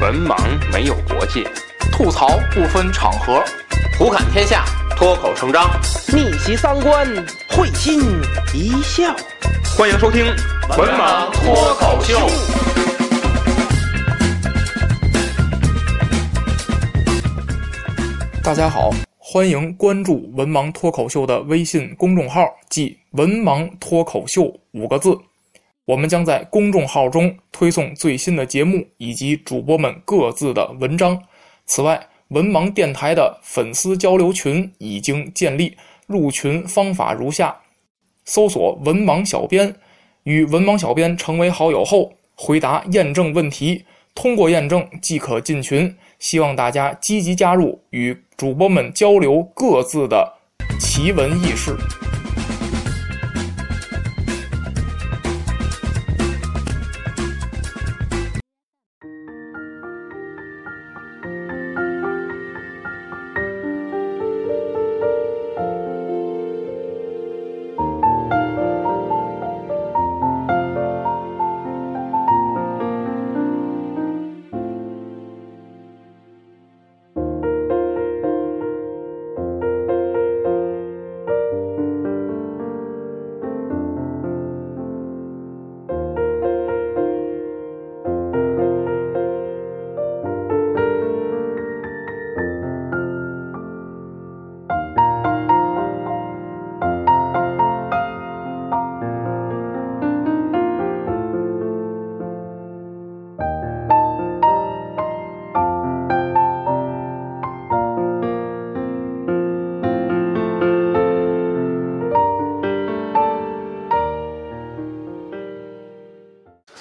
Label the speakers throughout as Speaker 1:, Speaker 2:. Speaker 1: 文盲没有国界，
Speaker 2: 吐槽不分场合，
Speaker 3: 胡侃天下，脱口成章，
Speaker 4: 逆袭三观，会心一笑。
Speaker 1: 欢迎收听《文盲脱口秀》。
Speaker 2: 大家好，欢迎关注“文盲脱口秀”的微信公众号，即“文盲脱口秀”五个字。我们将在公众号中推送最新的节目以及主播们各自的文章。此外，文盲电台的粉丝交流群已经建立，入群方法如下：搜索“文盲小编”，与文盲小编成为好友后，回答验证问题，通过验证即可进群。希望大家积极加入，与主播们交流各自的奇闻异事。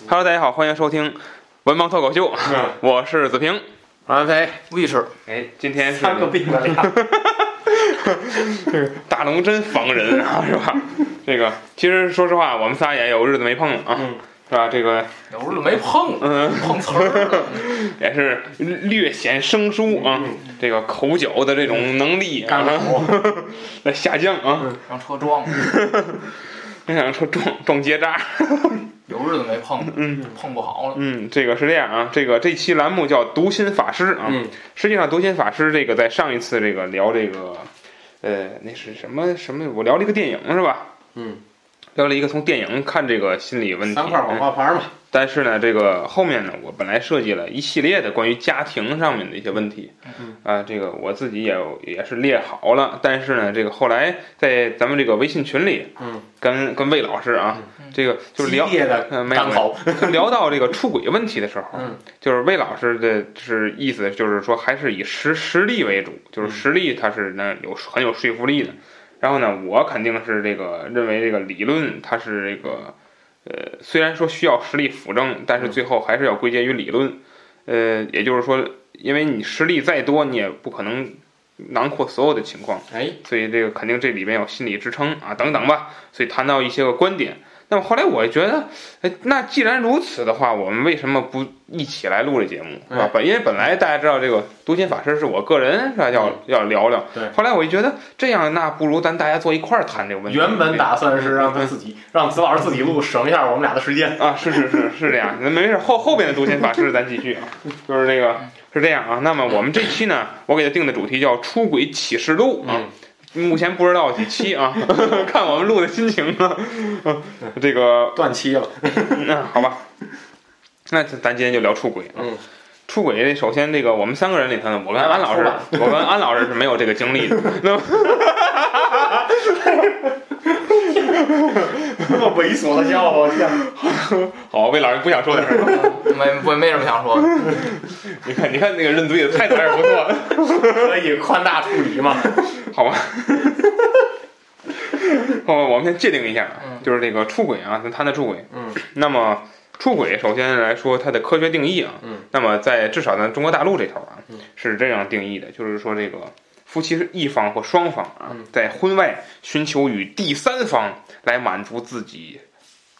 Speaker 1: Hello，大家好，欢迎收听《文盲脱口秀》，我是子平。
Speaker 3: 嗯王安飞，
Speaker 2: 卫士，
Speaker 1: 哎，今天是
Speaker 3: 三个病了呀，
Speaker 1: 这个 大龙真防人啊，是吧？这个其实说实话，我们仨也有日子没碰了啊，
Speaker 3: 嗯
Speaker 1: 是吧？这个
Speaker 2: 有日子没碰，
Speaker 1: 嗯，
Speaker 2: 碰瓷儿，
Speaker 1: 也是略显生疏啊，这个口角的这种能力
Speaker 3: 嗯干嗯
Speaker 1: 啊，
Speaker 3: 活，
Speaker 1: 在下降啊，
Speaker 2: 让车撞。
Speaker 1: 没想到说撞撞结扎。
Speaker 2: 有日子没碰，
Speaker 1: 嗯，
Speaker 2: 碰不好了。
Speaker 1: 嗯，这个是这样啊，这个这期栏目叫“读心法师”啊。
Speaker 3: 嗯，
Speaker 1: 实际上，“读心法师”这个在上一次这个聊这个，呃，那是什么什么？我聊了一个电影是吧？
Speaker 3: 嗯，
Speaker 1: 聊了一个从电影看这个心理问题。
Speaker 3: 三块广
Speaker 1: 嗯
Speaker 3: 告牌嘛，
Speaker 1: 但是呢，这个后面呢，我本来设计了一系列的关于家庭上面的一些问题。
Speaker 3: 嗯，
Speaker 1: 啊，这个我自己也有也是列好了，但是呢，这个后来在咱们这个微信群里，
Speaker 3: 嗯，
Speaker 1: 跟跟魏老师啊，
Speaker 2: 嗯
Speaker 1: 这个就是聊
Speaker 3: 激。烈的
Speaker 1: 嗯，没有
Speaker 3: 干
Speaker 1: 没有
Speaker 3: 口，
Speaker 1: 就聊到这个出轨问题的时候，
Speaker 3: 嗯，
Speaker 1: 就是魏老师的是意思就是说，还是以实实力为主，
Speaker 3: 嗯
Speaker 1: 就是实力它是呢有很有说服力的。然后呢，我肯定是这个认为这个理论它是这个，呃，虽然说需要实力辅证，但是
Speaker 3: 嗯
Speaker 1: 最后还是要归结于理论。呃，也就是说，因为你实力再多，你也不可能囊括所有的情况。
Speaker 3: 哎，
Speaker 1: 所以这个肯定这里边有心理支撑啊等等吧。所以谈到一些个观点，那么后来我觉得，哎，那既然如此的话，我们为什么不一起来录这节目？是吧
Speaker 3: 哎？
Speaker 1: 本因为本来大家知道这个读心法师是我个人是吧？要要聊聊。
Speaker 3: 嗯对
Speaker 1: 后来我就觉得这样，那不如咱大家坐一块儿谈这个问题。
Speaker 3: 原本打算是让他自己，让子老师自己录，省一下我们俩的时 间。
Speaker 1: 啊，是是是是这样，那没事，后后边的读心法师咱继续啊，就是这个是这样啊。那么我们这期呢，我给它定的主题叫《出轨启示录》啊，目前不知道几期啊， 看我们录的心情啊。嗯这个、
Speaker 3: 断期 了，
Speaker 1: 嗯、好吧，那咱咱今天就聊出轨啊。
Speaker 3: 嗯
Speaker 1: 出轨，首先这个我们三个人里头呢，我跟安老师，我跟安老师是没有这个经历的。 那么
Speaker 3: 这么猥琐的笑话，我天！
Speaker 1: 好，魏老师不想说点什么？
Speaker 2: 没我没什么想说的，
Speaker 1: 你看，你看那个认罪的态度还是不错的。
Speaker 3: 可以宽大处 理嘛？
Speaker 1: 好吧。好吧，我们先界定一下啊，
Speaker 2: 嗯
Speaker 1: 就是这个出轨啊，咱谈谈出轨。
Speaker 3: 嗯，
Speaker 1: 那么出轨首先来说它的科学定义啊，
Speaker 3: 嗯，
Speaker 1: 那么在至少咱中国大陆这头啊，
Speaker 3: 嗯
Speaker 1: 是这样定义的，就是说这个夫妻一方或双方啊，
Speaker 3: 嗯
Speaker 1: 在婚外寻求与第三方来满足自己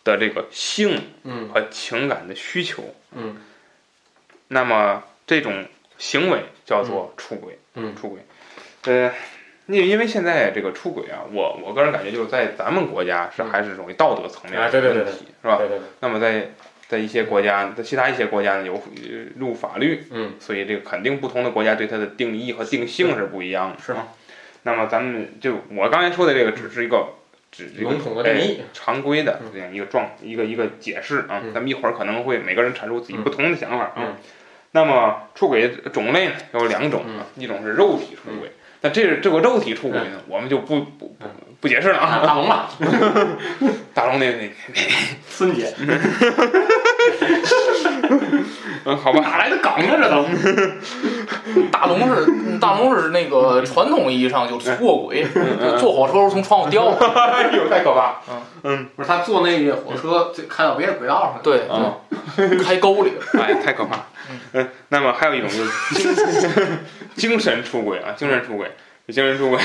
Speaker 1: 的这个性
Speaker 3: 嗯
Speaker 1: 和情感的需求。
Speaker 3: 嗯，
Speaker 1: 那么这种行为叫做出轨。
Speaker 3: 嗯
Speaker 1: 出轨。呃，因因为现在这个出轨啊，我我个人感觉就是在咱们国家是
Speaker 3: 嗯
Speaker 1: 还是属于道德层面
Speaker 3: 啊
Speaker 1: 的
Speaker 3: 对对对
Speaker 1: 问题，是吧？
Speaker 3: 对对对，
Speaker 1: 那么在的一些国家，在其他一些国家呢有呃入法律，
Speaker 4: 嗯，
Speaker 1: 所以这个肯定不同的国家对它的定义和定性是不一样的。
Speaker 4: 是
Speaker 1: 啊。那么咱们就我刚才说的这个
Speaker 3: 嗯
Speaker 1: 只是一个只一个
Speaker 4: 笼统的定义
Speaker 1: 哎常规的
Speaker 4: 嗯
Speaker 1: 这样一个状一个一个解释啊。
Speaker 4: 嗯
Speaker 1: 咱们一会儿可能会每个人阐述自己
Speaker 4: 嗯
Speaker 1: 不同的想法啊。
Speaker 4: 嗯
Speaker 1: 那么出轨种类呢有两种
Speaker 3: 嗯
Speaker 1: 啊，一种是肉体出轨，那这这个肉体出轨呢，我们就不不不
Speaker 4: 嗯
Speaker 1: 不解释了
Speaker 4: 啊
Speaker 1: 啊。
Speaker 4: 大龙吧，
Speaker 1: 大龙那那
Speaker 4: 孙姐，
Speaker 1: 嗯好吧，
Speaker 4: 哪来的梗啊？这都
Speaker 2: 大龙是大龙是那个传统意义上就卧轨，
Speaker 1: 嗯
Speaker 2: 就坐火车时候从窗户掉了。
Speaker 1: 哎呦太可怕了，
Speaker 4: 不是他坐那个火车，就开到别的轨道上。
Speaker 2: 对，
Speaker 1: 嗯。
Speaker 2: 开沟里了。
Speaker 1: 哎，太可怕了。嗯，那么还有一种就是 精精神出轨啊，精神出轨，精神出轨，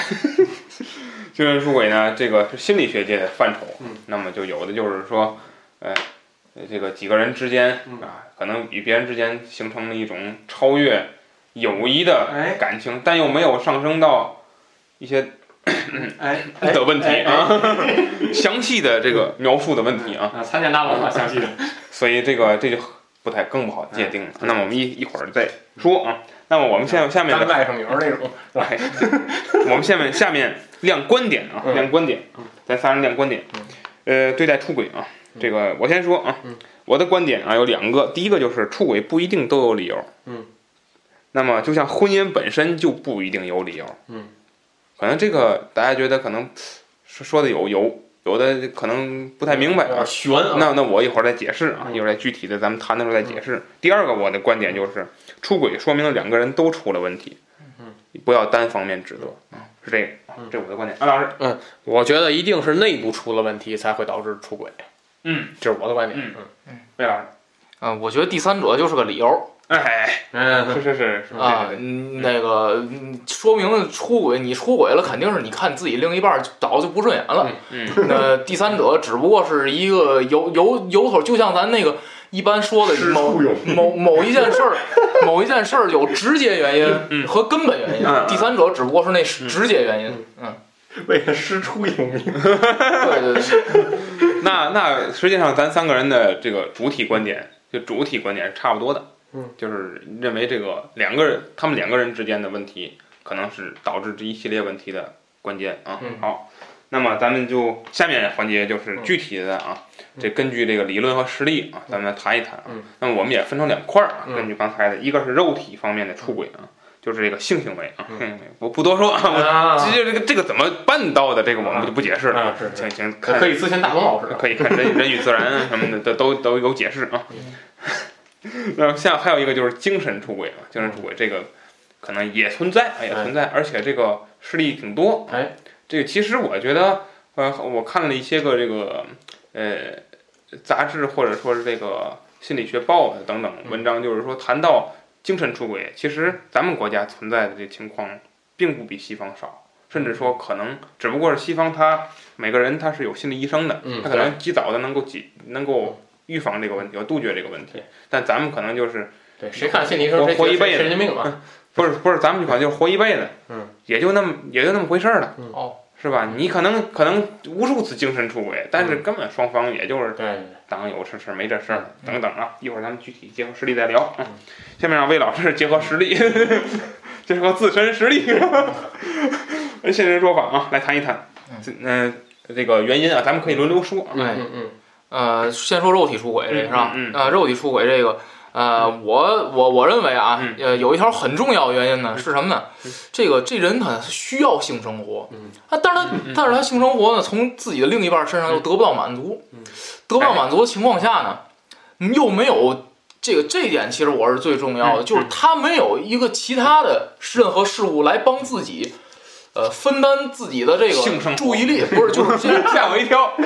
Speaker 1: 精神出轨呢，这个是心理学界的范畴。
Speaker 4: 嗯，
Speaker 1: 那么就有的就是说，呃，这个几个人之间
Speaker 4: 嗯
Speaker 1: 啊，可能与别人之间形成了一种超越友谊的
Speaker 4: 哎
Speaker 1: 感情，但又没有上升到一些
Speaker 4: 哎，哎
Speaker 1: 嗯 的问题
Speaker 4: 哎哎
Speaker 1: 啊， 详细的这个描述的问题啊，
Speaker 3: 哎
Speaker 4: 啊，参见大龙吧，详 细的。
Speaker 1: 所以这个这就不太更不好界定了。
Speaker 4: 嗯
Speaker 1: 那么我们一一会儿再说啊。那么我们现在下面
Speaker 4: 当
Speaker 1: 的，
Speaker 4: 外甥女儿那种。
Speaker 1: 哎我们下面下面亮观点啊，
Speaker 4: 嗯
Speaker 1: 亮观点，咱仨人亮观点。呃，对待出轨啊，这个我先说啊
Speaker 4: 嗯，
Speaker 1: 我的观点啊有两个，第一个就是出轨不一定都有理由。
Speaker 4: 嗯。
Speaker 1: 那么就像婚姻本身就不一定有理由。
Speaker 4: 嗯。
Speaker 1: 可能这个大家觉得可能说说的有有，有的可能不太明白啊
Speaker 4: 有点。悬啊。
Speaker 1: 那那我一会儿再解释啊，
Speaker 4: 嗯
Speaker 1: 一会儿再具体的咱们谈的时候再解释。第二个我的观点就是，出轨说明了两个人都出了问题，不要单方面指责啊，是这个，啊
Speaker 4: 嗯
Speaker 1: 这我的观点。安老师，
Speaker 4: 我觉得一定是内部出了问题才会导致出轨，
Speaker 1: 嗯，
Speaker 4: 这是我的观
Speaker 1: 嗯
Speaker 4: 点。
Speaker 1: 魏老师，
Speaker 2: 嗯，我觉得第三者就是个理由
Speaker 1: 哎，
Speaker 4: 嗯，
Speaker 1: 是是是是
Speaker 2: 啊，
Speaker 1: 对对对
Speaker 2: 嗯那个嗯说明出轨，你出轨了，肯定是你看自己另一半早就不顺眼了。
Speaker 1: 嗯，
Speaker 2: 那第三者只不过是一个由由由头，就像咱那个一般说的某
Speaker 4: 有
Speaker 2: 某某一件事儿，某一件事儿有直接原
Speaker 1: 嗯
Speaker 2: 因和根本原
Speaker 1: 嗯
Speaker 2: 因，第三者只不过是那直接原因。嗯，
Speaker 4: 为了师出有名。
Speaker 2: 对对 对，
Speaker 1: 那那实际上咱三个人的这个主体观点，就主体观点是差不多的，
Speaker 4: 嗯，
Speaker 1: 就是认为这个两个人，他们两个人之间的问题，可能是导致这一系列问题的关键啊。
Speaker 4: 嗯
Speaker 1: 好，那么咱们就下面环节就是
Speaker 4: 嗯
Speaker 1: 具体的啊，
Speaker 4: 嗯
Speaker 1: 这根据这个理论和实例啊，咱们来谈一谈啊。
Speaker 4: 嗯
Speaker 1: 那么我们也分成两块儿啊，
Speaker 4: 嗯
Speaker 1: 根据刚才的，一个是肉体方面的出轨啊，就是这个性行为啊，
Speaker 4: 嗯
Speaker 1: 性行为 我不多说啊，我
Speaker 4: 啊，
Speaker 1: 直接这个这个怎么办到的，这个我们
Speaker 4: 啊
Speaker 1: 就不解释了。
Speaker 4: 啊是是
Speaker 1: 请请看
Speaker 4: 可以咨询大龙老师。
Speaker 1: 可以看人人与自然啊什么的，都都都有解释啊。 那么像还有一个就是精神出轨啊，精神出轨这个可能也存在，啊，也存在，而且这个事例挺多。
Speaker 4: 哎，
Speaker 1: 这个其实我觉得，呃，我看了一些个这个呃杂志或者说是这个心理学报啊等等文
Speaker 4: 嗯
Speaker 1: 章，就是说谈到精神出轨，其实咱们国家存在的这情况并不比西方少，甚至说可能只不过是西方他每个人他是有心理医生的，
Speaker 4: 嗯
Speaker 1: 他可能及早的能够及能够预防这个问题，和杜绝这个问题
Speaker 4: 对。
Speaker 1: 但咱们可能就是
Speaker 4: 对，谁看心理医生
Speaker 1: 我
Speaker 4: 谁
Speaker 1: 活一
Speaker 4: 谁
Speaker 1: 辈子
Speaker 4: 谁神经病啊？
Speaker 1: 不是不是，咱们可能就是活一辈子，
Speaker 4: 嗯，
Speaker 1: 也就那么也就那么回事儿了，
Speaker 4: 嗯
Speaker 2: 哦，
Speaker 1: 是吧？你可能可能无数次精神出轨，但
Speaker 4: 嗯
Speaker 1: 是根本双方也就是
Speaker 4: 对，
Speaker 1: 当有这事儿没这事儿等等啊，一会儿咱们具体结合实例再聊啊。
Speaker 4: 嗯
Speaker 1: 下面让魏老师结合实例， 结合自身实 力，现身说法啊，来谈一谈，嗯、呃这个原因啊，咱们可以轮流说啊。
Speaker 2: 哎，
Speaker 4: 嗯嗯
Speaker 2: 呃，先说肉体出轨这个是吧？
Speaker 1: 嗯嗯
Speaker 2: 呃，肉体出轨这个，呃，我我我认为啊，
Speaker 1: 嗯
Speaker 2: 呃，有一条很重要的原因呢是什么呢？这个这人他需要性生活，
Speaker 4: 嗯
Speaker 2: 啊，但是他但是
Speaker 1: 嗯
Speaker 2: 他性生活呢，从自己的另一半身上又得不到满足，
Speaker 4: 嗯
Speaker 2: 得不
Speaker 1: 哎
Speaker 2: 到满足的情况下呢，又没有。这个这一点其实我是最重要的，
Speaker 1: 嗯
Speaker 2: 就是他没有一个其他的任何事物来帮自己，呃，分担自己的这
Speaker 1: 性生活
Speaker 2: 个注意力，不是就是这个
Speaker 1: 吓我一跳，
Speaker 2: 啊，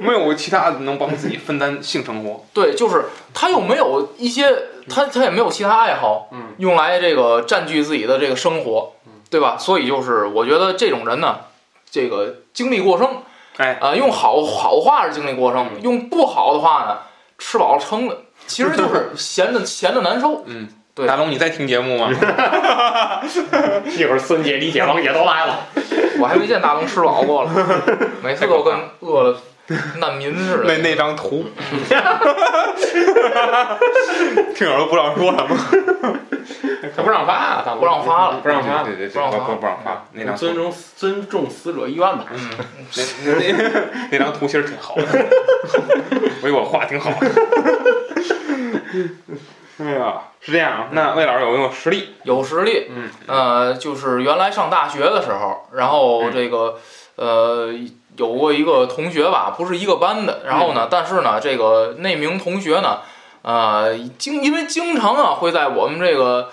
Speaker 1: 没有其他的能帮自己分担性生活。
Speaker 2: 对，就是他又没有一些，他他也没有其他爱好，
Speaker 4: 嗯，
Speaker 2: 用来这个占据自己的这个生活，对吧？所以就是我觉得这种人呢，这个精力过剩，
Speaker 1: 哎
Speaker 2: 啊、用好好话是精力过剩，用不好的话呢，吃饱了撑的，其实就是闲着闲着难受。对
Speaker 1: 大龙，你在听节目 吗？
Speaker 4: 一会儿孙姐、李姐、王姐都来了。
Speaker 2: 我还没见大龙吃饱过了，每次都跟饿了难民似
Speaker 1: 那
Speaker 2: 的。
Speaker 1: 那张图， 听友都不让说什么，
Speaker 4: 他不让发，啊他
Speaker 2: 不让发了
Speaker 4: 不让发。嗯
Speaker 1: 对对
Speaker 2: 不
Speaker 1: 对，
Speaker 2: 让
Speaker 1: 不
Speaker 2: 发
Speaker 1: 不不让发那张图
Speaker 4: 尊重尊重死者意愿吧，
Speaker 1: 那那那 那张图其实挺好的，为我画挺好的。哎呀，是这样啊。那魏老师有没有实力？
Speaker 2: 有实力，
Speaker 1: 嗯，
Speaker 2: 呃，就是原来上大学的时候，然后这个，呃，有过一个同学吧，不是一个班的，然后呢，但是呢，这个那名同学呢，呃，经因为经常啊会在我们这个。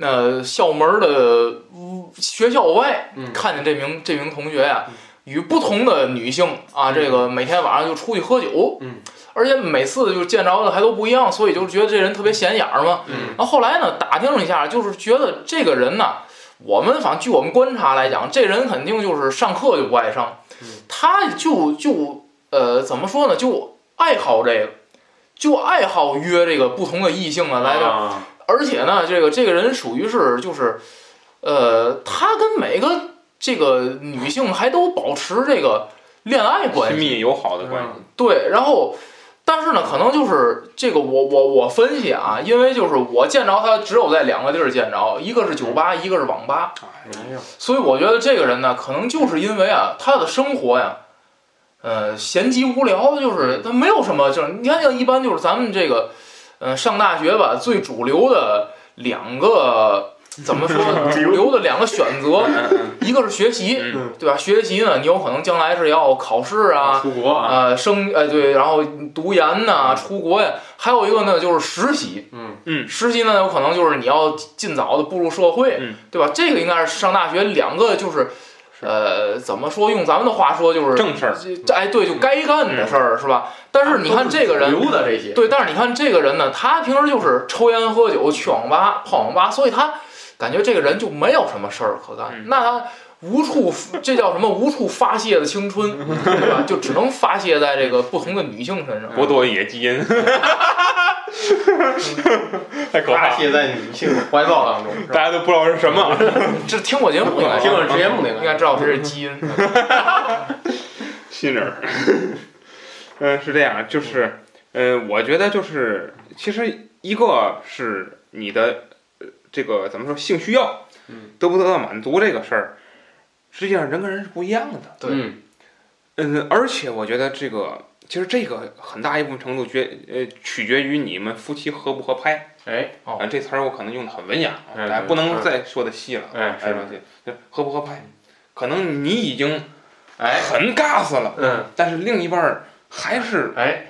Speaker 2: 呃，校门的屋学校外、
Speaker 4: 嗯
Speaker 2: 看见这名这名同学呀、与不同的女性啊，这个每天晚上就出去喝酒，
Speaker 4: 嗯，
Speaker 2: 而且每次就见着的还都不一样，所以就觉得这人特别显眼儿嘛，
Speaker 4: 嗯，
Speaker 2: 然后后来呢，打听了一下，就是觉得这个人呢，我们反正据我们观察来讲，这人肯定就是上课就不爱上，
Speaker 1: 嗯
Speaker 2: 他就就呃怎么说呢，就爱好这个，就爱好约这个不同的异性啊来聊，
Speaker 4: 啊
Speaker 2: 而且呢，这个这个人属于是就是，呃，他跟每个这个女性还都保持这个恋爱关
Speaker 1: 亲
Speaker 2: 系，
Speaker 1: 密友好的关系，
Speaker 2: 对，然后，但是呢，可能就是这个我我我分析啊，因为就是我见着他只有在两个地儿见着，一个是酒吧，一个是网吧，
Speaker 4: 哎呦，
Speaker 2: 所以我觉得这个人呢，可能就是因为啊，他的生活呀，呃，闲极无聊，就是他没有什么，就是你看像一般就是咱们这个，呃，上大学吧，最主流的两个。怎么说？ 主流的两个选择，一个是学习，
Speaker 1: 嗯
Speaker 2: 对吧？学习呢，你有可能将来是要考试啊，
Speaker 4: 出国啊，
Speaker 2: 呃，升呃对，然后读研呐、出国呀，还有一个呢就是实习，
Speaker 4: 嗯
Speaker 1: 嗯
Speaker 2: 实习呢有可能就是你要尽早的步入社会，
Speaker 1: 嗯
Speaker 2: 对吧？这个应该是上大学两个就是，呃，怎么说？用咱们的话说就是
Speaker 1: 正事儿。嗯
Speaker 2: 这这哎对，就该干的事儿、是吧？但是你看这个人。
Speaker 4: 都是主流的这些，
Speaker 2: 对，但是你看这个人呢，他平时就是抽烟喝酒、去网吧、泡网吧，所以他感觉这个人就没有什么事儿可干。
Speaker 1: 嗯
Speaker 2: 那他无处，这叫什么？无处发泄的青春，对吧？就只能发泄在这个不同的女性身上。
Speaker 1: 博多野基因，太可怕
Speaker 4: 发
Speaker 1: 了，
Speaker 4: 泄在女性的怀抱当中，是吧
Speaker 1: 大家都不知道是什 么。啊
Speaker 2: 这听我节目应该
Speaker 4: 听我节目那
Speaker 2: 应
Speaker 4: 个
Speaker 2: 该知道这是 基因。
Speaker 1: 新人儿。嗯，是这样，就是，嗯，我觉得就是，其实一个是你的呃这个怎么说性需要
Speaker 4: 嗯，
Speaker 1: 得不得到满足这个事儿，实际上人跟人是不一样的。
Speaker 2: 对
Speaker 4: 嗯
Speaker 1: 嗯，而且我觉得这个其实这个很大一部分程度决呃取决于你们夫妻合不合拍。
Speaker 4: 哎
Speaker 1: 啊，这词儿我可能用的很文雅，啊，
Speaker 4: 哎
Speaker 1: 大家
Speaker 4: 对
Speaker 1: 不能
Speaker 4: 嗯
Speaker 1: 再说的细了。
Speaker 4: 哎
Speaker 1: 哎，
Speaker 4: 是，
Speaker 1: 就合不合拍，可能你已经
Speaker 4: 哎
Speaker 1: 很尬死了，
Speaker 4: 嗯
Speaker 1: 但是另一半儿还是
Speaker 4: 哎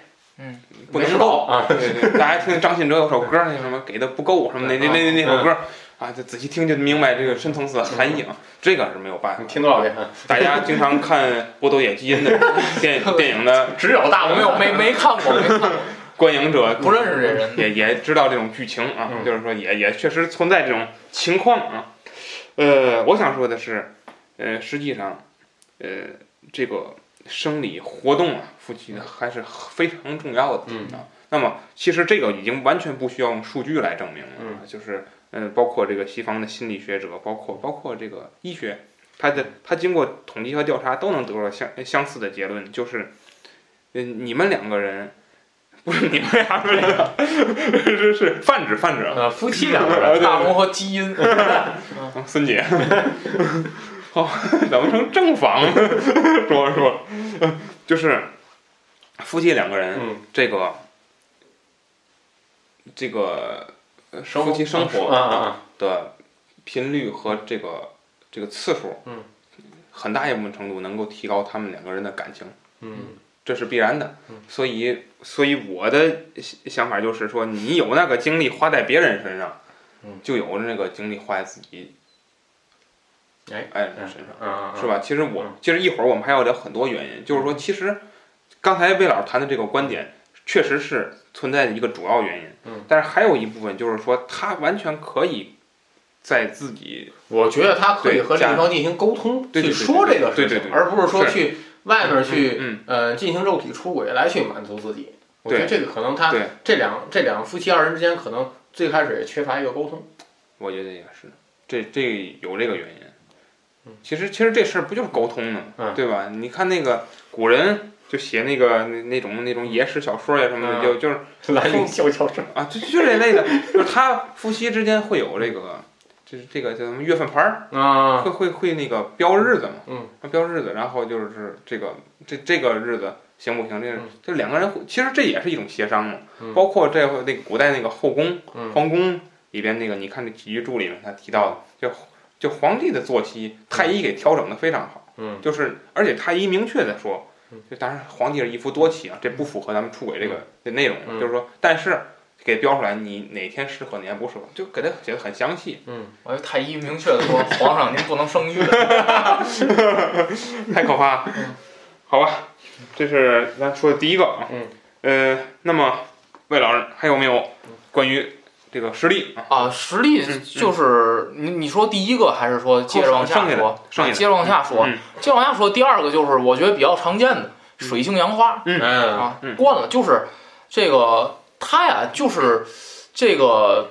Speaker 1: 不能
Speaker 4: 没
Speaker 1: 够
Speaker 4: 够啊，
Speaker 1: 对对，大家听张信哲有首歌，那什么给的不够
Speaker 4: 嗯
Speaker 1: 什么那那那那那首歌啊，就仔细听就明白这个深层次的含义啊，这个是没有办法
Speaker 4: 你。听多少遍？啊
Speaker 1: 大家经常看《波多野基因》 的电电影的
Speaker 4: 只有大
Speaker 2: 我没
Speaker 4: 没有
Speaker 2: 有没没看过，没看过，
Speaker 1: 观影者，
Speaker 2: 不认识这人。
Speaker 1: 也也知道这种剧情啊，
Speaker 4: 嗯
Speaker 1: 就是说也也确实存在这种情况啊。呃，我想说的是，呃，实际上，呃，这个生理活动啊，夫妻的还是非常重要的。
Speaker 4: 嗯
Speaker 1: 啊，那么其实这个已经完全不需要用数据来证明了啊，就是嗯、呃包括这个西方的心理学者，包括包括这个医学，他的他经过统计和调查都能得到相相似的结论，就是，嗯、你们两个人。不是你们两个人，是是泛指泛指啊，
Speaker 4: 呃夫妻 两个
Speaker 1: 哎
Speaker 4: 人，
Speaker 1: 对
Speaker 2: 大龙和基因，
Speaker 4: 嗯
Speaker 1: 啊孙姐， 好，怎么成正房了？说说，就是夫妻两个人，
Speaker 4: 嗯，
Speaker 1: 这个这个呃
Speaker 4: 生活
Speaker 1: 夫妻生活
Speaker 4: 啊啊
Speaker 1: 的频率和这个这个次数，
Speaker 4: 嗯，
Speaker 1: 很大一部分程度能够提高他们两个人的感情，
Speaker 4: 嗯
Speaker 1: 这是必然的
Speaker 4: 嗯。
Speaker 1: 所以，所以我的想想法就是说，你有那个精力花在别人身上
Speaker 4: 嗯，
Speaker 1: 就有那个精力花在自己
Speaker 4: 哎
Speaker 1: 爱人身上，
Speaker 4: 啊
Speaker 1: 是？吧？其实我
Speaker 4: 嗯
Speaker 1: 其实一会儿我们还要聊很多原因，就是说，其实刚才魏老师谈的这个观点，确实是存在的一个主要原因。
Speaker 4: 嗯，
Speaker 1: 但是还有一部分就是说，他完全可以在自己
Speaker 4: 我觉得他可以
Speaker 1: 对
Speaker 4: 和
Speaker 1: 家
Speaker 4: 另一方进行沟通，
Speaker 1: 对对
Speaker 4: 去
Speaker 1: 对
Speaker 4: 说这个事情，
Speaker 1: 对对对对
Speaker 4: 而不是说
Speaker 1: 是
Speaker 4: 去外面去、
Speaker 1: 嗯
Speaker 4: 呃进行肉体出轨来去满足自己。我觉得这个可能他
Speaker 1: 对
Speaker 4: 这两这两夫妻二人之间可能最开始也缺乏一个沟通。
Speaker 1: 我觉得也是，这这有这个原因
Speaker 4: 嗯。
Speaker 1: 其实其实这事儿不就是沟通吗？
Speaker 4: 嗯
Speaker 1: 对吧？你看那个古人就写那个那那种那种野史小说呀什么的，
Speaker 2: 嗯
Speaker 1: 就就是
Speaker 4: 蓝领小教授，
Speaker 1: 啊，就就这类的，就是他夫妻之间会有这个，就是这个叫什么月份牌儿，
Speaker 4: 啊，
Speaker 1: 会会会那个标日子嘛，
Speaker 4: 嗯，
Speaker 1: 标日子，然后就是这个这这个日子行不行？这
Speaker 4: 嗯
Speaker 1: 这两个人会其实这也是一种协商嘛，
Speaker 4: 嗯
Speaker 1: 包括这那个古代那个后宫、
Speaker 4: 嗯
Speaker 1: 皇宫里边那个，你看那几句注里面他提到的，就就皇帝的作息，太医给调整的非常好。
Speaker 4: 嗯
Speaker 1: 就是而且太医明确的说
Speaker 4: 嗯，
Speaker 1: 就当然皇帝是一夫多妻啊，这不符合咱们出轨这个这内容，啊
Speaker 4: 嗯
Speaker 1: 就是说，但是给标出来你哪天适合，哪天不适合，就给他写的很详细，
Speaker 4: 嗯，
Speaker 2: 我觉得太医明确的说，皇上您不能生育。
Speaker 1: 太可怕了。
Speaker 4: 嗯
Speaker 1: 好吧，这是咱说的第一个啊。
Speaker 4: 嗯。
Speaker 1: 呃，那么魏老师还有没有关于这个实力啊？
Speaker 2: 啊，实力
Speaker 1: 嗯嗯哦
Speaker 2: 就是你你说第一个还是说接着往下
Speaker 1: 剩下的
Speaker 2: 说？啊
Speaker 1: 剩下的
Speaker 2: 接着往下说，
Speaker 1: 嗯嗯
Speaker 2: 接着往下说。第二个就是我觉得比较常见的水性杨花、
Speaker 4: 嗯
Speaker 2: 啊
Speaker 1: 嗯，
Speaker 2: 惯了就是这个他呀，就是这个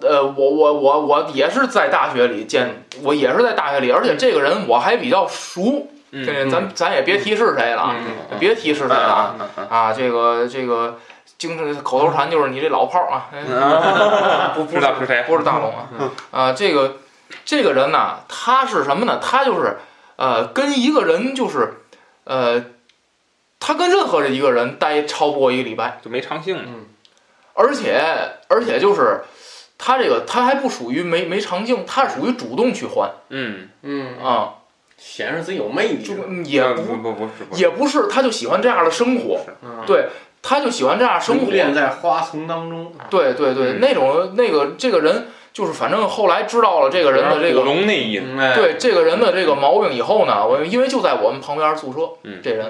Speaker 2: 呃，我我我我也是在大学里见，我也是在大学里，而且这个人我还比较熟，
Speaker 1: 嗯
Speaker 2: 这咱咱也别提是谁了，啊，
Speaker 1: 嗯
Speaker 2: 别提是谁了啊
Speaker 1: 嗯嗯
Speaker 2: 啊，这个这个。经常口头禅就是你这老炮儿啊，哎
Speaker 1: 嗯啊，
Speaker 2: 不不
Speaker 1: 知道 是谁？
Speaker 2: 不是大龙啊，啊，这个这个人呐、他是什么呢？他就是呃，跟一个人就是呃，他跟任何的一个人待超不过一个礼拜，
Speaker 1: 就没长性，
Speaker 2: 而且而且就是他这个他还不属于没没长性，他属于主动去还
Speaker 1: 嗯，
Speaker 4: 嗯，
Speaker 2: 啊，
Speaker 4: 显示自己有魅力
Speaker 2: 就是
Speaker 4: 吧，
Speaker 2: 也
Speaker 1: 呃
Speaker 2: 不
Speaker 1: 不不不是不是，
Speaker 2: 也不是，他就喜欢这样的生活，
Speaker 4: 嗯
Speaker 2: 对他就喜欢这样生
Speaker 4: 生
Speaker 2: 活，
Speaker 4: 恋在花丛当中，
Speaker 2: 对对对，
Speaker 1: 嗯
Speaker 2: 那种那个这个人就是反正后来知道了这个人的这个
Speaker 1: 古龙那意思，
Speaker 4: 嗯，哎，
Speaker 2: 对这个人的这个毛病以后呢，我因为就在我们旁边宿舍，
Speaker 1: 嗯
Speaker 2: 这人，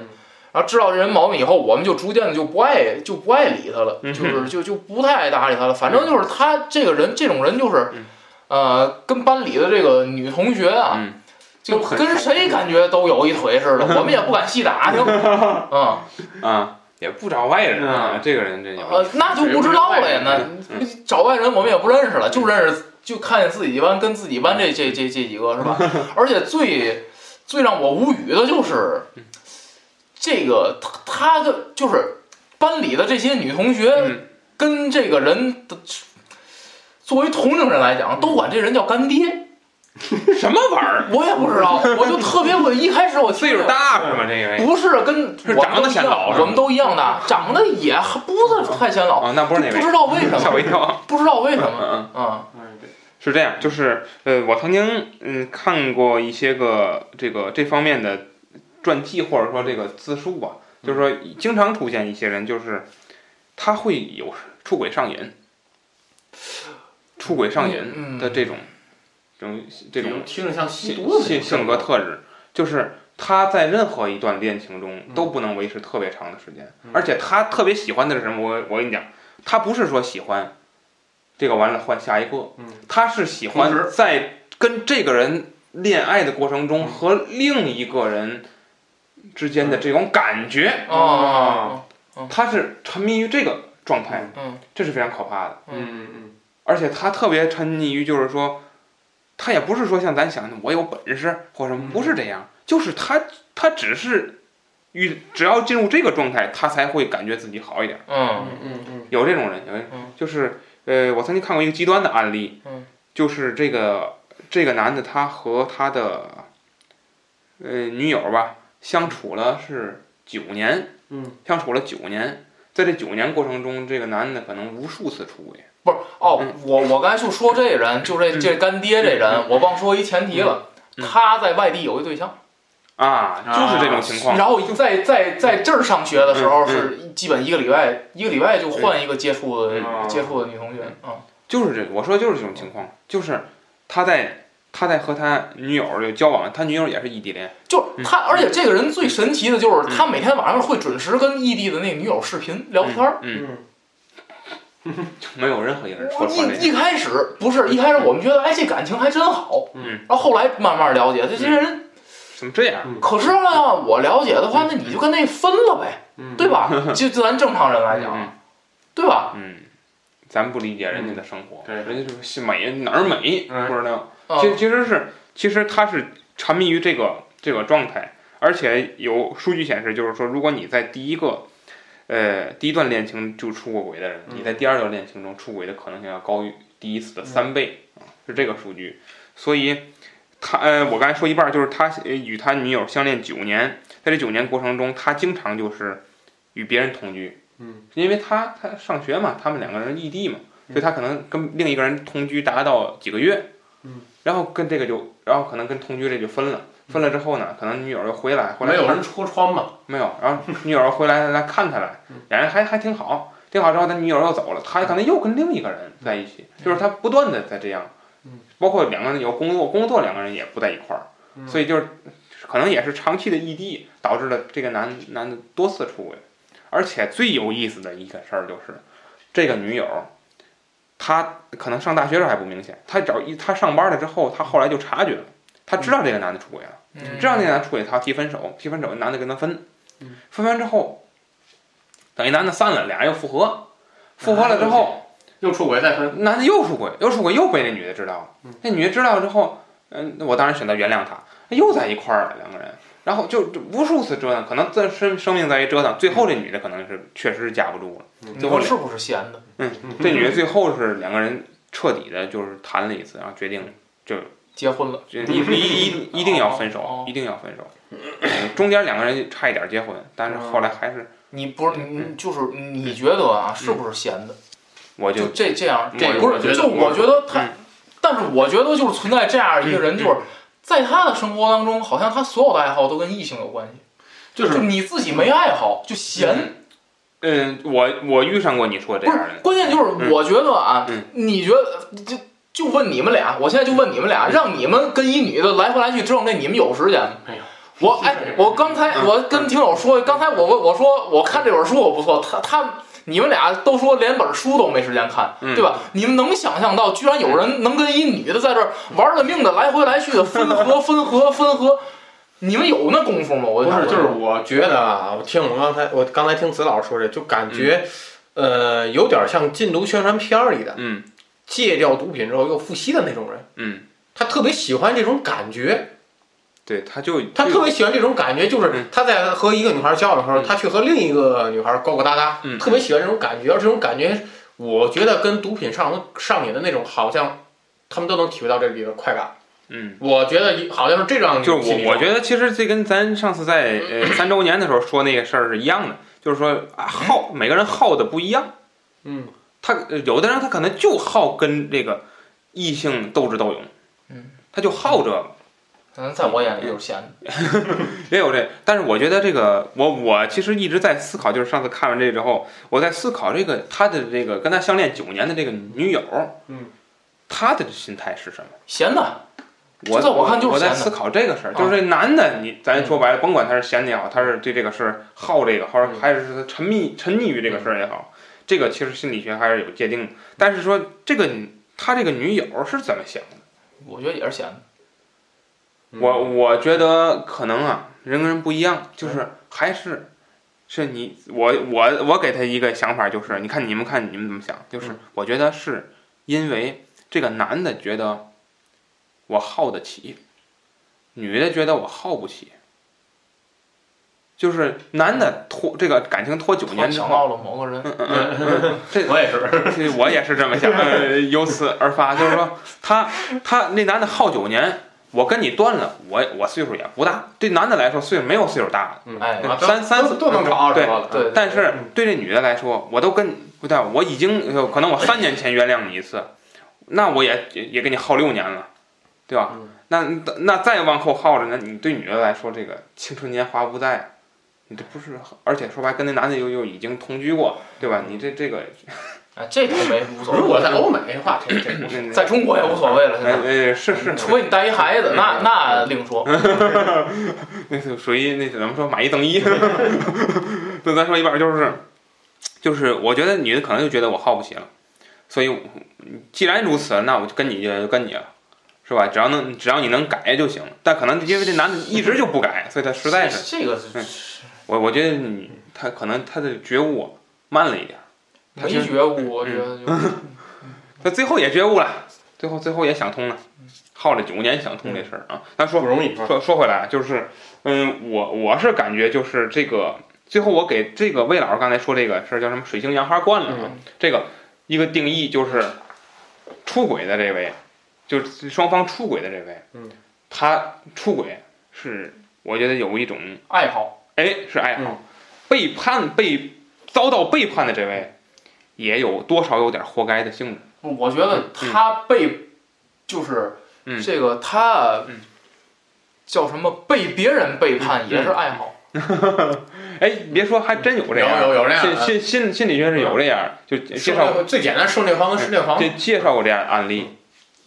Speaker 2: 然后知道这人毛病以后，我们就逐渐的就不爱就不爱理他了，
Speaker 1: 嗯
Speaker 2: 就是就就不太爱搭理他了。反正就是他这个人，这种人就是
Speaker 1: 嗯，
Speaker 2: 呃，跟班里的这个女同学啊，
Speaker 1: 嗯
Speaker 2: 就
Speaker 4: 都很
Speaker 2: 跟谁感觉都有一腿 似的，我们也不敢细打听，嗯，
Speaker 1: 啊，也不找外人啊
Speaker 4: 嗯，
Speaker 1: 这个人真有
Speaker 2: 呃
Speaker 1: 意思，，
Speaker 2: 那就不知道了呀，那
Speaker 1: 嗯
Speaker 2: 找外人我们也不认识了，就认识就看见自己班跟自己班这这这这几个 是吧？而且最最让我无语的就是，
Speaker 1: 嗯
Speaker 2: 这个他他的就是班里的这些女同学
Speaker 1: 嗯
Speaker 2: 跟这个人的。作为同龄人来讲，都管这人叫干爹，
Speaker 1: 什么玩意儿？
Speaker 2: 我也不 知道，我就特别我一开始我
Speaker 1: 岁
Speaker 2: 听
Speaker 1: 数
Speaker 2: 着
Speaker 1: 大是吗？这个人
Speaker 2: 不是跟
Speaker 1: 是
Speaker 2: 我
Speaker 1: 长得
Speaker 2: 们都一
Speaker 1: 显老
Speaker 2: 样，
Speaker 1: 是吗
Speaker 2: 我们都一样的，长得也不是太显老，
Speaker 1: 啊，那不是那
Speaker 2: 不
Speaker 1: 位，
Speaker 2: 知道为 什
Speaker 1: 吓
Speaker 2: 么，
Speaker 1: 我一跳。
Speaker 2: 不知道为什
Speaker 1: 嗯
Speaker 2: 么，
Speaker 1: 嗯，
Speaker 2: 嗯，
Speaker 4: 哎
Speaker 1: 是这样，就是呃，我曾经嗯看过一些个这个这方面的传记或者说这个自述吧，就是说经常出现一些人，就是他会有出轨上瘾，出轨上瘾
Speaker 2: 嗯
Speaker 1: 的这种这种这种
Speaker 4: 听着像吸
Speaker 1: 性
Speaker 4: 毒的那
Speaker 1: 性
Speaker 4: 种嗯
Speaker 1: 性格特质，就是他在任何一段恋情中
Speaker 4: 嗯
Speaker 1: 都不能维持特别长的时间，而且他特别喜欢的是什么？我我跟你讲，他不是说喜欢这个完了换下一个，
Speaker 4: 嗯
Speaker 1: 他是喜
Speaker 4: 同
Speaker 1: 欢
Speaker 4: 时嗯
Speaker 1: 在跟这个人恋爱的过程中和另一个人之间的这种感觉，
Speaker 2: 哦，
Speaker 4: 嗯
Speaker 1: 他是沉迷于这个状态，
Speaker 2: 嗯，
Speaker 1: 这是非常可怕的。
Speaker 4: 嗯
Speaker 1: 而且他特别沉溺于，就是说，他也不是说像咱想的我有本事或什么，不是这样，就是他他只是遇只要进入这个状态，他才会感觉自己好一点。
Speaker 2: 嗯，
Speaker 4: 嗯嗯嗯
Speaker 1: 有这种人，有这
Speaker 2: 嗯
Speaker 1: 就是呃，我曾经看过一个极端的案例，
Speaker 2: 嗯
Speaker 1: 就是这个这个男的他和他的呃女友吧相处了是九年，
Speaker 4: 嗯，
Speaker 1: 相处了九年，在这九年过程中，这个男的可能无数次出轨。
Speaker 2: 不是，哦
Speaker 1: 嗯，
Speaker 2: 我我刚才就说这人，就这这干爹这人，我忘说一前提了。
Speaker 1: 嗯
Speaker 2: 他在外地有一对象，
Speaker 1: 啊，就是这种情况。
Speaker 2: 然后在在在这儿上学的时
Speaker 1: 嗯
Speaker 2: 候
Speaker 1: 嗯
Speaker 2: 是基本一个礼拜一个礼拜就换一个接触的
Speaker 1: 哦
Speaker 4: 嗯
Speaker 2: 接触的女同学，嗯
Speaker 1: 就是这，我说就是这种情况，就是他在他在和他女友就交往，他女友也是异地恋，
Speaker 2: 就是他，而且这个人最神奇的就是
Speaker 1: 嗯
Speaker 2: 他每天晚上会准时跟异地的那个女友视频聊天儿。
Speaker 1: 嗯，
Speaker 4: 嗯
Speaker 1: 没有任何一个人说
Speaker 2: 我
Speaker 1: 说这
Speaker 2: 一一
Speaker 1: 个，
Speaker 2: 开始不是一开始我们觉得哎这感情还真好，
Speaker 1: 嗯，
Speaker 2: 然后后来慢慢了解，这这些人
Speaker 1: 怎么这样？
Speaker 2: 可是呢，我了解的话，那你就跟那分了呗，
Speaker 4: 嗯，
Speaker 2: 对吧？就就咱正常人来讲
Speaker 1: 嗯，
Speaker 2: 对吧？
Speaker 1: 嗯，咱不理解人家的生活，
Speaker 4: 嗯对
Speaker 1: 人家就是美哪儿美
Speaker 4: 嗯
Speaker 1: 不知道，
Speaker 2: 嗯
Speaker 1: 其其实是其实他是沉迷于这个这个状态，而且有数据显示，就是说，如果你在第一个，呃，第一段恋情就出过轨的人，
Speaker 4: 嗯
Speaker 1: 你在第二段恋情中出轨的可能性要高于第一次的三倍，啊是这个数据。所以，他呃，我刚才说一半儿，就是他呃与他女友相恋九年，在这九年过程中，他经常就是与别人同居，
Speaker 4: 嗯，
Speaker 1: 因为他他上学嘛，他们两个人异地嘛，
Speaker 4: 嗯
Speaker 1: 所以他可能跟另一个人同居达到几个月，
Speaker 4: 嗯，
Speaker 1: 然后跟这个就，然后可能跟同居这就分了。分了之后呢，可能女友又回来，回来
Speaker 4: 没有人戳穿嘛，
Speaker 1: 没有，然后女友回来来看他来，
Speaker 4: 嗯
Speaker 1: 俩人还还挺好，挺好之后，他女友又走了，他可能又跟另一个人在一起，就是他不断的在这样
Speaker 4: 嗯，
Speaker 1: 包括两个人有工作，工作两个人也不在一块儿，
Speaker 4: 嗯
Speaker 1: 所以就是可能也是长期的异地导致了这个男男的多次出轨，而且最有意思的一个事儿就是，这个女友，她可能上大学时候还不明显，她找一她上班了之后，她后来就察觉了，她知道这个男的出轨了。
Speaker 2: 嗯
Speaker 1: 这样那男处理他提分手，提分手男的跟他分
Speaker 4: 嗯，
Speaker 1: 分完之后，等一男的散了，俩人又复合，复合了之后，
Speaker 4: 又出轨再分，
Speaker 1: 男的又出轨，又出轨又被那女的知道了
Speaker 4: 嗯，
Speaker 1: 那女的知道了之后，嗯，我当然选择原谅他，又在一块儿了两个人，然后就就无数次折腾，可能在生生命在于折腾，最后这女的可能是确实是架不住了，
Speaker 2: 你
Speaker 1: 最后
Speaker 2: 说
Speaker 1: 俩
Speaker 2: 嗯是不是闲的？
Speaker 1: 这女的最后是两个人彻底的就是谈了一次，然后决定
Speaker 2: 结婚了，
Speaker 1: 就一一一一定要分
Speaker 2: 哦
Speaker 1: 手，一定要分手。嗯中间两个人差一点结婚，但是后来还是，
Speaker 2: 你不是你就是你觉得啊，是不是闲的？
Speaker 1: 我就
Speaker 2: 就这这样，
Speaker 1: 这
Speaker 2: 不是
Speaker 4: 我觉得
Speaker 2: 就我觉得他，但是我觉得就是存在这样一个人，
Speaker 1: 嗯嗯
Speaker 2: 就是在他的生活当中，好像他所有的爱好都跟异性有关系，
Speaker 4: 就
Speaker 2: 就是你自己没爱好就闲。
Speaker 1: 嗯，我我遇上过你说这
Speaker 2: 不
Speaker 1: 样
Speaker 2: 是
Speaker 1: 的人，，
Speaker 2: 关键就是
Speaker 1: 嗯
Speaker 2: 我觉得啊
Speaker 1: 嗯，
Speaker 2: 你觉得就就问你们俩，我现在就问你们
Speaker 1: 嗯
Speaker 2: 俩，让你们跟一女的来回来去折腾，这你们有时间吗？
Speaker 4: 没有。
Speaker 2: 我哎，我刚才
Speaker 1: 嗯
Speaker 2: 我跟听友说，刚才我问我说我看这本书我不错，他他你们俩都说连本书都没时间看，
Speaker 1: 嗯
Speaker 2: 对吧？你们能想象到，居然有人能跟一女的在这儿玩了命的来回来去的分合分合分合，你们有那功夫吗？我
Speaker 3: 不
Speaker 2: 想
Speaker 3: 是，
Speaker 2: 问
Speaker 3: 就是我觉得啊，我听我们刚才，我刚才听子老师说这，就感觉，呃，有点像禁毒宣传片儿里的
Speaker 1: 嗯
Speaker 3: 戒掉毒品之后又复吸的那种人，
Speaker 1: 嗯，
Speaker 3: 他特别喜欢这种感觉，
Speaker 1: 对，他就
Speaker 3: 他特别喜欢这种感觉，就是
Speaker 1: 嗯
Speaker 3: 他在和一个女孩交往的时候，
Speaker 1: 嗯
Speaker 3: 他去和另一个女孩勾勾搭搭，
Speaker 1: 嗯
Speaker 3: 特别喜欢这种感觉，而这种感觉，我觉得跟毒品上上瘾的那种好像。他们都能体会到这里的快感，
Speaker 1: 嗯，
Speaker 3: 我觉得好像是这样。
Speaker 1: 就是我我觉得其实这跟咱上次在呃三周年的时候说那个事儿是一样的，就是说啊好，每个人好的不一样，
Speaker 3: 嗯，
Speaker 1: 他呃有的人他可能就好跟这个异性斗智斗勇，
Speaker 2: 嗯，
Speaker 1: 他就好这个。
Speaker 2: 可嗯能在我眼里就是闲的，
Speaker 1: 也有这，但是我觉得这个，我我其实一直在思考，就是上次看完这之后，我在思考这个他的这个跟他相恋九年的这个女友，
Speaker 4: 嗯，
Speaker 1: 他的心态是什么？
Speaker 2: 闲的，
Speaker 1: 我
Speaker 2: 这在我看就是
Speaker 1: 我在
Speaker 2: 闲的啊嗯
Speaker 1: 思考这个事儿，就是这男的，你咱说白了，甭管他是闲的也好，他是对这个事儿好这个，或者
Speaker 3: 嗯
Speaker 1: 还是他沉迷沉溺于这个事儿也好，
Speaker 2: 嗯
Speaker 1: 这个其实心理学还是有界定的。但是说这个他这个女友是怎么想的？
Speaker 2: 我觉得也是闲的。
Speaker 3: 嗯
Speaker 1: 我我觉得可能啊，人跟人不一样，就是还是是你我我我给他一个想法，就是你看你们看你们怎么想，就是我觉得是因为这个男的觉得我耗得起，女的觉得我耗不起。就是男的拖这个感情拖九年
Speaker 2: 我
Speaker 1: 之
Speaker 2: 想
Speaker 1: 后，
Speaker 2: 到了某个人，
Speaker 1: 这
Speaker 4: 我也是，
Speaker 1: 这 我也是这么 想，呃由此而发，就是说他他那男的耗九年，我跟你断了，我我岁数也不大，对男的来说岁数没有岁数大
Speaker 2: 哎，
Speaker 1: 的，嗯三三
Speaker 3: 都
Speaker 1: 四
Speaker 3: 都能找二十多了。
Speaker 2: 对，嗯对
Speaker 1: 但是对这女的来说，我都跟不对，我已经呃可能我三年前原谅你一次，那我也也也给你耗六年了，对吧？
Speaker 3: 嗯
Speaker 1: 那那再往后耗着，那你对女的来说，这个青春年华不在啊，你这不是，而且说白，跟那男的又又已经同居过，对吧？你这这个，
Speaker 2: 哎，这倒没无所谓。
Speaker 3: 如果在欧美的话，这这
Speaker 1: 那那
Speaker 2: 在中国也无所谓了，现
Speaker 1: 哎嗯
Speaker 2: 在。
Speaker 1: 哎是是，
Speaker 2: 除非你带一孩子，那那另说。
Speaker 1: 那是属于那怎么说买一赠 一，那咱说一半儿就是，就是我觉得女的可能就觉得我耗不起了，所以我既然如此，那我就跟你就跟你了，是吧？只要能只要你能改就行。但可能因为这男的一直就不改，所以他实在是
Speaker 2: 这这个
Speaker 1: 嗯
Speaker 2: 是，
Speaker 1: 我我觉得你他可能他的觉悟慢了一点儿，他
Speaker 2: 没
Speaker 1: 其实嗯
Speaker 2: 觉悟，我觉得就
Speaker 1: 他最后也觉悟了，最后最后也想通了，耗了九年想通这事儿啊。咱说
Speaker 3: 不容易。
Speaker 1: 说说回来，就是，嗯，我我是感觉就是这个，最后我给这个魏老师刚才说这个事儿叫什么“水性杨花惯了”啊，
Speaker 3: 嗯
Speaker 1: 这个一个定义就是出轨的这位，就是双方出轨的这位，
Speaker 3: 嗯，
Speaker 1: 他出轨是我觉得有一种
Speaker 2: 爱好
Speaker 1: 哎是爱
Speaker 3: 嗯
Speaker 1: 好，背叛被遭到背叛的这位，也有多少有点活该的性质，
Speaker 2: 不，我觉得他被就是
Speaker 1: 嗯
Speaker 2: 这个他
Speaker 1: 嗯
Speaker 2: 叫什么被别人背叛也是爱好，
Speaker 1: 哎，别说还真有这样，
Speaker 3: 有有有这样
Speaker 1: 心
Speaker 3: 的
Speaker 1: 心心心理学是有这样，就介
Speaker 3: 顺
Speaker 1: 绍
Speaker 3: 利最简单，顺利方跟失恋方
Speaker 1: 这介绍过这样的案例，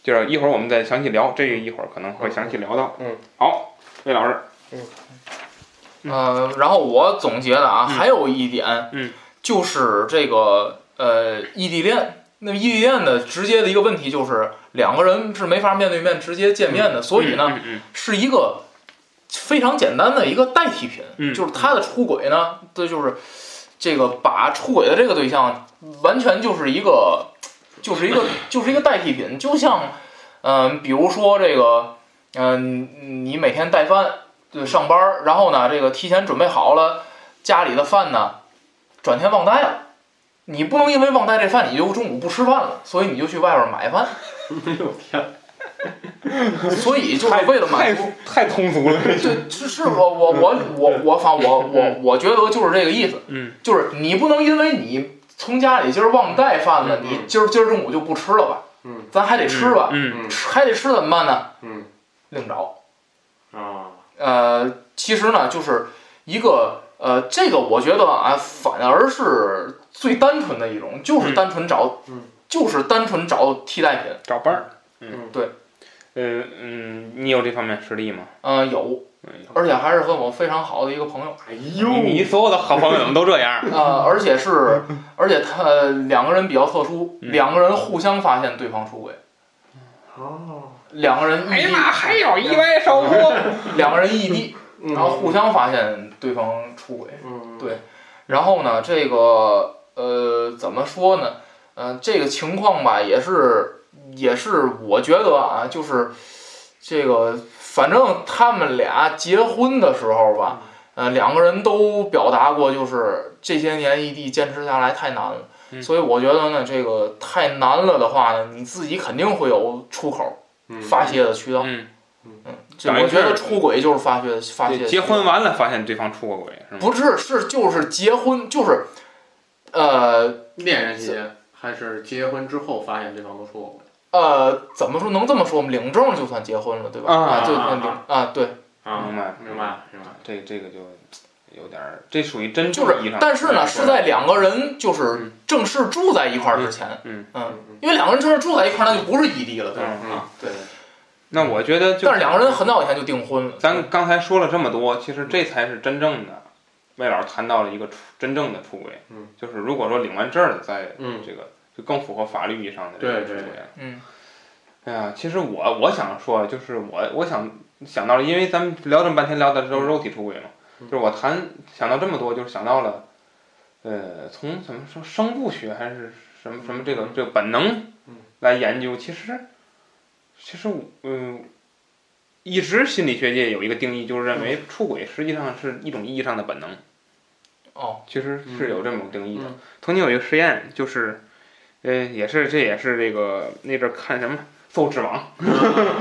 Speaker 1: 就是一会儿我们再详细聊，这个一会儿可能会详细聊到。
Speaker 3: 嗯，
Speaker 1: 好，魏老师，
Speaker 2: 呃，然后我总结的啊，
Speaker 1: 嗯
Speaker 2: 还有一点，
Speaker 1: 嗯，
Speaker 2: 就是这个呃异地恋。那么异地恋的直接的一个问题就是两个人是没法面对面直接见面的，所以呢
Speaker 1: 嗯，嗯
Speaker 2: 是一个非常简单的一个代替品，
Speaker 1: 嗯
Speaker 2: 就是他的出轨呢，这就是这个把出轨的这个对象完全就是一个就是一个就是一个代替品，就像嗯、比如说这个嗯、你每天带饭就上班儿，然后呢这个提前准备好了家里的饭呢，转天忘带了。你不能因为忘带这饭，你就中午不吃饭了，所以你就去外边 买饭。哎呦天！所以就是为了满
Speaker 1: 太
Speaker 2: 足
Speaker 1: 太通俗了，
Speaker 2: 对，是是我我我我我反我我我觉得就是这个意思，
Speaker 1: 嗯，
Speaker 2: 就是你不能因为你从家里今儿忘带饭了，
Speaker 3: 嗯嗯
Speaker 2: 你今儿今儿中午就不吃了吧？
Speaker 3: 嗯，
Speaker 2: 咱还得吃吧，
Speaker 1: 嗯，
Speaker 3: 嗯
Speaker 2: 吃还得吃怎么办呢？
Speaker 3: 嗯，
Speaker 2: 另找。
Speaker 1: 嗯
Speaker 3: 啊，
Speaker 2: 呃，其实呢，就是一个呃，这个我觉得啊，反而是最单纯的一种，就是单纯找，
Speaker 3: 嗯
Speaker 2: 就是单纯找替代品。
Speaker 1: 找伴儿，
Speaker 3: 嗯
Speaker 2: 对，
Speaker 1: 嗯嗯，你有这方面实力吗？
Speaker 2: 呃，有
Speaker 1: 哎呦，
Speaker 2: 而且还是和我非常好的一个 朋友。
Speaker 3: 哎
Speaker 1: 你你所有的好朋友怎么都这 样？
Speaker 2: 呃，而且是，而且他呃两个人比较特殊，
Speaker 1: 嗯
Speaker 2: 两个人互相发现对方出轨，
Speaker 3: 哦，
Speaker 2: 两个人
Speaker 1: 哎
Speaker 2: 异
Speaker 1: 呀
Speaker 2: 地，
Speaker 1: 妈，还有意外收获，
Speaker 2: 两个人异地，
Speaker 1: 嗯
Speaker 3: 嗯然
Speaker 2: 然后互相发现对方出轨。
Speaker 3: 嗯
Speaker 2: 对然后呢，这个呃，怎么说呢？嗯、这个情况吧，也是也是，我觉得啊，就是这个，反正他们俩结婚的时候吧，
Speaker 1: 嗯
Speaker 2: 呃，两个人都表达过，就是这些年异地坚持下来太难了。
Speaker 1: 嗯
Speaker 2: 所以我觉得呢，这个太难了的话呢，你自己肯定会有出口
Speaker 3: 嗯
Speaker 2: 发泄的渠道。
Speaker 1: 嗯，
Speaker 2: 这
Speaker 1: 等于
Speaker 2: 我觉得
Speaker 1: 是
Speaker 2: 出轨就是发泄发泄
Speaker 1: 对
Speaker 2: 的
Speaker 1: 结
Speaker 2: 渠道
Speaker 1: 婚完了发现对方出过轨是吗？
Speaker 2: 不是是就是结婚就是，呃，
Speaker 3: 恋人期间还是结婚之后发现对方都出轨
Speaker 2: 呃，怎么说能这么说吗？领证就算结婚了，对吧？
Speaker 1: 啊
Speaker 2: 就
Speaker 3: 啊
Speaker 2: 那领啊，对，
Speaker 1: 明白，
Speaker 3: 嗯明白明白，
Speaker 1: 这这个就有点儿，这属于真
Speaker 2: 就
Speaker 1: 正意义
Speaker 2: 是
Speaker 1: 上，
Speaker 2: 但是呢，是在两个人就是
Speaker 1: 嗯
Speaker 2: 正式住在一块儿之前，
Speaker 1: 嗯
Speaker 3: 嗯嗯
Speaker 2: 因为两个人正式住在一块儿，那就不是异地了，对吧？
Speaker 1: 嗯
Speaker 3: 嗯，对，
Speaker 1: 那我觉得就
Speaker 2: 但是两个人很早以前就订婚了，
Speaker 1: 咱刚才说了这么多，其实这才是真正的，魏老师谈到了一个出真正的出轨，
Speaker 3: 嗯，
Speaker 1: 就是如果说领完证儿再
Speaker 3: 嗯
Speaker 1: 这个就更符合法律意义上的这个
Speaker 3: 对
Speaker 1: 出
Speaker 3: 对
Speaker 1: 轨了。
Speaker 2: 嗯
Speaker 1: 哎呀，其实我我想说，啊就是我我想想到了，因为咱们聊这么半天聊的都是肉体出轨嘛，
Speaker 3: 嗯
Speaker 1: 就是我谈想到这么多，就是想到了，呃，从怎么说生物学还是什么什么这个这个本能
Speaker 3: 嗯
Speaker 1: 来研究，其实其实我嗯、一直心理学界有一个定义，就是认
Speaker 3: 嗯
Speaker 1: 为出轨实际上是一种意义上的本能。
Speaker 2: 哦，
Speaker 1: 其实是有这么个定义的。
Speaker 3: 嗯
Speaker 1: 曾经有一个实验，就是，呃，也是这也是这个那阵儿看什么《搜指王》 知道，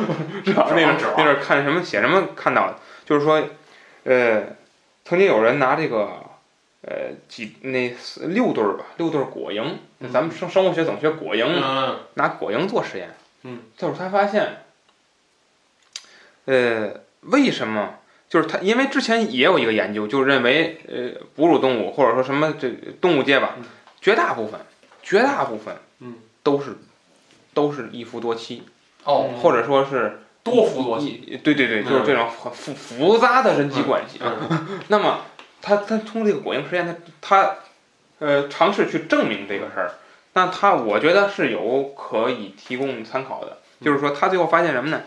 Speaker 3: 指
Speaker 1: 那
Speaker 3: 王
Speaker 1: 阵儿
Speaker 3: 指王
Speaker 1: 那阵儿看什么写什么看到的，就是说，呃，曾经有人拿这个。呃，几那四六对儿吧，六对儿果蝇，
Speaker 3: 嗯
Speaker 1: 咱们生生物学总学果蝇嘛，
Speaker 3: 嗯
Speaker 1: 拿果蝇做实验，
Speaker 3: 嗯，
Speaker 1: 就是他发现，呃，为什么？就是他，因为之前也有一个研究，就认为，呃，哺乳动物或者说什么这动物界吧
Speaker 3: 嗯，
Speaker 1: 绝大部分，绝大部分，
Speaker 3: 嗯，
Speaker 1: 都是都是一夫多妻，
Speaker 2: 哦，
Speaker 1: 或者说是
Speaker 2: 多夫多妻，嗯
Speaker 1: 妻，对对对，就是这种很复复杂的人际关系啊。
Speaker 3: 嗯
Speaker 1: 那么他他通过这个果蝇实验，他他呃尝试去证明这个事儿。那他我觉得是有可以提供参考的，
Speaker 3: 嗯
Speaker 1: 就是说他最后发现什么呢？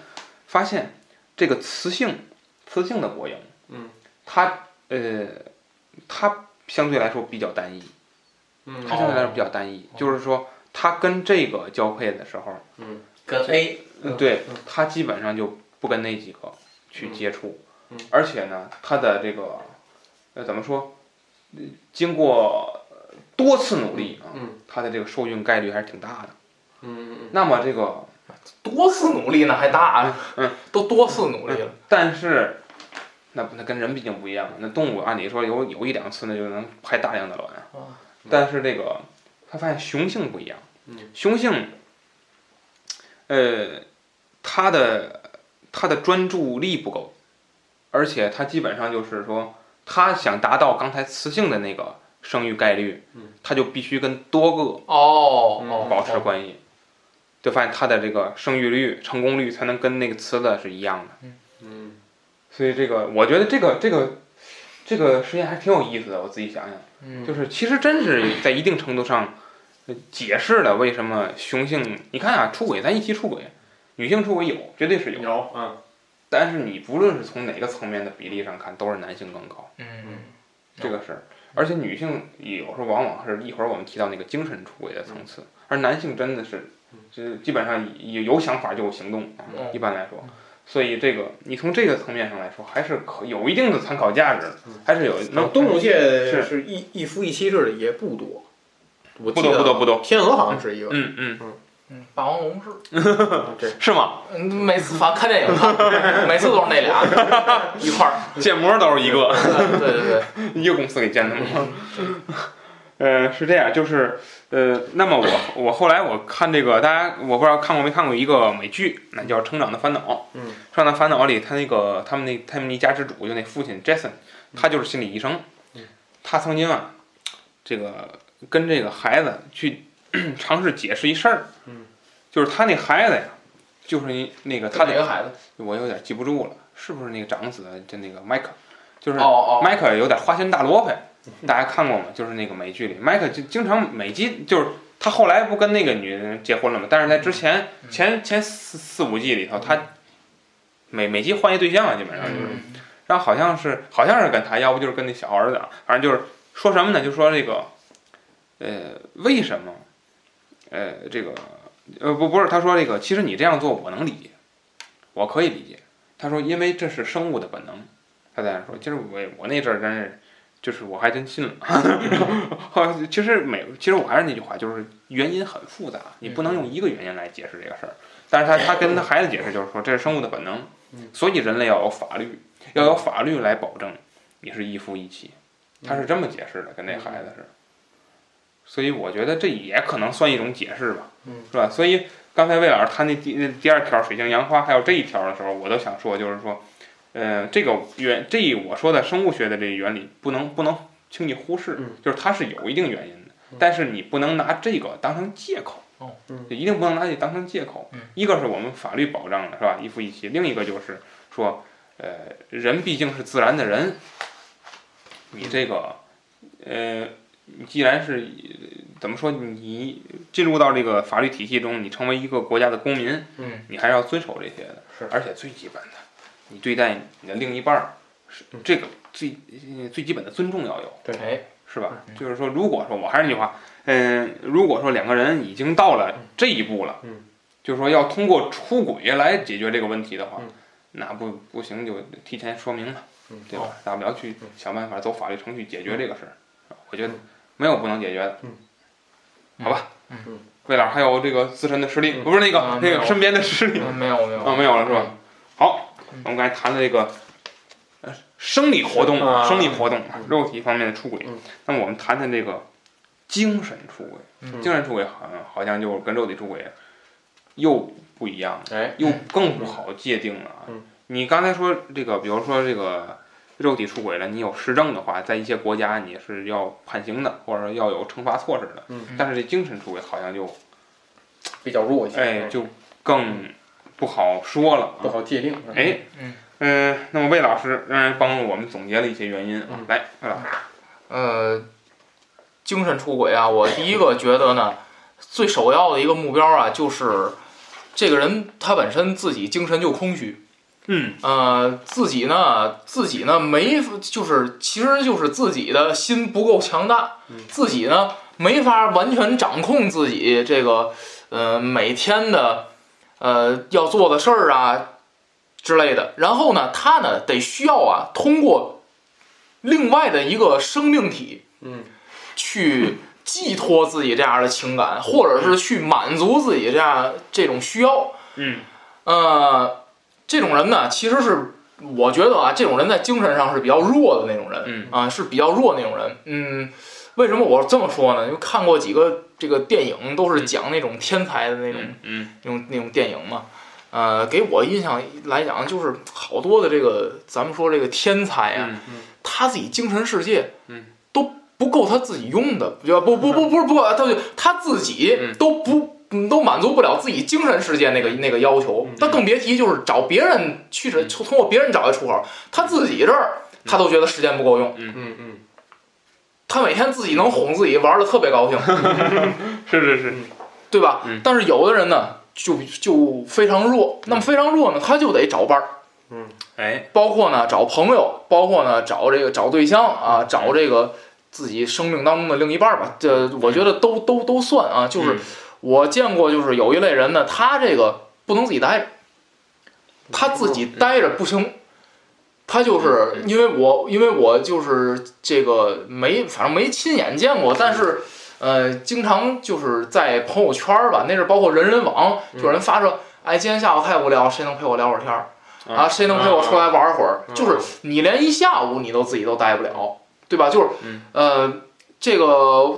Speaker 1: 发现这个雌性雌性的果蝇，
Speaker 3: 嗯，
Speaker 1: 它呃它相对来说比较单一，
Speaker 3: 嗯
Speaker 1: 它相对来说比较单一，
Speaker 2: 哦
Speaker 1: 就是说它跟这个交配的时候，
Speaker 3: 嗯，跟 A
Speaker 1: 嗯，对
Speaker 3: 嗯
Speaker 1: 他基本上就不跟那几个去接触，
Speaker 3: 嗯嗯
Speaker 1: 而且呢，他的这个呃怎么说，呃经过呃多次努力啊，
Speaker 3: 嗯
Speaker 1: 他的这个受孕概率还是挺大的。
Speaker 3: 嗯
Speaker 1: 那么这个，
Speaker 2: 多次努力呢还大，啊
Speaker 1: 嗯，
Speaker 2: 都多次努力了，
Speaker 1: 但是那不那跟人毕竟不一样，那动物按理说有有一两次那就能排大量的卵
Speaker 2: 啊，
Speaker 1: 但是这个他发现雄性不一样，
Speaker 3: 嗯
Speaker 1: 雄性，呃，他的他的专注力不够，而且他基本上就是说，他想达到刚才雌性的那个生育概率，
Speaker 3: 嗯
Speaker 1: 他就必须跟多个
Speaker 2: 哦哦，
Speaker 1: 嗯保持关系，就发现他的这个生育率、成功率才能跟那个雌的是一样的。
Speaker 3: 嗯
Speaker 1: 所以这个，我觉得这个这个这个实验还挺有意思的。我自己想想，
Speaker 2: 嗯，
Speaker 1: 就是其实真是在一定程度上呃解释了为什么雄性，你看啊，出轨，咱一提出轨，女性出轨有，绝对是有，
Speaker 4: 有，
Speaker 3: 嗯
Speaker 1: 但是你不论是从哪个层面的比例上看，都是男性更高，
Speaker 2: 嗯
Speaker 1: 这个是。而且女性也有时候往往是一会儿我们提到那个精神出轨的层次，而男性真的是，就是基本上有有想法就有行动啊，
Speaker 2: 嗯
Speaker 1: 一般来说。所以这个你从这个层面上来说，还是可有一定的参考价值
Speaker 3: 嗯，
Speaker 1: 还是有
Speaker 3: 那
Speaker 1: 能
Speaker 3: 动物界
Speaker 1: 是
Speaker 3: 是一一夫一妻制的也不多，我
Speaker 1: 不
Speaker 3: 记
Speaker 1: 多
Speaker 3: 得
Speaker 1: 不多不多，
Speaker 3: 天鹅好像是一个，
Speaker 1: 嗯嗯，
Speaker 2: 嗯，霸王龙是，
Speaker 3: 对，
Speaker 1: 是吗？
Speaker 2: 嗯，每次反正看电 影看，每次都是那俩一块儿，嗯
Speaker 1: 建模都是一个，
Speaker 2: 对对对，
Speaker 1: 一个公司给建的吗？ 呃，是这样，就是呃，那么我我后来我看这个，大家我不知道看过没看过一个美剧，那叫《成长的烦恼》。
Speaker 3: 嗯
Speaker 1: 成长的烦恼》里，他那个他们那他们一家之主就那父亲 Jason，他就是心理医生。
Speaker 3: 嗯
Speaker 1: 他曾经啊，这个跟这个孩子去 尝试解释一事儿。
Speaker 3: 嗯
Speaker 1: 就是他那孩子呀，就是一那个他
Speaker 2: 哪
Speaker 1: 那
Speaker 2: 个孩子？
Speaker 1: 我有点记不住了，是不是那个长子啊就那个迈克？就是
Speaker 2: 哦哦，
Speaker 1: 迈克有点花心大萝 卜，大家看过吗？就是那个美剧里，迈克就经常每集就是他后来不跟那个女人结婚了吗？但是在之前
Speaker 2: 嗯
Speaker 1: 前前四四五季里头，他每每集换一对象啊，基本上就是，
Speaker 2: 嗯
Speaker 1: 然后好像是好像是跟他，要不就是跟那小儿子啊，反正就是说什么呢？就说这个，呃，为什么？呃，这个呃不不是，他说这个，其实你这样做我能理解，我可以理解。他说，因为这是生物的本能。他在那说，其实我也我那阵儿真是，就是我还真信了。 后来其实每其实我还是那句话，就是原因很复杂，你不能用一个原因来解释这个事儿。但是他他跟他孩子解释就是说，这是生物的本能
Speaker 3: 嗯，
Speaker 1: 所以人类要有法律，要有法律来保证你是一夫一妻。他是这么解释的，跟那孩子是。所以我觉得这也可能算一种解释吧。
Speaker 3: 嗯
Speaker 1: 是吧？所以刚才魏老师他那第那第二条水性杨花，还有这一条的时候，我都想说，就是说，呃，这个原这一我说的生物学的这原理不能不能轻易忽视，
Speaker 3: 嗯
Speaker 1: 就是它是有一定原因的
Speaker 3: 嗯，
Speaker 1: 但是你不能拿这个当成借口。
Speaker 2: 哦
Speaker 3: 嗯
Speaker 1: 就一定不能拿这当成借口。
Speaker 2: 嗯
Speaker 1: 一个是我们法律保障的是吧，一夫一妻；另一个就是说，呃，人毕竟是自然的人，你这个，呃，你既然是怎么说，你进入到这个法律体系中，你成为一个国家的公民，
Speaker 2: 嗯，
Speaker 1: 你还是要遵守这些的。
Speaker 3: 是
Speaker 1: 而且最基本的，你对待你的另一半儿，是
Speaker 3: 嗯
Speaker 1: 这个最呃最基本的尊重要有，
Speaker 2: 哎，
Speaker 1: 是吧？
Speaker 2: 嗯
Speaker 1: 就是说，如果说我还是那句话，嗯、如果说两个人已经到了这一步了，
Speaker 3: 嗯
Speaker 1: 就是说要通过出轨来解决这个问题的话，
Speaker 3: 嗯
Speaker 1: 那不不行就提前说明了，
Speaker 3: 嗯
Speaker 1: 对吧？大不了去
Speaker 3: 嗯
Speaker 1: 想办法走法律程序解决这个事儿，我觉得没有不能解决的，
Speaker 3: 嗯
Speaker 1: 好吧，
Speaker 2: 嗯
Speaker 3: 嗯
Speaker 1: 魏老师还有这个自身的实力，
Speaker 3: 嗯
Speaker 1: 不是那个、
Speaker 2: 啊
Speaker 1: 那
Speaker 2: 没
Speaker 1: 个
Speaker 2: 有
Speaker 1: 身边的实力，
Speaker 2: 嗯没有没有，
Speaker 1: 啊、没有了是吧？好，
Speaker 2: 嗯
Speaker 1: 我们刚才谈了这个呃生理活动，
Speaker 3: 啊
Speaker 1: 生理活动，
Speaker 3: 嗯
Speaker 1: 肉体方面的出轨。
Speaker 3: 嗯
Speaker 1: 那么我们谈谈这个精神出轨。
Speaker 2: 嗯
Speaker 1: 精神出轨好像好像就跟肉体出轨又不一样，
Speaker 3: 哎，
Speaker 1: 又更不好界定了啊。
Speaker 3: 嗯
Speaker 1: 你刚才说这个，比如说这个肉体出轨了，你有实证的话，在一些国家你是要判刑的，或者要有惩罚措施的。
Speaker 3: 嗯
Speaker 1: 但是这精神出轨好像就
Speaker 3: 比较弱一些，
Speaker 1: 哎
Speaker 3: 嗯
Speaker 1: 就更不好说了啊。
Speaker 3: 不好界定。嗯
Speaker 1: 哎，
Speaker 2: 嗯
Speaker 1: 嗯，那么魏老师让人帮助我们总结了一些原因啊
Speaker 3: 嗯，
Speaker 1: 来，魏老师，
Speaker 2: 呃，精神出轨啊，我第一个觉得呢，最首要的一个目标啊，就是这个人他本身自己精神就空虚，
Speaker 1: 嗯
Speaker 2: 呃，自己呢，自己呢没，就是其实就是自己的心不够强大，
Speaker 3: 嗯
Speaker 2: 自己呢没法完全掌控自己这个，呃，每天的呃要做的事儿啊之类的。然后呢，他呢得需要啊通过另外的一个生命体，
Speaker 3: 嗯，
Speaker 2: 去寄托自己这样的情感，或者是去满足自己这样这种需要。
Speaker 1: 嗯，
Speaker 2: 呃，这种人呢，其实是我觉得啊，这种人在精神上是比较弱的那种人，
Speaker 1: 嗯
Speaker 2: 啊，是比较弱那种人，嗯。为什么我这么说呢？因为看过几个这个电影，都是讲那种天才的那种、
Speaker 1: 嗯
Speaker 2: 那种那种电影嘛。呃，给我印象来讲，就是好多的这个咱们说这个天才啊，
Speaker 1: 嗯
Speaker 2: 他自己精神世界，
Speaker 1: 嗯，
Speaker 2: 都不够他自己用的，不不不不不是不，他就他自己
Speaker 1: 嗯
Speaker 2: 都不。嗯都满足不了自己精神世界那个那个要求，
Speaker 1: 嗯
Speaker 2: 那更别提就是找别人去这通过别人找一出口，他自己这儿
Speaker 1: 嗯
Speaker 2: 他都觉得时间不够用，
Speaker 3: 嗯嗯，
Speaker 2: 他每天自己能哄自己玩的特别高兴，
Speaker 1: 嗯，是是是，
Speaker 2: 对吧？
Speaker 1: 嗯
Speaker 2: 但是有的人呢，就就非常弱，那么非常弱呢，他就得找伴儿，
Speaker 1: 哎，
Speaker 2: 包括呢找朋友，包括呢找这个找对象啊，找这个自己生命当中的另一半儿吧，这我觉得都都都算啊。就是
Speaker 1: 嗯
Speaker 2: 我见过，就是有一类人呢，他这个不能自己待着，他自己待着不行。他就是
Speaker 1: 嗯
Speaker 2: 因为我，因为我就是这个没，反正没亲眼见过，但是，呃，经常就是在朋友圈儿吧，那是包括人人网，就有人发说，哎，今天下午太无聊，谁能陪我聊会儿天儿？啊，谁能陪我出来玩会儿？
Speaker 3: 嗯
Speaker 2: 就是你连一下午你都自己都待不了，对吧？就是
Speaker 1: 嗯，
Speaker 2: 呃，这个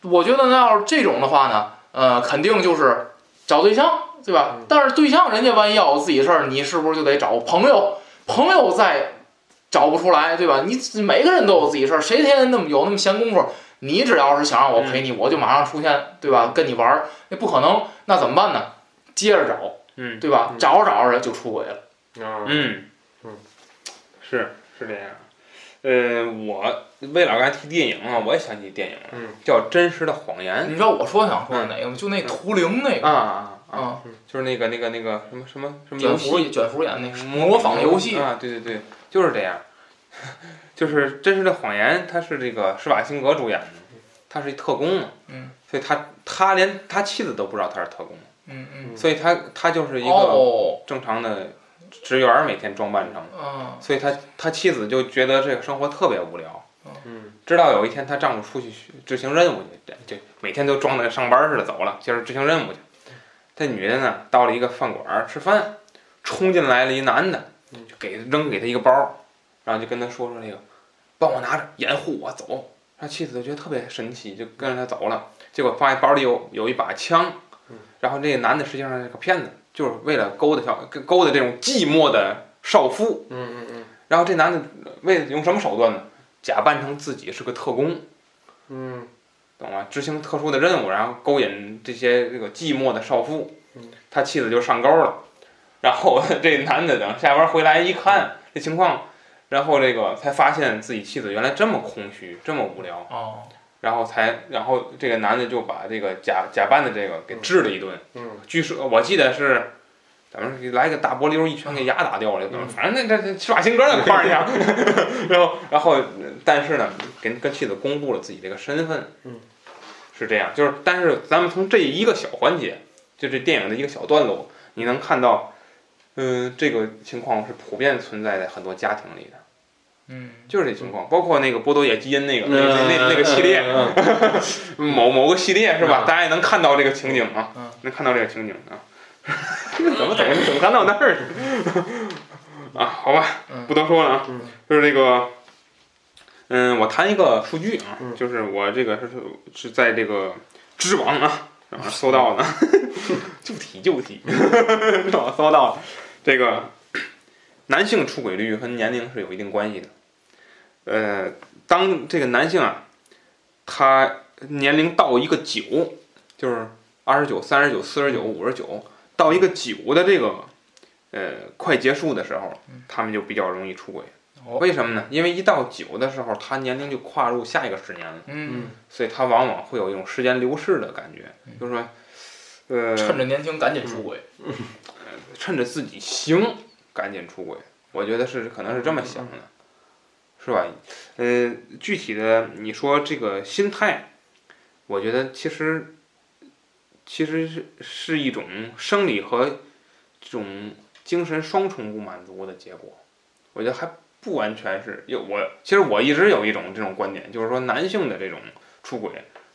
Speaker 2: 我觉得那要是这种的话呢，呃，肯定就是找对象，对吧？但是对象人家万一要有自己的事儿，你是不是就得找朋友？朋友再找不出来，对吧？你每个人都有自己事儿，谁天天那么有那么闲工夫？你只要是想让我陪你，我就马上出现，对吧？跟你玩儿，那不可能，那怎么办呢？接着找，
Speaker 1: 嗯
Speaker 2: 对吧？
Speaker 3: 嗯
Speaker 2: 找着找着就出轨了。
Speaker 3: 啊，
Speaker 1: 嗯
Speaker 3: 嗯，
Speaker 1: 是是这样。呃，我魏老刚才提电影啊，我也想起电影了，
Speaker 3: 嗯
Speaker 1: 叫《真实的谎言
Speaker 2: 哎你知道我说想说的哪个吗？就那图灵那》
Speaker 1: 嗯
Speaker 2: 个
Speaker 1: 啊啊啊，
Speaker 2: 啊，
Speaker 1: 就是那个那个那个什么什么什么游
Speaker 2: 卷
Speaker 1: 戏嗯
Speaker 2: 福卷福演那个模
Speaker 1: 模
Speaker 2: 仿游戏，
Speaker 1: 啊，对对对，就是这样， 就是《真实的谎言》，他是这个施瓦辛格主演的，他是一特工嘛，
Speaker 2: 嗯，
Speaker 1: 所以他他连他妻子都不知道他是特工，
Speaker 2: 嗯嗯，
Speaker 1: 所以他他就是一个
Speaker 2: 哦，
Speaker 1: 正常的职员儿，每天装扮成，
Speaker 2: 嗯
Speaker 1: 所以他他妻子就觉得这个生活特别无聊
Speaker 2: 哦。
Speaker 3: 嗯，
Speaker 1: 直到有一天她丈夫出去执行任务去，就每天都装的跟上班似的走了，接着执行任务去。这女的呢，到了一个饭馆儿吃饭，冲进来了一男的，就给扔给她一个包儿，然后就跟她说说这个，帮我拿着，掩护我走。他妻子就觉得特别神奇，就跟着他走了。结果发现包里有有一把枪
Speaker 3: 嗯，
Speaker 1: 然后这男的实际上是个骗子，就是为了勾搭小勾搭这种寂寞的少妇，
Speaker 3: 嗯嗯嗯
Speaker 1: 然后这男的为了用什么手段呢？假扮成自己是个特工，
Speaker 3: 嗯
Speaker 1: 懂吗？执行特殊的任务，然后勾引这些这个寂寞的少妇
Speaker 3: 嗯，
Speaker 1: 他妻子就上钩了。然后 这男的等下班回来一看这情况，然后这个才发现自己妻子原来这么空虚，这么无聊，
Speaker 2: 哦，
Speaker 1: 然后才然后这个男的就把这个假假扮的这个给治了一顿。
Speaker 3: 嗯
Speaker 1: 据说我记得是，咱们是来个大波溜，一拳给牙打掉了，
Speaker 3: 嗯
Speaker 1: 反正那这这施瓦辛格那块儿 呢，然后然后但是呢，跟跟妻子公布了自己这个身份，
Speaker 3: 嗯，
Speaker 1: 是这样，就是但是咱们从这一个小环节，就这电影的一个小段落，你能看到，嗯、这个情况是普遍存在在很多家庭里的，
Speaker 2: 嗯，
Speaker 1: 就是这情况，包括那个波多野基因那个、
Speaker 3: 嗯，
Speaker 1: 那个那那个系列，
Speaker 3: 嗯，
Speaker 1: 某某个系列是吧？
Speaker 3: 嗯
Speaker 1: 大家也能看到这个情景啊，
Speaker 2: 嗯
Speaker 1: 能看到这个情景啊。 怎么怎么怎么看到那儿去？ 啊，好吧
Speaker 2: 嗯，
Speaker 1: 不多说了啊，
Speaker 3: 嗯
Speaker 1: 就是这个，嗯，我谈一个数据啊，
Speaker 3: 嗯
Speaker 1: 就是我这个是是在这个知网啊， 然后搜到的，就提就 提，让我搜到的这个男性出轨率和年龄是有一定关系的。呃，当这个男性啊，他年龄到一个九，就是二十九、三十九、四十九、五十九，到一个九的这个呃快结束的时候
Speaker 2: 嗯，
Speaker 1: 他们就比较容易出轨。
Speaker 2: 哦
Speaker 1: 为什么呢？因为一到九的时候，他年龄就跨入下一个十年了，
Speaker 2: 嗯，
Speaker 1: 所以他往往会有一种时间流逝的感觉，
Speaker 2: 嗯
Speaker 1: 就是说，呃，
Speaker 2: 趁着年轻赶紧出轨，
Speaker 1: 趁着自己行，赶紧出轨。我觉得是可能是这么想的，是吧？呃，具体的你说这个心态，我觉得其实其实是是一种生理和这种精神双重不满足的结果。我觉得还不完全是，有我其实我一直有一种这种观点，就是说男性的这种出轨，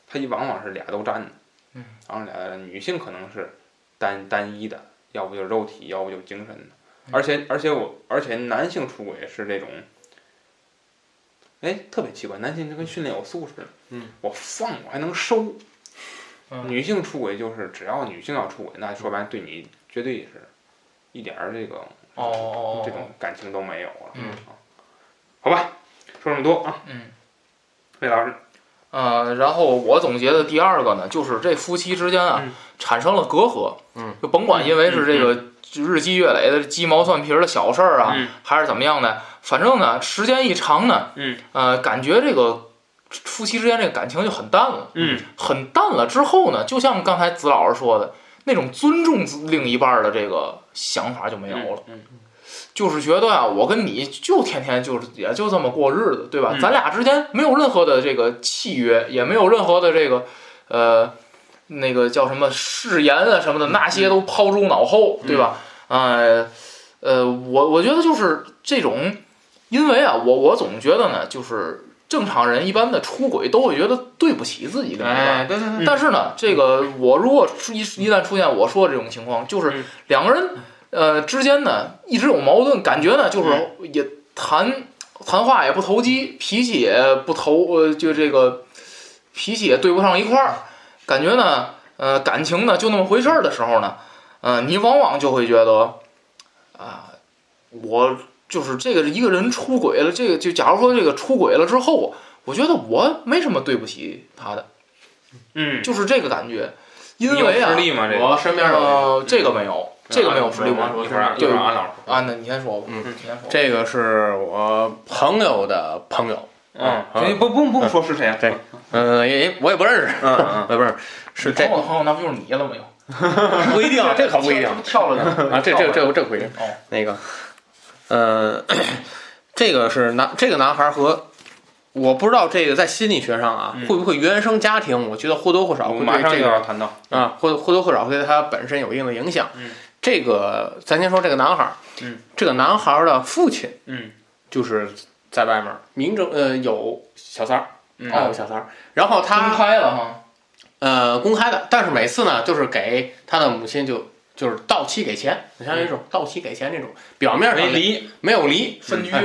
Speaker 1: 他一往往是俩都占的，
Speaker 2: 嗯，
Speaker 1: 然后俩都占女性可能是单单一的，要不就肉体，要不就精神的，
Speaker 2: 嗯
Speaker 1: 而且而且我而且男性出轨是这种。哎，特别奇怪，男性就跟训练有素似的，
Speaker 3: 嗯，
Speaker 1: 我放我还能收。
Speaker 2: 嗯
Speaker 1: 女性出轨就是只要女性要出轨，那说白了对你绝对是一点儿这个
Speaker 2: 哦哦
Speaker 1: 嗯这
Speaker 2: 哦
Speaker 1: 种感情都没有了。
Speaker 2: 嗯
Speaker 1: 啊，好吧，说这么多啊，
Speaker 2: 哦，嗯。
Speaker 1: 魏老师，
Speaker 2: 呃，然后我总结的第二个呢，就是这夫妻之间啊、
Speaker 1: 嗯
Speaker 2: 产生了隔阂，
Speaker 3: 嗯，
Speaker 2: 就甭管因为是这个日积月累的鸡毛蒜皮儿的小事儿啊，
Speaker 1: 嗯
Speaker 2: 还是怎么样的，反正呢，时间一长呢，
Speaker 1: 嗯，
Speaker 2: 呃，感觉这个夫妻之间这个感情就很淡了，
Speaker 1: 嗯，
Speaker 2: 很淡了之后呢，就像刚才子老师说的那种尊重另一半儿的这个想法就没有了。
Speaker 1: 嗯，
Speaker 2: 就是觉得啊，我跟你就天天就是也就这么过日子，对吧？
Speaker 1: 嗯
Speaker 2: 咱俩之间没有任何的这个契约，也没有任何的这个呃那个叫什么誓言啊什么
Speaker 3: 嗯
Speaker 2: 的，那些都抛诸脑后，对吧？呃呃，我我觉得就是这种，因为啊，我我总觉得呢，就是正常人一般的出轨都会觉得对不起自己另一半。
Speaker 3: 哎，对对对，嗯
Speaker 2: 但是呢，这个我如果出一一旦出现我说的这种情况，就是
Speaker 1: 嗯
Speaker 2: 两个人呃之间呢一直有矛盾，感觉呢就是也谈谈话也不投机，脾气也不投呃就这个脾气也对不上一块儿，感觉呢呃感情呢就那么回事儿的时候呢，呃你往往就会觉得啊、我就是这个一个人出轨了，这个就假如说这个出轨了之后，我觉得我没什么对不起他的。
Speaker 1: 嗯，
Speaker 2: 就是这个感觉，因
Speaker 1: 你有
Speaker 2: 为啊
Speaker 1: 实，力吗？这个
Speaker 3: 我身边有
Speaker 2: 呃，这个没有，这个没有实力吗？
Speaker 3: 我
Speaker 1: 嗯一会儿一
Speaker 2: 对
Speaker 1: 会儿安老师，
Speaker 2: 啊，那你先说吧，
Speaker 3: 嗯
Speaker 2: 你先说吧。
Speaker 3: 这个是我朋友的朋友，
Speaker 1: 嗯，
Speaker 3: 嗯
Speaker 1: 行不不不用说是谁啊，
Speaker 3: 对嗯，也我也不认识，
Speaker 1: 嗯嗯
Speaker 3: 我也不认识，是这
Speaker 2: 你朋友的朋友，那不就是你了吗？又
Speaker 3: 不一定，
Speaker 1: 啊
Speaker 3: 这可不一定
Speaker 2: 这跳了呢
Speaker 3: 啊，这这这这 不一定
Speaker 2: 哦。
Speaker 3: 那个，呃，这个是男这个男孩和。我不知道这个在心理学上啊
Speaker 1: 嗯，
Speaker 3: 会不会原生家庭？我觉得或多或少
Speaker 1: 我
Speaker 3: 会
Speaker 1: 马
Speaker 3: 对
Speaker 1: 上
Speaker 3: 这
Speaker 1: 就
Speaker 3: 个
Speaker 1: 要谈到，
Speaker 3: 啊，或或多或少对他本身有一定的影响。
Speaker 1: 嗯
Speaker 3: 这个咱先说这个男孩儿，
Speaker 1: 嗯，
Speaker 3: 这个男孩儿的父亲
Speaker 1: 嗯
Speaker 3: 就是在外面儿明正呃有小三儿，
Speaker 1: 嗯
Speaker 3: 啊有小三儿，然后
Speaker 2: 公
Speaker 3: 他
Speaker 2: 开了哈，
Speaker 3: 呃公开的，但是每次呢就是给他的母亲就就是到期给钱，相当于一种到期给钱这种，表面
Speaker 1: 嗯没
Speaker 3: 上
Speaker 1: 离，
Speaker 3: 没有离，
Speaker 2: 分居
Speaker 3: 哎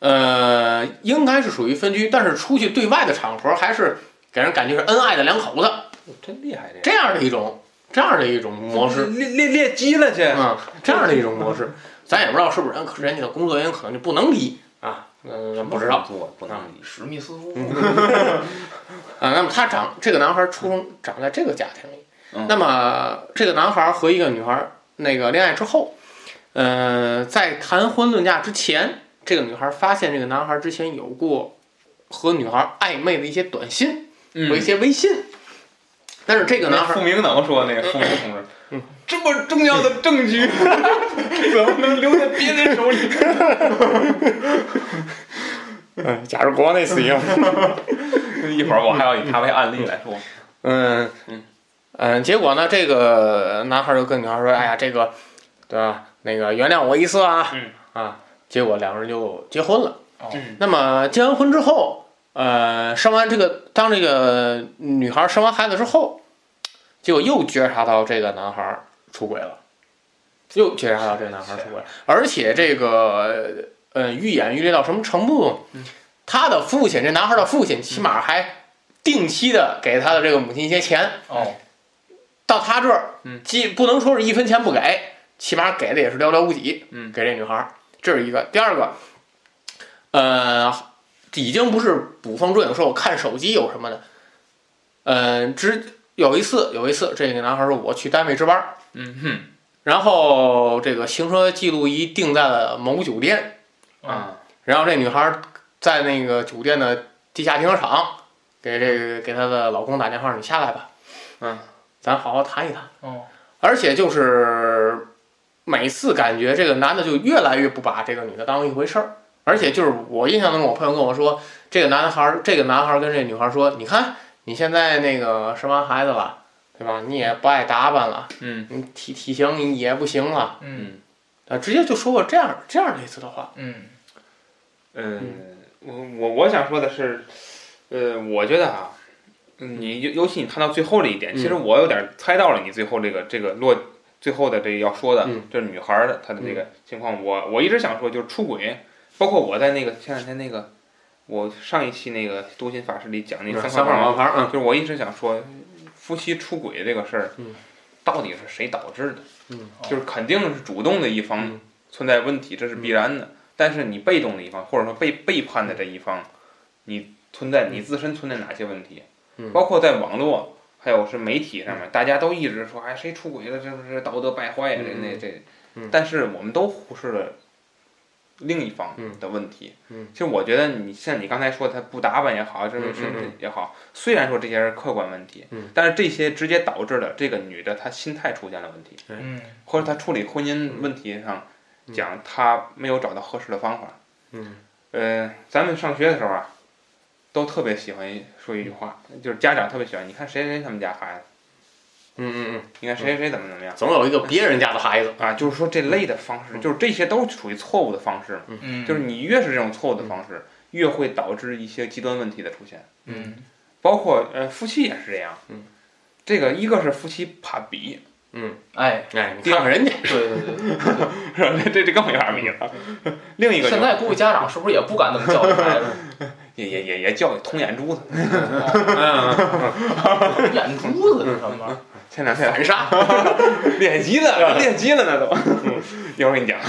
Speaker 3: 呃，应该是属于分居，但是出去对外的场合还是给人感觉是恩爱的两口子
Speaker 1: 真厉害这
Speaker 3: 这样的一种这样的一种模式。
Speaker 1: 列列列鸡了去，
Speaker 3: 嗯，这样的一种模式，咱也不知道是不是人人家的工作原因，可能就不能离啊，嗯、咱不知道嗯啊、
Speaker 1: 不不能离，
Speaker 2: 嗯史密斯夫妇
Speaker 3: 啊那么他长这个男孩出生长在这个家庭里，
Speaker 1: 嗯
Speaker 3: 那么这个男孩和一个女孩那个恋爱之后，呃，在谈婚论嫁之前，这个女孩发现这个男孩之前有过和女孩暧昧的一些短信和一
Speaker 1: 嗯，
Speaker 3: 些微信，但是这个男
Speaker 1: 那
Speaker 3: 孩
Speaker 1: 傅明能说那个傅明同志，
Speaker 3: 嗯
Speaker 1: 这么重要的证 据怎么能留在别人手里？
Speaker 3: 嗯，假如国内死刑。
Speaker 1: 一会儿我还要以他为案例来说，
Speaker 3: 嗯
Speaker 1: 嗯
Speaker 3: 嗯，结果呢，这个男孩就跟女孩说：“哎呀，这个，对吧？那个原谅我一次啊。
Speaker 1: 嗯”
Speaker 3: 啊，结果两人就结婚了。
Speaker 2: 哦
Speaker 1: 嗯
Speaker 3: 那么结完婚之后，呃，生完这个，当这个女孩生完孩子之后，结果又觉察到这个男孩出轨了，又觉察到这个男孩出轨了，而且这个呃，愈演愈烈到什么程度？
Speaker 1: 嗯
Speaker 3: 他的父亲，这男孩的父亲，起码还定期的给他的这个母亲一些钱。
Speaker 2: 哦，
Speaker 3: 到他这儿，
Speaker 1: 嗯
Speaker 3: 既不能说是一分钱不给，起码给的也是寥寥无几，
Speaker 1: 嗯
Speaker 3: 给这女孩儿，这是一个。第二个，呃，已经不是捕风捉影，说我看手机有什么的，嗯、只有一次，有一次，这个男孩说我去单位值班，
Speaker 1: 嗯哼
Speaker 3: 然后这个行车记录仪定在了某酒店，
Speaker 1: 啊，
Speaker 3: 然后这女孩儿在那个酒店的地下停车场给这个给她的老公打电话，你下来吧，
Speaker 1: 嗯，
Speaker 3: 咱好好谈一谈。
Speaker 2: 哦，
Speaker 3: 而且就是每次感觉这个男的就越来越不把这个女的当一回事儿，而且就是我印象当中，我朋友跟我说，这个男孩儿，这个男孩儿跟这女孩儿说，你看你现在那个生完孩子了，对吧？你也不爱打扮了，
Speaker 2: 嗯
Speaker 3: 你体体型也不行了，
Speaker 2: 嗯
Speaker 3: 啊，直接就说过这样这样类似的话。
Speaker 2: 嗯
Speaker 1: 嗯，我我我想说的是，呃，我觉得啊，你尤尤其你看到最后这一点，
Speaker 3: 嗯
Speaker 1: 其实我有点猜到了你最后这个这个落最后的这要说的
Speaker 3: 嗯，
Speaker 1: 这女孩儿的她的这个情况，我我一直想说就是出轨，包括我在那个前两天那个我上一期那个读心法师里讲那个
Speaker 4: 三
Speaker 1: 块
Speaker 4: 块
Speaker 1: 儿
Speaker 4: 王牌，嗯，
Speaker 1: 就是我一直想说，夫妻出轨这个事儿
Speaker 3: 嗯，
Speaker 1: 到底是谁导致的？
Speaker 3: 嗯
Speaker 1: 就是肯定是主动的一方
Speaker 3: 嗯
Speaker 1: 存在问题，这是必然的。但是你被动的一方，或者说被背叛的这一方，你存在你自身存在哪些问题？
Speaker 3: 嗯
Speaker 1: 包括在网络还有是媒体上面，大家都一直说，哎，谁出轨了，这不是道德败坏呀？这
Speaker 3: 嗯
Speaker 1: 那这
Speaker 3: 嗯，
Speaker 1: 但是我们都忽视了另一方的问题。
Speaker 3: 嗯
Speaker 1: 其实我觉得你像你刚才说他不打扮也好，这
Speaker 3: 嗯
Speaker 1: 是
Speaker 3: 嗯嗯
Speaker 1: 也好，虽然说这些是客观问题，
Speaker 3: 嗯
Speaker 1: 但是这些直接导致了这个女的她心态出现了问题，
Speaker 2: 嗯
Speaker 1: 或者她处理婚姻问题上
Speaker 3: 嗯
Speaker 1: 讲她没有找到合适的方法。
Speaker 3: 嗯
Speaker 1: 呃，咱们上学的时候啊，都特别喜欢说一句话，就是家长特别喜欢，你看谁谁他们家孩子，
Speaker 3: 嗯嗯嗯，
Speaker 1: 你看谁谁谁怎么怎么样
Speaker 3: 总有一个别人家的孩子。
Speaker 1: 啊，就是说这类的方式，
Speaker 3: 嗯
Speaker 1: 就是这些都属于错误的方式嘛，
Speaker 2: 嗯，
Speaker 1: 就是你越是这种错误的方式，越会导致一些极端问题的出现。
Speaker 2: 嗯
Speaker 1: 包括呃夫妻也是这样，
Speaker 3: 嗯，
Speaker 1: 这个一个是夫妻怕比，
Speaker 2: 哎，
Speaker 3: 哎，你看看人家，
Speaker 2: 对对对对，
Speaker 1: 是 吧？这这这更没法比了。
Speaker 3: 嗯
Speaker 1: 另一个就
Speaker 2: 现在估计家长是不是也不敢这么教育孩子？
Speaker 1: 也也也也叫通眼珠子，
Speaker 2: 眼珠子是什么玩意儿？
Speaker 3: 嗯
Speaker 1: 前两天
Speaker 3: 反杀。
Speaker 1: 练级 了，练级了那都。 一会儿给你讲，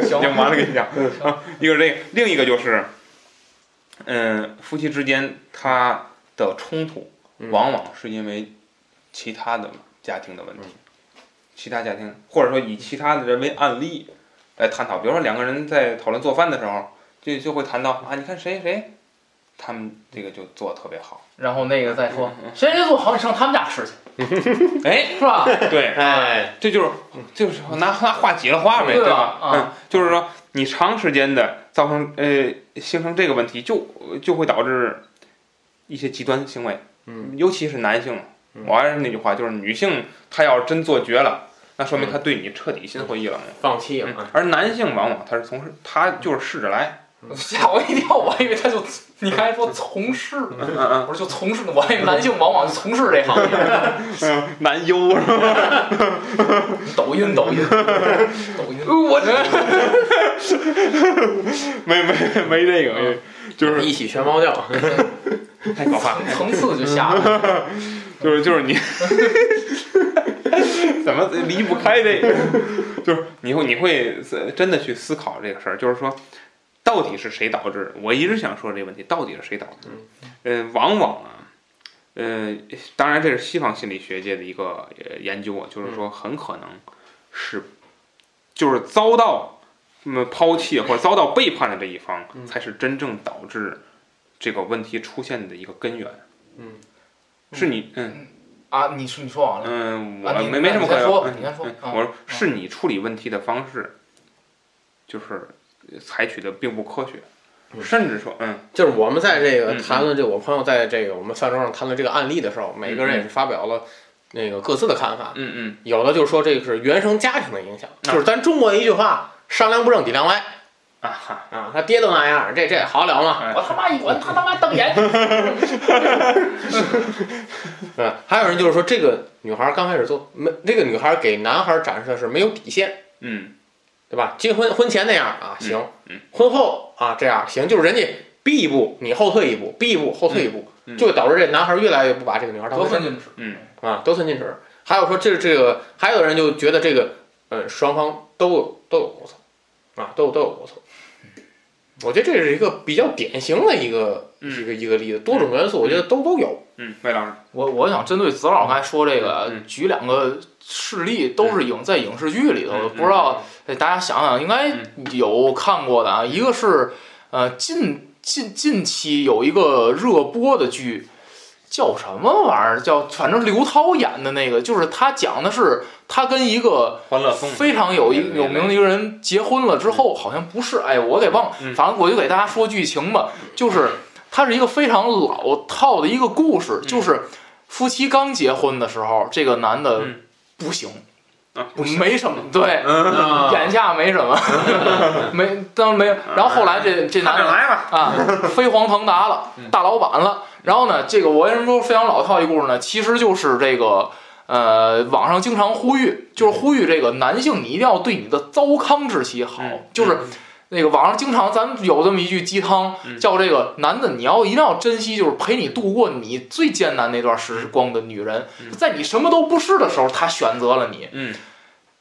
Speaker 2: 行
Speaker 1: 讲完了给你讲。啊一个是这个，另一个就是，嗯，夫妻之间他的冲突
Speaker 3: 嗯
Speaker 1: 往往是因为其他的家庭的问题，其他家庭或者说以其他的人为案例来探讨，比如说两个人在讨论做饭的时候，就就会谈到啊，你看谁谁，他们这个就做的特别好，
Speaker 2: 然后那个再说，
Speaker 3: 嗯
Speaker 2: 谁谁做好，你上他们家吃去，
Speaker 1: 哎，
Speaker 2: 是吧？
Speaker 1: 对，
Speaker 3: 哎，
Speaker 1: 这就是就是拿拿话挤了话呗，
Speaker 2: 对
Speaker 1: 吧
Speaker 2: 吧？
Speaker 1: 嗯，就是说你长时间的造成呃形成这个问题，就就会导致一些极端行为，
Speaker 3: 嗯，
Speaker 1: 尤其是男性。
Speaker 3: 嗯
Speaker 1: 我还是那句话，就是女性她要真做绝了，那说明她对你彻底心灰意冷了。
Speaker 3: 放弃了。
Speaker 1: 嗯而男性往往他是从事，他就是试着来，
Speaker 2: 吓我一跳，我还以为他就你刚才说从事，
Speaker 3: 嗯
Speaker 2: 我说就从事，我还以为男性往往就从事这行 业，
Speaker 1: 嗯男优是吧？
Speaker 2: 抖音抖音抖音，
Speaker 1: 我这没没没这个，没就是
Speaker 3: 一起学猫叫，
Speaker 2: 嗯
Speaker 1: 太可怕了。
Speaker 2: 层次就下了，
Speaker 1: 就是就是你， 怎么离不开这个？就是你会你会真的去思考这个事儿，就是说，到底是谁导致？我一直想说这个问题，到底是谁导致？嗯、往往啊，呃，当然这是西方心理学界的一个呃研究啊，就是说很可能是，就是遭到嗯抛弃或者遭到背叛的这一方，
Speaker 3: 嗯
Speaker 1: 才是真正导致这个问题出现的一个根源。
Speaker 3: 嗯，
Speaker 1: 是你嗯。
Speaker 2: 啊！你是你说完了，
Speaker 1: 嗯，
Speaker 2: 啊
Speaker 1: 我
Speaker 2: 你
Speaker 1: 没没什么
Speaker 2: 你
Speaker 1: 可
Speaker 2: 先说
Speaker 1: 嗯
Speaker 2: 你先说
Speaker 1: 嗯
Speaker 2: 啊
Speaker 1: 我说是你处理问题的方式，就是采取的并不科学，
Speaker 3: 嗯
Speaker 1: 甚至说，嗯
Speaker 3: 就是我们在这个
Speaker 1: 嗯嗯
Speaker 3: 谈论这，我朋友在这个我们饭桌上谈论这个案例的时候，每个人也是发表了那个各自的看法。
Speaker 1: 嗯嗯，
Speaker 3: 有的就是说这个是原生家庭的影响，
Speaker 2: 嗯
Speaker 3: 就是咱中国一句话“商量不正，底量歪
Speaker 1: 啊哈，”
Speaker 2: 嗯
Speaker 3: 啊，他爹都那样，这这好了吗？
Speaker 1: 哎
Speaker 2: 我他妈一管他他妈 瞪眼，
Speaker 3: 嗯，还有人就是说这个女孩刚开始做没，这个女孩给男孩展示的是没有底线，
Speaker 1: 嗯
Speaker 3: 对吧？结婚婚前那样啊行
Speaker 1: 嗯嗯，
Speaker 3: 婚后啊这样行，就是人家逼一步你后退一步，逼一步后退一步
Speaker 1: 嗯嗯，
Speaker 3: 就导致这男孩越来越不把这个女孩当
Speaker 2: 得
Speaker 3: 回事儿
Speaker 2: 寸。进尺，
Speaker 1: 嗯
Speaker 3: 啊，得寸进尺。还有说这这个，还有人就觉得这个，呃，双方都有都有过错，啊，都有都有过错。我觉得这是一个比较典型的一个、
Speaker 1: 嗯
Speaker 3: 一个一个例子，多种元素我觉得都都有。
Speaker 1: 嗯，魏老师，
Speaker 2: 我我想针对子老刚才说这个，
Speaker 1: 嗯
Speaker 2: 举两个事例，都是影在影视剧里头的，
Speaker 1: 嗯嗯
Speaker 2: 不知道哎大家想想，应该有看过的啊。一个是呃近近近期有一个热播的剧，叫什么玩意儿？叫反正刘涛演的那个，就是他讲的是他跟一个
Speaker 1: 欢乐
Speaker 2: 非常有一
Speaker 1: 那
Speaker 2: 有名的一个人结婚了之后，好像不是，哎，我给忘了，
Speaker 1: 嗯
Speaker 2: 反正我就给大家
Speaker 1: 嗯
Speaker 2: 说剧情吧，就是它是一个非常老套的一个故事，就是夫妻刚结婚的时候，这个男的
Speaker 1: 嗯
Speaker 2: 不行，
Speaker 1: 啊
Speaker 2: 没什么，对，
Speaker 4: 啊
Speaker 2: 眼下没 什么，没当没有。然后后来这这男
Speaker 1: 看着
Speaker 2: 的
Speaker 1: 来吧，
Speaker 2: 啊，飞黄腾达了，
Speaker 1: 嗯
Speaker 2: 大老板了。然后呢，这个我为什么说非常老套一故事呢？其实就是这个呃，网上经常呼吁，就是呼吁这个男性你一定要对你的糟糠之妻好
Speaker 1: 嗯，
Speaker 2: 就是。那个网上经常咱们有这么一句鸡汤，
Speaker 1: 嗯
Speaker 2: 叫这个男的你要一定要珍惜，就是陪你度过你最艰难那段时光的女人，
Speaker 1: 嗯
Speaker 2: 在你什么都不是的时候，她选择了你。
Speaker 1: 嗯，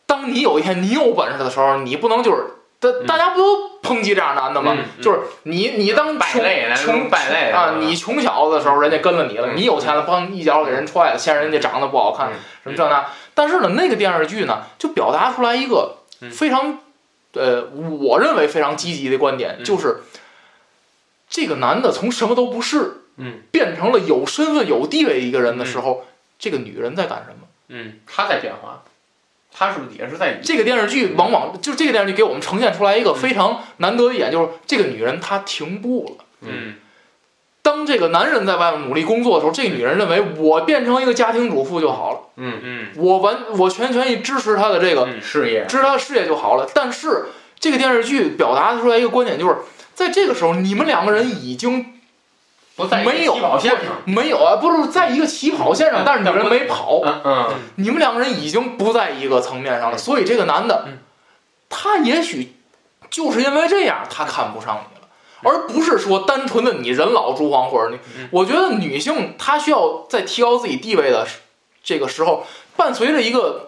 Speaker 2: 当你有一天你有本事的时候，你不能就是大
Speaker 3: 嗯
Speaker 2: 大家不都抨击这样男的吗？
Speaker 1: 嗯嗯
Speaker 2: 就是你你当
Speaker 3: 败
Speaker 2: 穷
Speaker 3: 类，那
Speaker 2: 穷
Speaker 3: 种败类
Speaker 2: 啊，你穷小子的时候，人家跟了你了；
Speaker 3: 嗯
Speaker 2: 你有钱了，帮一脚给人踹了，嫌人家长得不好看
Speaker 3: 嗯，
Speaker 2: 什么这那。但是呢，那个电视剧呢，就表达出来一个
Speaker 1: 嗯
Speaker 2: 非常，呃，我认为非常积极的观点，
Speaker 1: 嗯
Speaker 2: 就是这个男的从什么都不是，
Speaker 1: 嗯，
Speaker 2: 变成了有身份、有地位一个人
Speaker 3: 嗯
Speaker 2: 的时候，这个女人在干什么？
Speaker 1: 嗯
Speaker 3: 他在变化，他是不是也是在
Speaker 2: 这个电视剧往往就这个电视剧给我们呈现出来一个非常难得的一点，就是这个女人她停步了。
Speaker 1: 嗯
Speaker 2: 当这个男人在外面努力工作的时候，这个女人认为我变成一个家庭主妇就好了，
Speaker 1: 嗯
Speaker 2: 我完我全全意支持她的这个
Speaker 1: 嗯
Speaker 3: 事业？
Speaker 2: 支持她的事业就好了。但是这个电视剧表达出来一个观点，就是在这个时候，你们两个人已经
Speaker 3: 不在一个
Speaker 2: 没有
Speaker 3: 起跑线上，
Speaker 2: 没有啊，不是在一个起跑线上，但是女人没跑，
Speaker 3: 嗯嗯，
Speaker 2: 你们两个人已经不在一个层面上了。所以这个男的
Speaker 1: 嗯，
Speaker 2: 他也许就是因为这样，他看不上你了，而不是说单纯的你人老珠黄或者你
Speaker 1: 嗯。
Speaker 2: 我觉得女性她需要在提高自己地位的时这个时候，伴随着一个。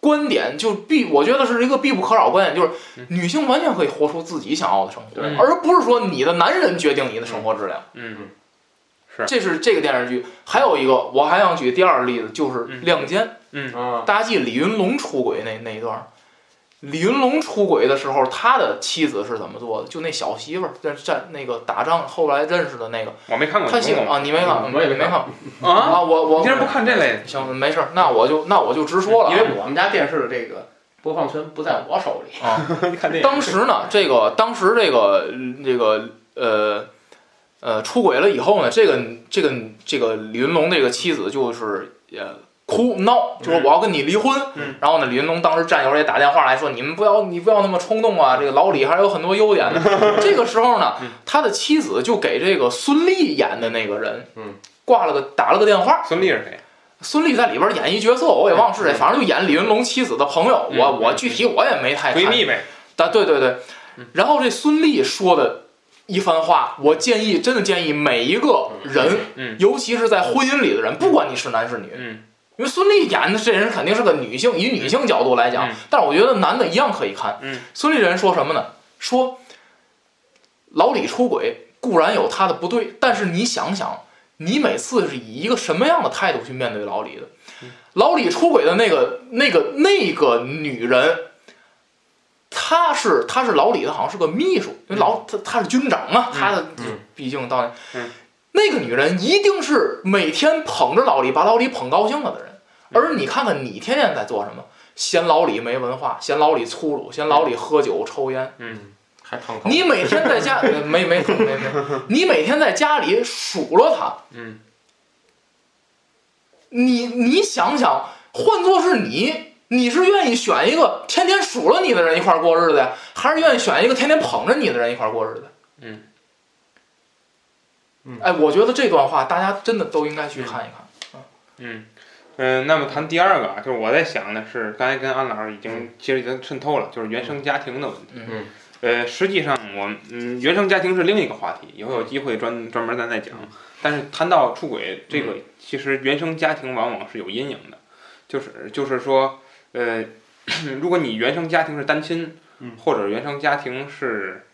Speaker 2: 观点就必，我觉得是一个必不可少观点，就是
Speaker 1: 嗯
Speaker 2: 女性完全可以活出自己想要的生活，
Speaker 1: 对
Speaker 2: 而不是说你的男人决定你的生活质量。
Speaker 1: 嗯
Speaker 2: 这是这个电视剧。还有一个，我还想举第二个例子，就是
Speaker 1: 嗯
Speaker 2: 《亮剑》。
Speaker 3: 嗯
Speaker 2: 大家记李云龙出轨那那一段儿，李云龙出轨的时候，他的妻子是怎么做的？就那小媳妇儿，在战那个打仗后来认识的那个，
Speaker 1: 嗯我没看过，
Speaker 2: 他
Speaker 1: 你
Speaker 2: 媳
Speaker 1: 看过吗
Speaker 2: 啊，你没看，
Speaker 3: 我也没
Speaker 2: 没
Speaker 3: 看
Speaker 2: 看
Speaker 1: 啊？
Speaker 2: 啊，我
Speaker 1: 你
Speaker 2: 我
Speaker 1: 竟然不看这类的？
Speaker 2: 行，没事儿，那我就那我就直说了
Speaker 3: 因
Speaker 2: 啊。
Speaker 3: 为我们家电视的这个播放权不在我手里，
Speaker 1: 你看电影？
Speaker 2: 当时呢，这个当时这个这个呃呃出轨了以后呢，这个这个这个李云龙这个妻子就是呃哭闹，就说我要跟你离婚。
Speaker 1: 嗯
Speaker 2: 然后呢，李云龙当时战友也打电话来说，你们不要你不要那么冲动啊，这个老李还是有很多优点的。 这个时候呢
Speaker 1: 嗯，
Speaker 2: 他的妻子就给这个孙俪演的那个人，
Speaker 3: 嗯，
Speaker 2: 挂了个打了个电话，
Speaker 1: 孙俪是谁？
Speaker 2: 孙俪在里边演一角色，我也忘是谁，反正就演李云龙妻子的朋友。
Speaker 1: 嗯
Speaker 2: 我
Speaker 1: 嗯
Speaker 2: 我
Speaker 1: 嗯
Speaker 2: 具体我也没太看
Speaker 1: 闺蜜呗。
Speaker 2: 但啊对对对
Speaker 1: 嗯，
Speaker 2: 然后这孙俪说的一番话，我建议真的建议每一个人，
Speaker 1: 嗯
Speaker 2: 尤其是在婚姻里的人，不管你是男是女，
Speaker 1: 嗯
Speaker 2: 因为孙俪演的这人肯定是个女性，以女性角度来讲，
Speaker 1: 嗯
Speaker 2: 但是我觉得男的一样可以看。
Speaker 1: 嗯
Speaker 2: 孙俪这人说什么呢？说老李出轨固然有他的不对，但是你想想，你每次是以一个什么样的态度去面对老李的？
Speaker 1: 嗯
Speaker 2: 老李出轨的那个、那个、那个女人，她是她是老李的，好像是个秘书，因为老她她是军长嘛，她的
Speaker 3: 嗯
Speaker 2: 毕竟到那
Speaker 1: 嗯，
Speaker 2: 那个女人一定是每天捧着老李，把老李捧高兴了的人。而你看看你天天在做什么？嫌老李没文化，嫌老李粗鲁，嫌老李喝酒抽烟。
Speaker 1: 嗯
Speaker 3: 还烫口。
Speaker 2: 你每天在家呃 没没没没， 你每天在家里数落他，
Speaker 1: 嗯
Speaker 2: 你你想想，换做是你，你是愿意选一个天天数落你的人一块儿过日子呀，还是愿意选一个天天捧着你的人一块儿过日子？
Speaker 1: 嗯
Speaker 3: 嗯
Speaker 2: 哎，我觉得这段话大家真的都应该去看一看。
Speaker 1: 嗯嗯。那么谈第二个啊，就是我在想的是，刚才跟安老师已经其实已经渗透了，就是原生家庭的问题。
Speaker 3: 嗯。
Speaker 1: 呃，实际上我嗯，原生家庭是另一个话题，以后有机会专专门咱再讲。但是谈到出轨这个，其实原生家庭往往是有阴影的，就是就是说，呃， 如果你原生家庭是单亲，
Speaker 4: 嗯
Speaker 1: 或者原生家庭是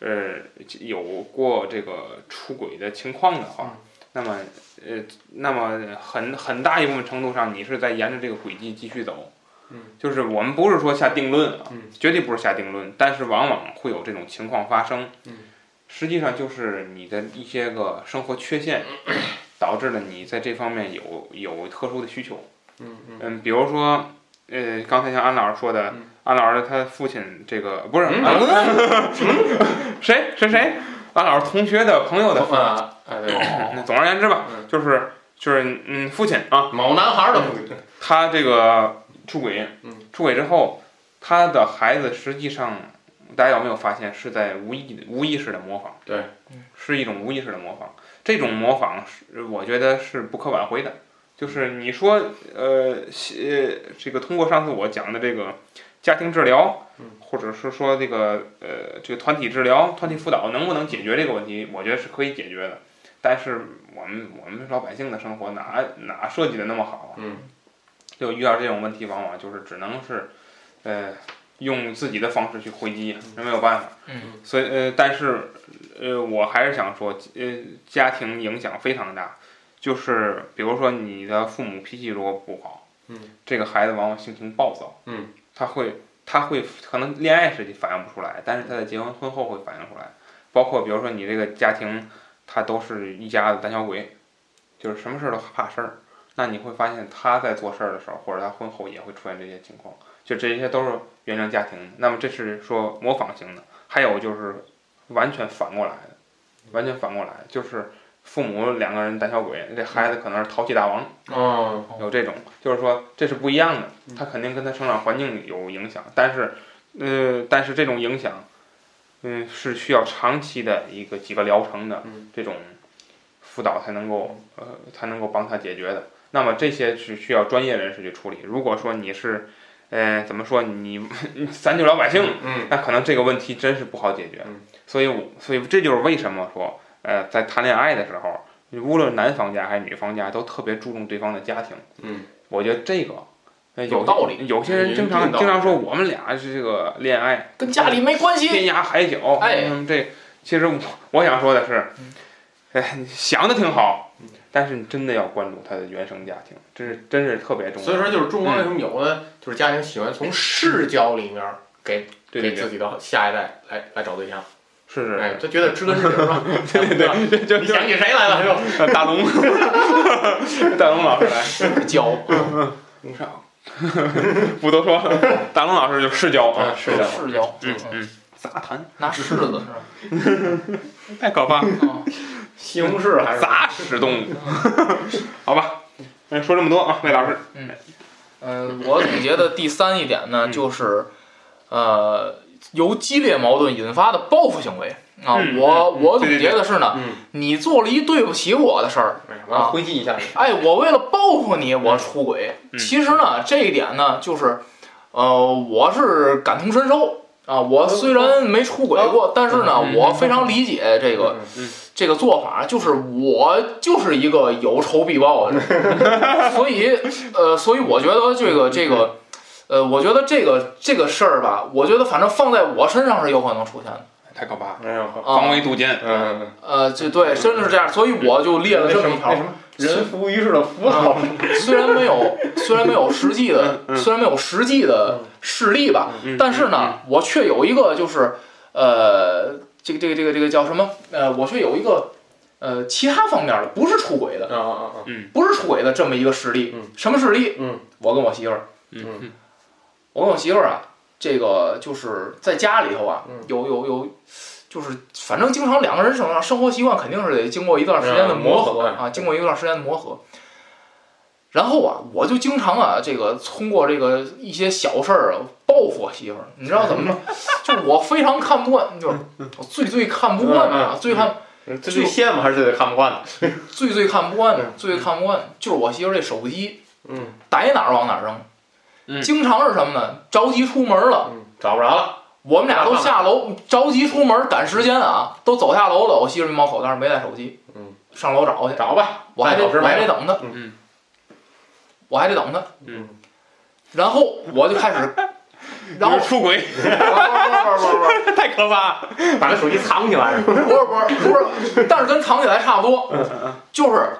Speaker 1: 呃有过这个出轨的情况的话，那么呃，那么很很大一部分程度上，你是在沿着这个轨迹继续走。
Speaker 3: 嗯，
Speaker 1: 就是我们不是说下定论啊，
Speaker 3: 嗯
Speaker 1: 绝对不是下定论，但是往往会有这种情况发生。
Speaker 3: 嗯，
Speaker 1: 实际上就是你的一些个生活缺陷，导致了你在这方面有有特殊的需求。
Speaker 3: 嗯嗯
Speaker 1: 嗯，比如说，呃，刚才像安老师说的，
Speaker 3: 嗯
Speaker 1: 安老师他父亲这个不是、
Speaker 3: 嗯
Speaker 1: 啊谁是谁？安老师同学的朋友的
Speaker 3: 啊啊
Speaker 4: 嗯
Speaker 3: 对，
Speaker 4: 呃
Speaker 1: 那总而言之吧，
Speaker 3: 嗯
Speaker 1: 就是就是嗯父亲啊，
Speaker 4: 某男孩的父亲，
Speaker 1: 他这个出轨
Speaker 4: 嗯，
Speaker 1: 出轨之后，他的孩子实际上大家有没有发现是在无意无意识的模仿？
Speaker 4: 对
Speaker 2: 嗯，
Speaker 1: 是一种无意识的模仿。这种模仿是我觉得是不可挽回的。就是你说呃西呃这个通过上次我讲的这个家庭治疗
Speaker 4: 嗯，
Speaker 1: 或者是说这个呃这个团体治疗、团体辅导能不能解决这个问
Speaker 4: 嗯
Speaker 1: 题？我觉得是可以解决的。但是我们我们老百姓的生活哪哪设计的那么好啊？
Speaker 4: 嗯，
Speaker 1: 就遇到这种问题，往往就是只能是，呃，用自己的方式去回击，那没有办法。
Speaker 2: 嗯，
Speaker 1: 所以呃，但是呃，我还是想说，呃，家庭影响非常大。就是比如说你的父母脾气如果不好，
Speaker 4: 嗯，
Speaker 1: 这个孩子往往性情暴躁，
Speaker 4: 嗯，
Speaker 1: 他会他会可能恋爱时期反应不出来，但是他在结完婚后会反应出来。包括比如说你这个家庭，他都是一家子胆小鬼，就是什么事儿都怕事儿。那你会发现他在做事儿的时候，或者他婚后也会出现这些情况，就这些都是原生家庭的。那么这是说模仿型的，还有就是完全反过来的，完全反过来就是父母两个人胆小鬼，这孩子可能是淘气大王，
Speaker 4: 嗯，
Speaker 1: 有这种，就是说这是不一样的
Speaker 4: 嗯，
Speaker 1: 他肯定跟他生长环境有影响，但是，呃，但是这种影响，嗯、是需要长期的一个几个疗程的
Speaker 4: 嗯
Speaker 1: 这种辅导才能够，呃，才能够帮他解决的。那么这些是需要专业人士去处理。如果说你是，呃，怎么说你 咱就老百姓，
Speaker 4: 嗯，
Speaker 1: 那可能这个问题真是不好解决。
Speaker 4: 嗯
Speaker 1: 所以我，所以这就是为什么说，呃，在谈恋爱的时候，无论男方家还是女方家，都特别注重对方的家庭。
Speaker 4: 嗯，
Speaker 1: 我觉得这个。呃
Speaker 2: 有道理。
Speaker 1: 有些人经
Speaker 4: 有一定
Speaker 1: 常
Speaker 4: 道理
Speaker 1: 经常说我们俩是这个恋爱
Speaker 2: 跟家里没关系。
Speaker 1: 天涯海角，
Speaker 2: 哎嗯
Speaker 1: 嗯，这其实我我想说的是，哎，你想的挺好
Speaker 4: 嗯，
Speaker 1: 但是你真的要关注他的原生家庭，这是真是特别重要。
Speaker 4: 所以说就是中国为什么有的就是家庭喜欢从视角里面
Speaker 1: 对对
Speaker 4: 给
Speaker 1: 对
Speaker 4: 自，己的下一代来来找对象，
Speaker 1: 是
Speaker 4: 哎，
Speaker 1: 是，
Speaker 4: 他觉得知根知底儿嘛，对 对对，
Speaker 1: 对就
Speaker 4: 你
Speaker 1: 就
Speaker 4: 想起谁来了？又
Speaker 1: 大 龙，大龙老师来，
Speaker 2: 教
Speaker 1: 无上，不多说了，大龙老师就视角啊，
Speaker 4: 嗯
Speaker 1: 视角，
Speaker 2: 视角，
Speaker 1: 嗯嗯，杂谈
Speaker 2: 拿柿子是吧？
Speaker 1: 太可怕了。
Speaker 2: 啊，
Speaker 4: 西红柿还是
Speaker 1: 杂食动物， 好吧，那说这么多啊，魏老师，
Speaker 2: 嗯，我总结的第三一点呢，
Speaker 1: 嗯
Speaker 2: 就是，呃，由激烈矛盾引发的报复行为啊。
Speaker 1: 嗯
Speaker 2: 我
Speaker 1: 嗯
Speaker 2: 我
Speaker 1: 对
Speaker 2: 总
Speaker 1: 对
Speaker 2: 结的是呢，
Speaker 4: 嗯，
Speaker 2: 你做了一对不起我的事儿，
Speaker 4: 哎，
Speaker 1: 啊
Speaker 4: 我要回击一下你，
Speaker 2: 哎，我为了报复你，我出轨。
Speaker 1: 嗯
Speaker 2: 其实呢，这一点呢，就是，呃，我是感同身受啊。我虽然没出轨过，但是呢
Speaker 1: 嗯，
Speaker 2: 我非常理解这个
Speaker 1: 嗯
Speaker 2: 这个做法，就是我就是一个有仇必报的人， 所以，呃，所以我觉得这个这个。呃，我觉得这个这个事儿吧，我觉得反正放在我身上是有可能出现的，
Speaker 1: 太可怕了，
Speaker 4: 哎呦，
Speaker 2: 啊
Speaker 1: 防微杜渐，
Speaker 4: 嗯，
Speaker 2: 呃，就对，真的是这样，所以我就列了
Speaker 4: 那
Speaker 2: 这
Speaker 4: 什么
Speaker 2: 么一条嗯
Speaker 4: 那什么，人浮于事的浮躁，
Speaker 2: 虽然没有，虽然没有实际的，
Speaker 1: 嗯嗯
Speaker 2: 虽然没有实际的事例吧，
Speaker 1: 嗯
Speaker 2: 但是呢，我却有一个就是，呃，这个这个这个这个叫什么？呃，我却有一个，呃，其他方面的，不是出轨的，
Speaker 4: 啊啊啊，
Speaker 2: 不是出轨的这么一个实例。
Speaker 4: 嗯
Speaker 2: 什么实例？
Speaker 4: 嗯，
Speaker 2: 我跟我媳妇儿，
Speaker 1: 嗯嗯嗯
Speaker 2: 我跟我媳妇儿啊，这个就是在家里头啊，
Speaker 4: 嗯
Speaker 2: 有有有，就是反正经常两个人生活生活习惯肯定是得经过一段时间的
Speaker 4: 嗯
Speaker 2: 磨
Speaker 4: 磨
Speaker 2: 合
Speaker 4: 合
Speaker 2: 啊，经过一段时间的磨合。然后啊，我就经常啊，这个通过这个一些小事儿啊，报复我媳妇儿。你知道怎么着？就是我非常看不惯，就是我最最看不惯的啊，最看
Speaker 4: 这最羡慕还是最看不惯的，
Speaker 2: 最最看不惯的
Speaker 4: 嗯，
Speaker 2: 最看不惯的就是我媳妇儿这手机
Speaker 4: 嗯
Speaker 2: 逮哪儿往哪儿扔。
Speaker 1: 嗯
Speaker 2: 经常是什么呢？着急出门了，
Speaker 4: 嗯，找不着了，
Speaker 2: 我们俩都下楼，着急出门赶时间啊，都走下楼了。我媳妇儿猫口袋没带手机，
Speaker 4: 嗯，
Speaker 2: 上楼找去，
Speaker 4: 找吧，
Speaker 2: 我还得
Speaker 4: 半小时
Speaker 2: 我
Speaker 4: 没
Speaker 2: 还
Speaker 4: 了
Speaker 2: 得等他，
Speaker 1: 嗯，
Speaker 2: 我还得等他，
Speaker 1: 嗯，
Speaker 2: 然后我就 开始，然后
Speaker 1: 就是出轨
Speaker 2: 不
Speaker 1: 太可怕了，
Speaker 4: 把那手机藏起来，
Speaker 2: 是不是不是不是不是，但是跟藏起来差不多，就是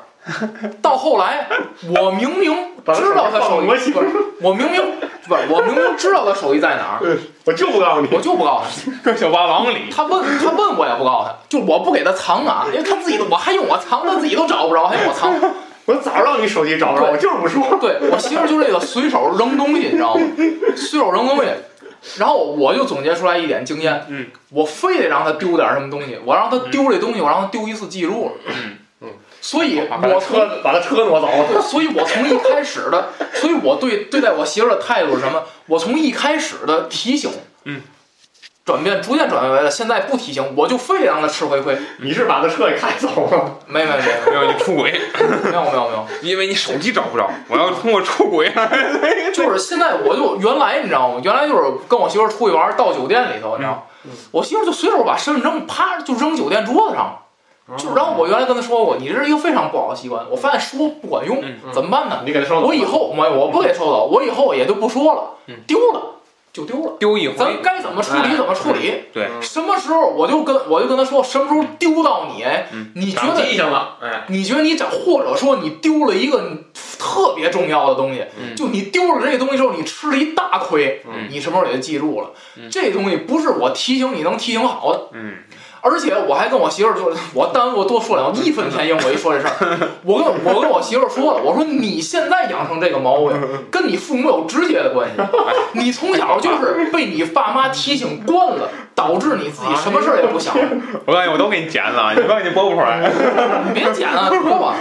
Speaker 2: 到后来我明明
Speaker 4: 把
Speaker 2: 知道他手
Speaker 4: 我
Speaker 2: 机，
Speaker 4: 媳
Speaker 2: 不
Speaker 4: 妇
Speaker 2: 是我明明不是我明明知道他手机在哪儿，
Speaker 4: 我就不告诉你，
Speaker 2: 我就不告诉他。
Speaker 1: 搁小霸王里，
Speaker 2: 他问他问我也不告诉他，就我不给他藏啊，因为他自己都我还用我藏，他自己都找不着，还用我藏。
Speaker 4: 我早让你手机找不着，我就是不说，
Speaker 2: 对我媳妇儿就这个随手扔东西，你知道吗？随手扔东西，然后我就总结出来一点经验，
Speaker 1: 嗯，
Speaker 2: 我非得让他丢点什么东西，我让他丢这东西，我让他丢一次记录，
Speaker 1: 嗯
Speaker 4: 嗯，
Speaker 2: 所以
Speaker 1: 把
Speaker 4: 把
Speaker 2: 我
Speaker 4: 他
Speaker 2: 从
Speaker 4: 车把他车挪走了。
Speaker 2: 所以我从一开始的，所以我对对待我媳妇儿的态度是什么？我从一开始的提醒，
Speaker 1: 嗯，
Speaker 2: 转变逐渐转变为了现在不提醒，我就非得让她吃回亏。
Speaker 4: 你是把他车给开走了？
Speaker 2: 没没没
Speaker 1: 没有你出轨，
Speaker 2: 没有没有没有，
Speaker 1: 因为你手机找不着，我要通过出 轨。
Speaker 2: 就是现在我就原来你知道吗？原来就是跟我媳妇儿出去玩儿，到酒店里头，你知道吗，我媳妇儿就随手把身份证啪就扔酒店桌子上了。就然后我原来跟她说过，你这是一个非常不好的习惯。我发现说不管用
Speaker 1: 嗯，
Speaker 2: 怎么办呢？
Speaker 4: 你给他收走。
Speaker 2: 我以后我我不给收走，我以后也就不说了
Speaker 1: 嗯，
Speaker 2: 丢了就丢了。
Speaker 1: 丢一
Speaker 2: 咱
Speaker 1: 回，
Speaker 2: 该怎么处理
Speaker 4: 哎
Speaker 2: 怎么处理。
Speaker 1: 对
Speaker 4: 嗯
Speaker 2: 什么时候我就跟我就跟他说，什么时候丢到你，
Speaker 1: 嗯
Speaker 2: 你觉
Speaker 4: 长
Speaker 2: 得
Speaker 4: 记性了，哎，
Speaker 2: 你觉得你长，或者说你丢了一个特别重要的东西，
Speaker 1: 嗯
Speaker 2: 就你丢了这个东西之后，你吃了一大亏，
Speaker 1: 嗯
Speaker 2: 你什么时候也就记住了。
Speaker 1: 嗯
Speaker 2: 这东西不是我提醒你能提醒好的，
Speaker 1: 嗯，
Speaker 2: 而且我还跟我媳妇儿说，我耽误多说两句，义愤填膺。我一说这 事儿，我跟我跟我媳妇儿说了，我说你现在养成这个毛病， 跟你父母有直接的关系。
Speaker 1: 哎
Speaker 2: 你从小就是被你爸妈提醒惯了，导致你自己什么事儿也不
Speaker 1: 哎
Speaker 2: 想。
Speaker 1: 我感觉我都给你剪了，你发现你播不出来，
Speaker 2: 你别 剪了，播吧，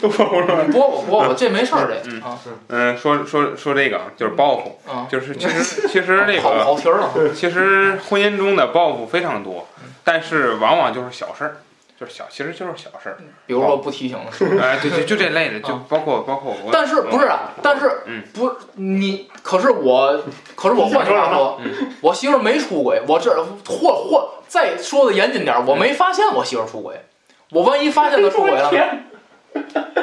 Speaker 1: 都播不出来。
Speaker 2: 播吧，播吧，这没事儿这
Speaker 1: 嗯
Speaker 2: 啊
Speaker 1: 嗯，说说说这个啊就是报复，
Speaker 2: 啊。
Speaker 1: 就是其 实其实这
Speaker 2: 跑
Speaker 1: 个
Speaker 2: 跑题儿了，
Speaker 1: 其实婚姻中的报复非常多，但是往往就是小事儿，就是小，其实就是小事儿。
Speaker 2: 比如说不提醒了，
Speaker 1: 哎，对，就就这类的，就包括包括我。
Speaker 2: 但是不是啊？但是
Speaker 1: 嗯
Speaker 2: 不是你？可是我，可是我换句话说，
Speaker 1: 嗯
Speaker 2: 我媳妇儿没出轨，我这或或再说的严谨点儿，
Speaker 1: 嗯
Speaker 2: 我没发现我媳妇儿出轨，我万一发现她出轨了呢？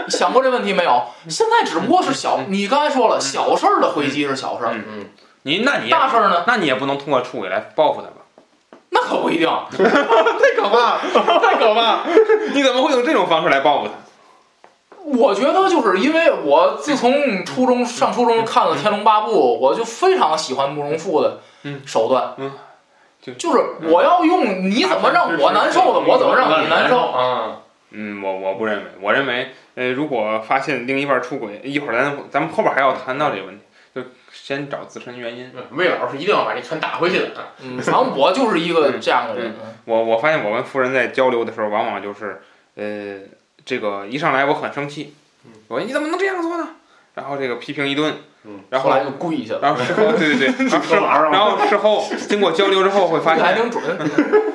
Speaker 2: 想过这问题没有？现在只不过是小，你刚才说了，小事儿的回击是小事儿，
Speaker 1: 嗯你那你也
Speaker 2: 大事儿呢，
Speaker 1: 那你也不能通过出轨来报复他吧？
Speaker 2: 那可不一定。
Speaker 1: 太可怕，太可怕！ 你怎么会用这种方式来报复他？
Speaker 2: 我觉得就是因为我自从初中上初中看了《天龙八部》，我就非常喜欢慕容复的
Speaker 1: 嗯
Speaker 2: 手段，
Speaker 1: 嗯就
Speaker 2: 就是我要用你怎么让我难受的，我怎么让你难受。
Speaker 4: 啊？
Speaker 1: 嗯，我我不认为，我认为，呃，如果发现另一半出轨，一会儿咱咱们后边还要谈到这个问题，就先找自身原因。
Speaker 4: 嗯魏老师一定要把这拳打回去的。
Speaker 2: 嗯反正我就是一个这样的人，
Speaker 1: 我我发现我跟夫人在交流的时候，往往就是，呃，这个一上来我很生气，我说你怎么能这样做呢？然后这个批评一顿
Speaker 4: 嗯，
Speaker 1: 然后
Speaker 2: 后来就跪下了，
Speaker 1: 然后事后对对对， 然后事
Speaker 4: 这玩意儿
Speaker 1: 然后事后经过交流之后会发
Speaker 2: 跪得还
Speaker 1: 现，
Speaker 2: 挺准。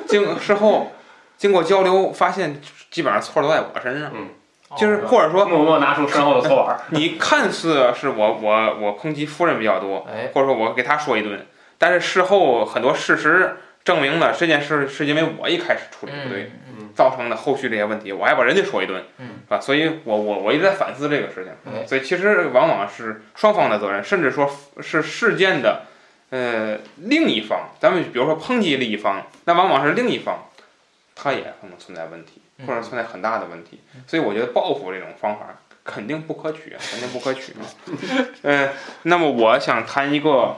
Speaker 1: 经事后经过交流发现基本上错都在我身上，
Speaker 4: 嗯
Speaker 2: 哦
Speaker 1: 就是或者说
Speaker 4: 默默拿出身后的搓板儿，
Speaker 1: 你看似是我我我抨击夫人比较多，
Speaker 2: 哎，
Speaker 1: 或者说我给他说一顿，但是事后很多事实证明了这件事是因为我一开始处理不对，
Speaker 2: 嗯，
Speaker 1: 造成的后续这些问题，我还把人家说一顿，
Speaker 2: 嗯
Speaker 1: 是吧？所以我我我一直在反思这个事
Speaker 2: 哎
Speaker 1: 情，所以其实往往是双方的责任，甚至说是事件的呃另一方，咱们比如说抨击另一方，那往往是另一方，他也可能存在问题，
Speaker 2: 嗯
Speaker 1: 或者存在很大的问题，所以我觉得报复这种方法肯定不可取，啊肯定不可取。嗯、那么我想谈一个。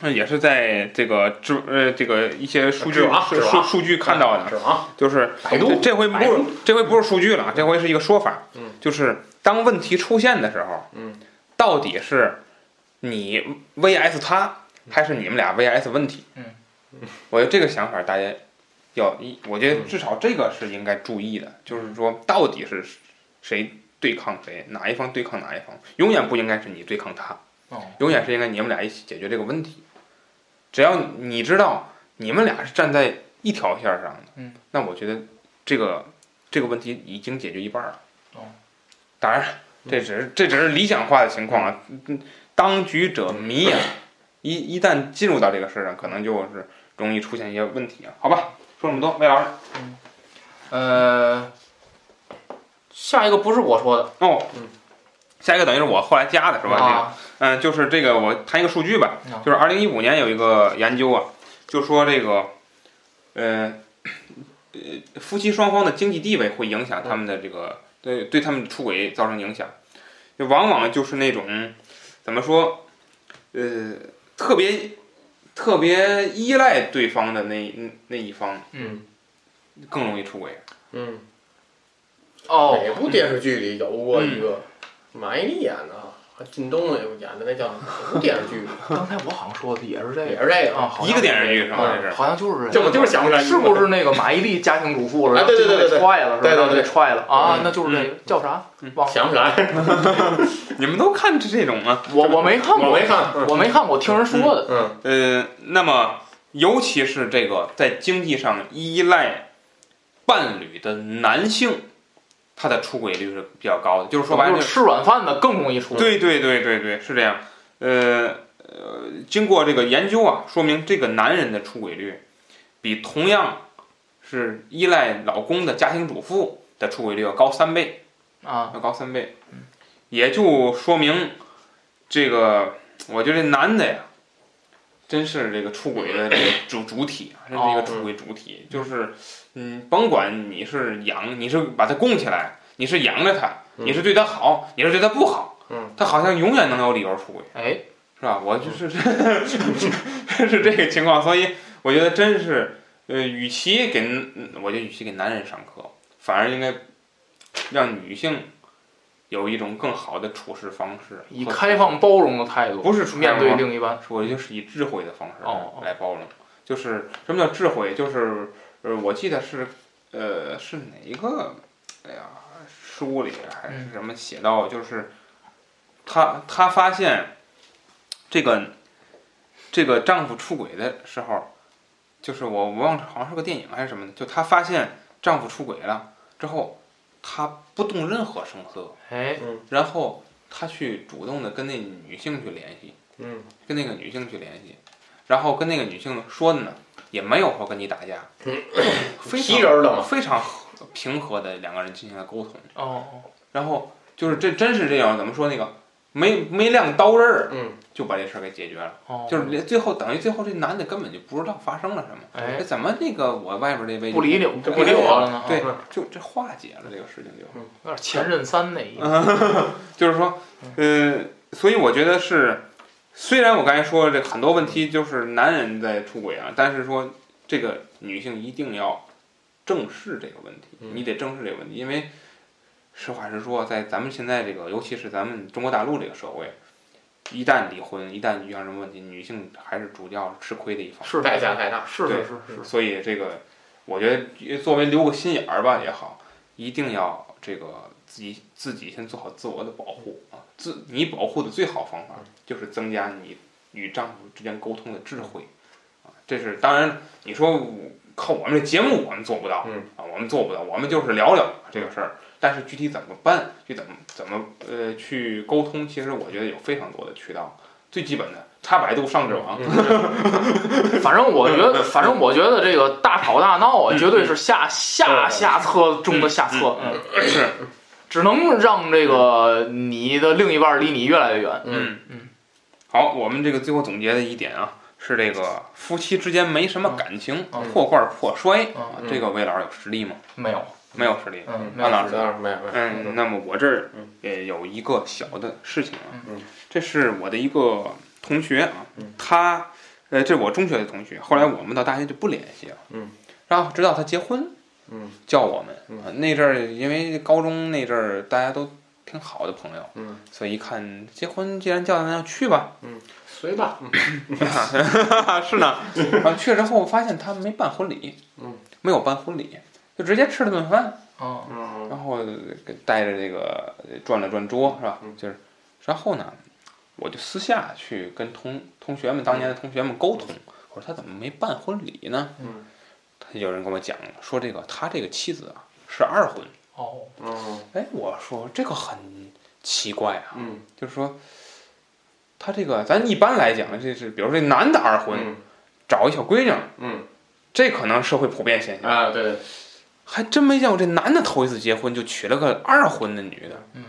Speaker 1: 呃也是在这个知呃这个一些数据
Speaker 4: 知网
Speaker 1: 数
Speaker 4: 知嗯网
Speaker 1: 数据看到的，
Speaker 4: 是吗？
Speaker 1: 就是
Speaker 4: 百
Speaker 1: 这
Speaker 4: 度
Speaker 1: 这回不
Speaker 4: 百
Speaker 1: 是
Speaker 4: 度
Speaker 1: 这回不是数据了，啊这回是一个说法，
Speaker 4: 嗯
Speaker 1: 就是当问题出现的时候，
Speaker 4: 嗯
Speaker 1: 到底是你 VS 他，
Speaker 4: 嗯
Speaker 1: 还是你们俩 VS 问题？
Speaker 2: 嗯，
Speaker 1: 我觉得这个想法大家要一，我
Speaker 4: 嗯
Speaker 1: 觉得至少这个是应该注意的，就是说到底是谁对抗谁，哪一方对抗哪一方，永远不应该是你对抗他。
Speaker 2: 哦，
Speaker 1: 永远是应该你们俩一起解决这个问题。只要你知道你们俩是站在一条线儿上的，
Speaker 2: 嗯，
Speaker 1: 那我觉得这个这个问题已经解决一半儿了。
Speaker 2: 哦，
Speaker 1: 当然，这只是这只是理想化的情况啊。嗯当局者迷呀、一一旦进入到这个事儿上，可能就是容易出现一些问题啊。好吧，说这么多，魏老师，
Speaker 2: 呃，下一个不是我说的
Speaker 1: 哦，
Speaker 4: 嗯
Speaker 1: 下一个等于是我后来加的是吧？这个
Speaker 2: 啊，
Speaker 1: 嗯，就是这个，我谈一个数据吧
Speaker 2: 啊，
Speaker 1: 就是二零一五年有一个研究啊，就说这个，呃，呃，夫妻双方的经济地位会影响他们的这个对对他们出轨造成影响，就往往就是那种怎么说，呃，特别特别依赖对方的那那一方
Speaker 2: 嗯，
Speaker 1: 更容易出轨。
Speaker 4: 嗯，
Speaker 2: 哦，哎嗯
Speaker 3: 哪部电视剧里有过一个马伊琍演的？还靳东有演的那叫什么电视 剧？
Speaker 2: 刚才我好像说的也是这
Speaker 3: 也
Speaker 2: 个
Speaker 3: 是这个
Speaker 2: 啊，好像
Speaker 1: 一个电视剧是吧？
Speaker 3: 嗯
Speaker 1: 这是
Speaker 2: 好像就是
Speaker 3: 就我就是想不起来，
Speaker 2: 是不是那个马伊琍家庭主妇了？
Speaker 3: 啊对对对对对
Speaker 2: 踹了是吧？
Speaker 3: 对对对
Speaker 2: 被踹了啊
Speaker 3: 嗯，
Speaker 2: 那就是那个叫啥？忘了，
Speaker 3: 想不起来？
Speaker 2: 嗯
Speaker 1: 你们都看这这种啊？
Speaker 2: 我我没看
Speaker 3: 我
Speaker 2: 过，
Speaker 3: 没看。嗯
Speaker 2: 我没看过，听人说的。
Speaker 3: 嗯，
Speaker 1: 呃，那么尤其是这个在经济上依赖伴侣的男性，他的出轨率是比较高的。就是说白了
Speaker 2: 就，是吃软饭的更容易出。
Speaker 1: 对对对对对，是这样。呃呃，经过这个研究啊，说明这个男人的出轨率比同样是依赖老公的家庭主妇的出轨率要高三倍。
Speaker 2: 啊，
Speaker 1: 要高三倍，嗯也就说明这个，我觉得这男的呀，真是这个出轨的这个主主体啊，真是一个
Speaker 2: 哦
Speaker 1: 出轨主体，就是嗯，甭管你是养，你是把他供起来，你是养着他，
Speaker 3: 嗯
Speaker 1: 你是对他好，你是对他不好，
Speaker 3: 嗯，
Speaker 1: 他好像永远能有理由出轨，
Speaker 2: 哎，嗯
Speaker 1: 是吧？ 我就是是这个情况，所以我觉得真是，呃，与其给，嗯我觉得与其给男人上课，反而应该让女性有一种更好的处事方式，
Speaker 2: 以开，放包容的态度
Speaker 1: 不是处
Speaker 2: 面对
Speaker 1: 开放
Speaker 2: 另一 半。
Speaker 1: 我觉得就是以智慧的方式
Speaker 2: 哦哦
Speaker 1: 来包容。就是什么叫智慧？就是呃，我记得是呃是哪一个？哎呀，书里还
Speaker 2: 嗯
Speaker 1: 是什么写到，就是他他发现这个这个丈夫出轨的时候，就是我我忘了，好像是个电影还是什么的，就她发现丈夫出轨了之后，她不动任何声色，
Speaker 2: 哎，
Speaker 1: 然后她去主动的跟那女性去联系。
Speaker 3: 嗯，
Speaker 1: 跟那个女性去联系，然后跟那个女性说的呢，也没有说跟你打架，非
Speaker 3: 皮
Speaker 1: 常
Speaker 3: 人的嘛。
Speaker 1: 非常和平和的两个人进行了沟通，
Speaker 2: 哦，
Speaker 1: 然后就是这真是这样，怎么说那个没没亮刀刃儿
Speaker 3: 嗯，
Speaker 1: 就把这事儿给解决了，
Speaker 2: 哦，
Speaker 1: 就是连最后等于最后这男的根本就不知道发生了什么，
Speaker 2: 哎
Speaker 1: 哎，怎么那个我外边那位
Speaker 2: 不理你，
Speaker 3: 这不理我
Speaker 2: 了呢。啊
Speaker 1: 对就这化解了这个事情就。
Speaker 2: 有点前任三那
Speaker 3: 嗯
Speaker 2: 一个。
Speaker 1: 就是说，呃，所以我觉得是，虽然我刚才说这很多问题就是男人在出轨啊，但是说这个女性一定要正视这个问题，
Speaker 3: 嗯
Speaker 1: 你得正视这个问题，因为实话实说，在咱们现在这个，尤其是咱们中国大陆这个社会，一旦离婚，一旦遇上什么问题，女性还是主要吃亏的一方。
Speaker 2: 是
Speaker 3: 代价太大。
Speaker 2: 是
Speaker 1: 对
Speaker 2: 是是是，
Speaker 1: 所以这个，我觉得作为留个心眼儿吧也好，一定要这个自己自己先做好自我的保护啊。自你保护的最好方法就是增加你与丈夫之间沟通的智慧啊。这是当然，你说我靠我们这节目我们做不到，
Speaker 3: 嗯
Speaker 1: 啊，我们做不到，我们就是聊聊这个事儿。但是具体怎么办，去怎么怎么呃去沟通，其实我觉得有非常多的渠道。最基本的，查百度上知
Speaker 2: 哦
Speaker 1: 网，
Speaker 3: 嗯
Speaker 2: 反正我觉得，反正我觉得这个大吵大闹啊，绝对是下下
Speaker 3: 嗯
Speaker 2: 下策中的下策，
Speaker 1: 嗯
Speaker 2: 嗯
Speaker 1: 是，
Speaker 2: 只能让这个你的另一半离你越来越远。
Speaker 1: 嗯，
Speaker 2: 嗯
Speaker 1: 嗯，好，我们这个最后总结的一点啊，是这个夫妻之间没什么感情，
Speaker 2: 嗯
Speaker 1: 破罐破摔、
Speaker 2: 嗯
Speaker 1: 啊
Speaker 3: 嗯。
Speaker 1: 这个魏老师有实力吗？
Speaker 2: 没有，
Speaker 1: 没有实力。
Speaker 2: 嗯，没
Speaker 1: 安
Speaker 2: 有，
Speaker 1: 老师，
Speaker 3: 没有没有。
Speaker 1: 嗯，那么我这儿
Speaker 3: 嗯
Speaker 1: 也有一个小的事情啊，
Speaker 3: 嗯
Speaker 1: 这是我的一个同学啊，
Speaker 3: 嗯
Speaker 1: 他呃，这是我中学的同学，后来我们到大学就不联系了，
Speaker 3: 嗯，
Speaker 1: 然后直到他结婚，
Speaker 3: 嗯，
Speaker 1: 叫我们、
Speaker 3: 嗯
Speaker 1: 啊那阵儿，因为高中那阵儿大家都挺好的朋友，
Speaker 3: 嗯，
Speaker 1: 所以一看结婚，既然叫咱那去吧，
Speaker 3: 随吧。
Speaker 1: 啊， 是呢。然后去了之后，发现他没办婚礼，
Speaker 3: 嗯，
Speaker 1: 没有办婚礼，就直接吃了顿饭，
Speaker 2: 嗯，
Speaker 3: 嗯
Speaker 1: 然后给带着这个呃转了转桌，是吧？
Speaker 3: 嗯
Speaker 1: 就是，然后呢，我就私下去跟同同学们当年的同学们沟通，我说他怎么没办婚礼呢？
Speaker 3: 嗯，
Speaker 1: 他有人跟我讲了，说这个他这个妻子啊是二婚。
Speaker 2: 哦，
Speaker 3: 嗯
Speaker 1: 哎，我说这个很奇怪啊，
Speaker 3: 嗯
Speaker 1: 就是说。他这个，咱一般来讲，这是比如说这男的二婚，
Speaker 3: 嗯
Speaker 1: 找一小闺女，
Speaker 3: 嗯
Speaker 1: 这可能社会普遍现象，
Speaker 3: 啊，对，
Speaker 1: 还真没见过这男的头一次结婚就娶了个二婚的女的。
Speaker 2: 嗯，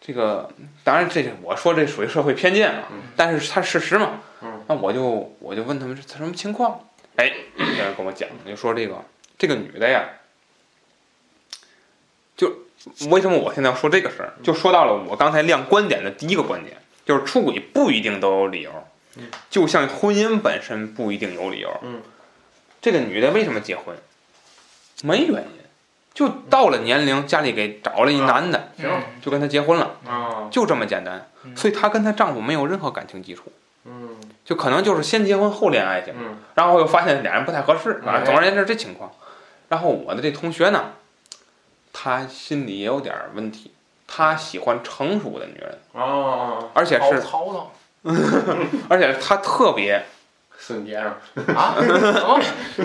Speaker 1: 这个当然这是我说这属于社会偏见啊，
Speaker 3: 嗯
Speaker 1: 但是它是事实嘛。
Speaker 3: 嗯，
Speaker 1: 那我就我就问他们是什么情况？哎，有人跟我讲，就说这个这个女的呀，就为什么我现在要说这个事儿，就说到了我刚才亮观点的第一个观点，就是出轨不一定都有理由
Speaker 3: 嗯，
Speaker 1: 就像婚姻本身不一定有理由。
Speaker 3: 嗯，
Speaker 1: 这个女的为什么结婚？没原因，就到了年龄，家里给找了一男的，
Speaker 4: 行
Speaker 2: 嗯
Speaker 1: 就跟她结婚了，
Speaker 4: 啊，
Speaker 1: 就这么简单。
Speaker 5: 嗯
Speaker 1: 所以她跟她丈夫没有任何感情基础，
Speaker 4: 嗯
Speaker 1: 就可能就是先结婚后恋爱型，
Speaker 4: 嗯
Speaker 1: 然后又发现俩人不太合适，啊
Speaker 4: 哎，
Speaker 1: 总而言之这情况。然后我的这同学呢，他心里也有点儿问题，他喜欢成熟的女人，
Speaker 4: 哦，
Speaker 1: 而且
Speaker 2: 好啊
Speaker 1: 是
Speaker 2: 曹操
Speaker 1: 而且他特别
Speaker 4: 孙先生，
Speaker 2: 啊？ 什么？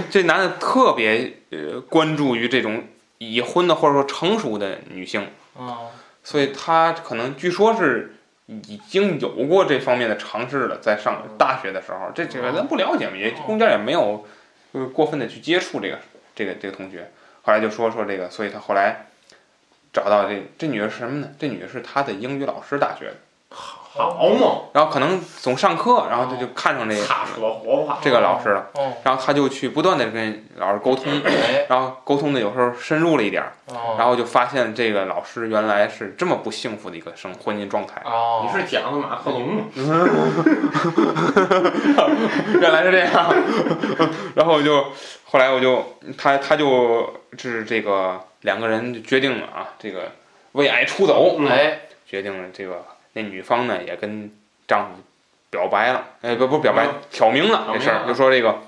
Speaker 1: 这男的特别呃关注于这种已婚的或者说成熟的女性，
Speaker 2: 啊，
Speaker 1: 所以他可能据说是已经有过这方面的尝试了，在上大学的时候，这这个咱不了解嘛，也
Speaker 2: 嗯哦
Speaker 1: 中间也没有呃过分的去接触这个这个这个同学，后来就说说这个，所以他后来找到这这女的是什么呢？这女的是他的英语老师大学的，
Speaker 4: 好嘛，
Speaker 1: 然后可能总上课，然后他就看上这个
Speaker 4: 他说活话，
Speaker 1: 这个老师了，
Speaker 2: 哦，
Speaker 1: 然后他就去不断的跟老师沟通，
Speaker 2: 哎，
Speaker 1: 然后沟通的有时候深入了一点儿，
Speaker 2: 哦，
Speaker 1: 然后就发现这个老师原来是这么不幸福的一个生婚姻状态，
Speaker 2: 哦，
Speaker 4: 你是讲的马克龙吗？
Speaker 1: 原来是这样， 然后我就后来我就他他就是这个两个人就决定了啊，这个为爱出走，
Speaker 4: 嗯
Speaker 2: 哎，
Speaker 1: 决定了这个那女方呢也跟丈夫表白了，哎不不是表白挑明了
Speaker 4: 嗯挑
Speaker 1: 这
Speaker 4: 明
Speaker 1: 事
Speaker 4: 了
Speaker 1: 儿，就说这个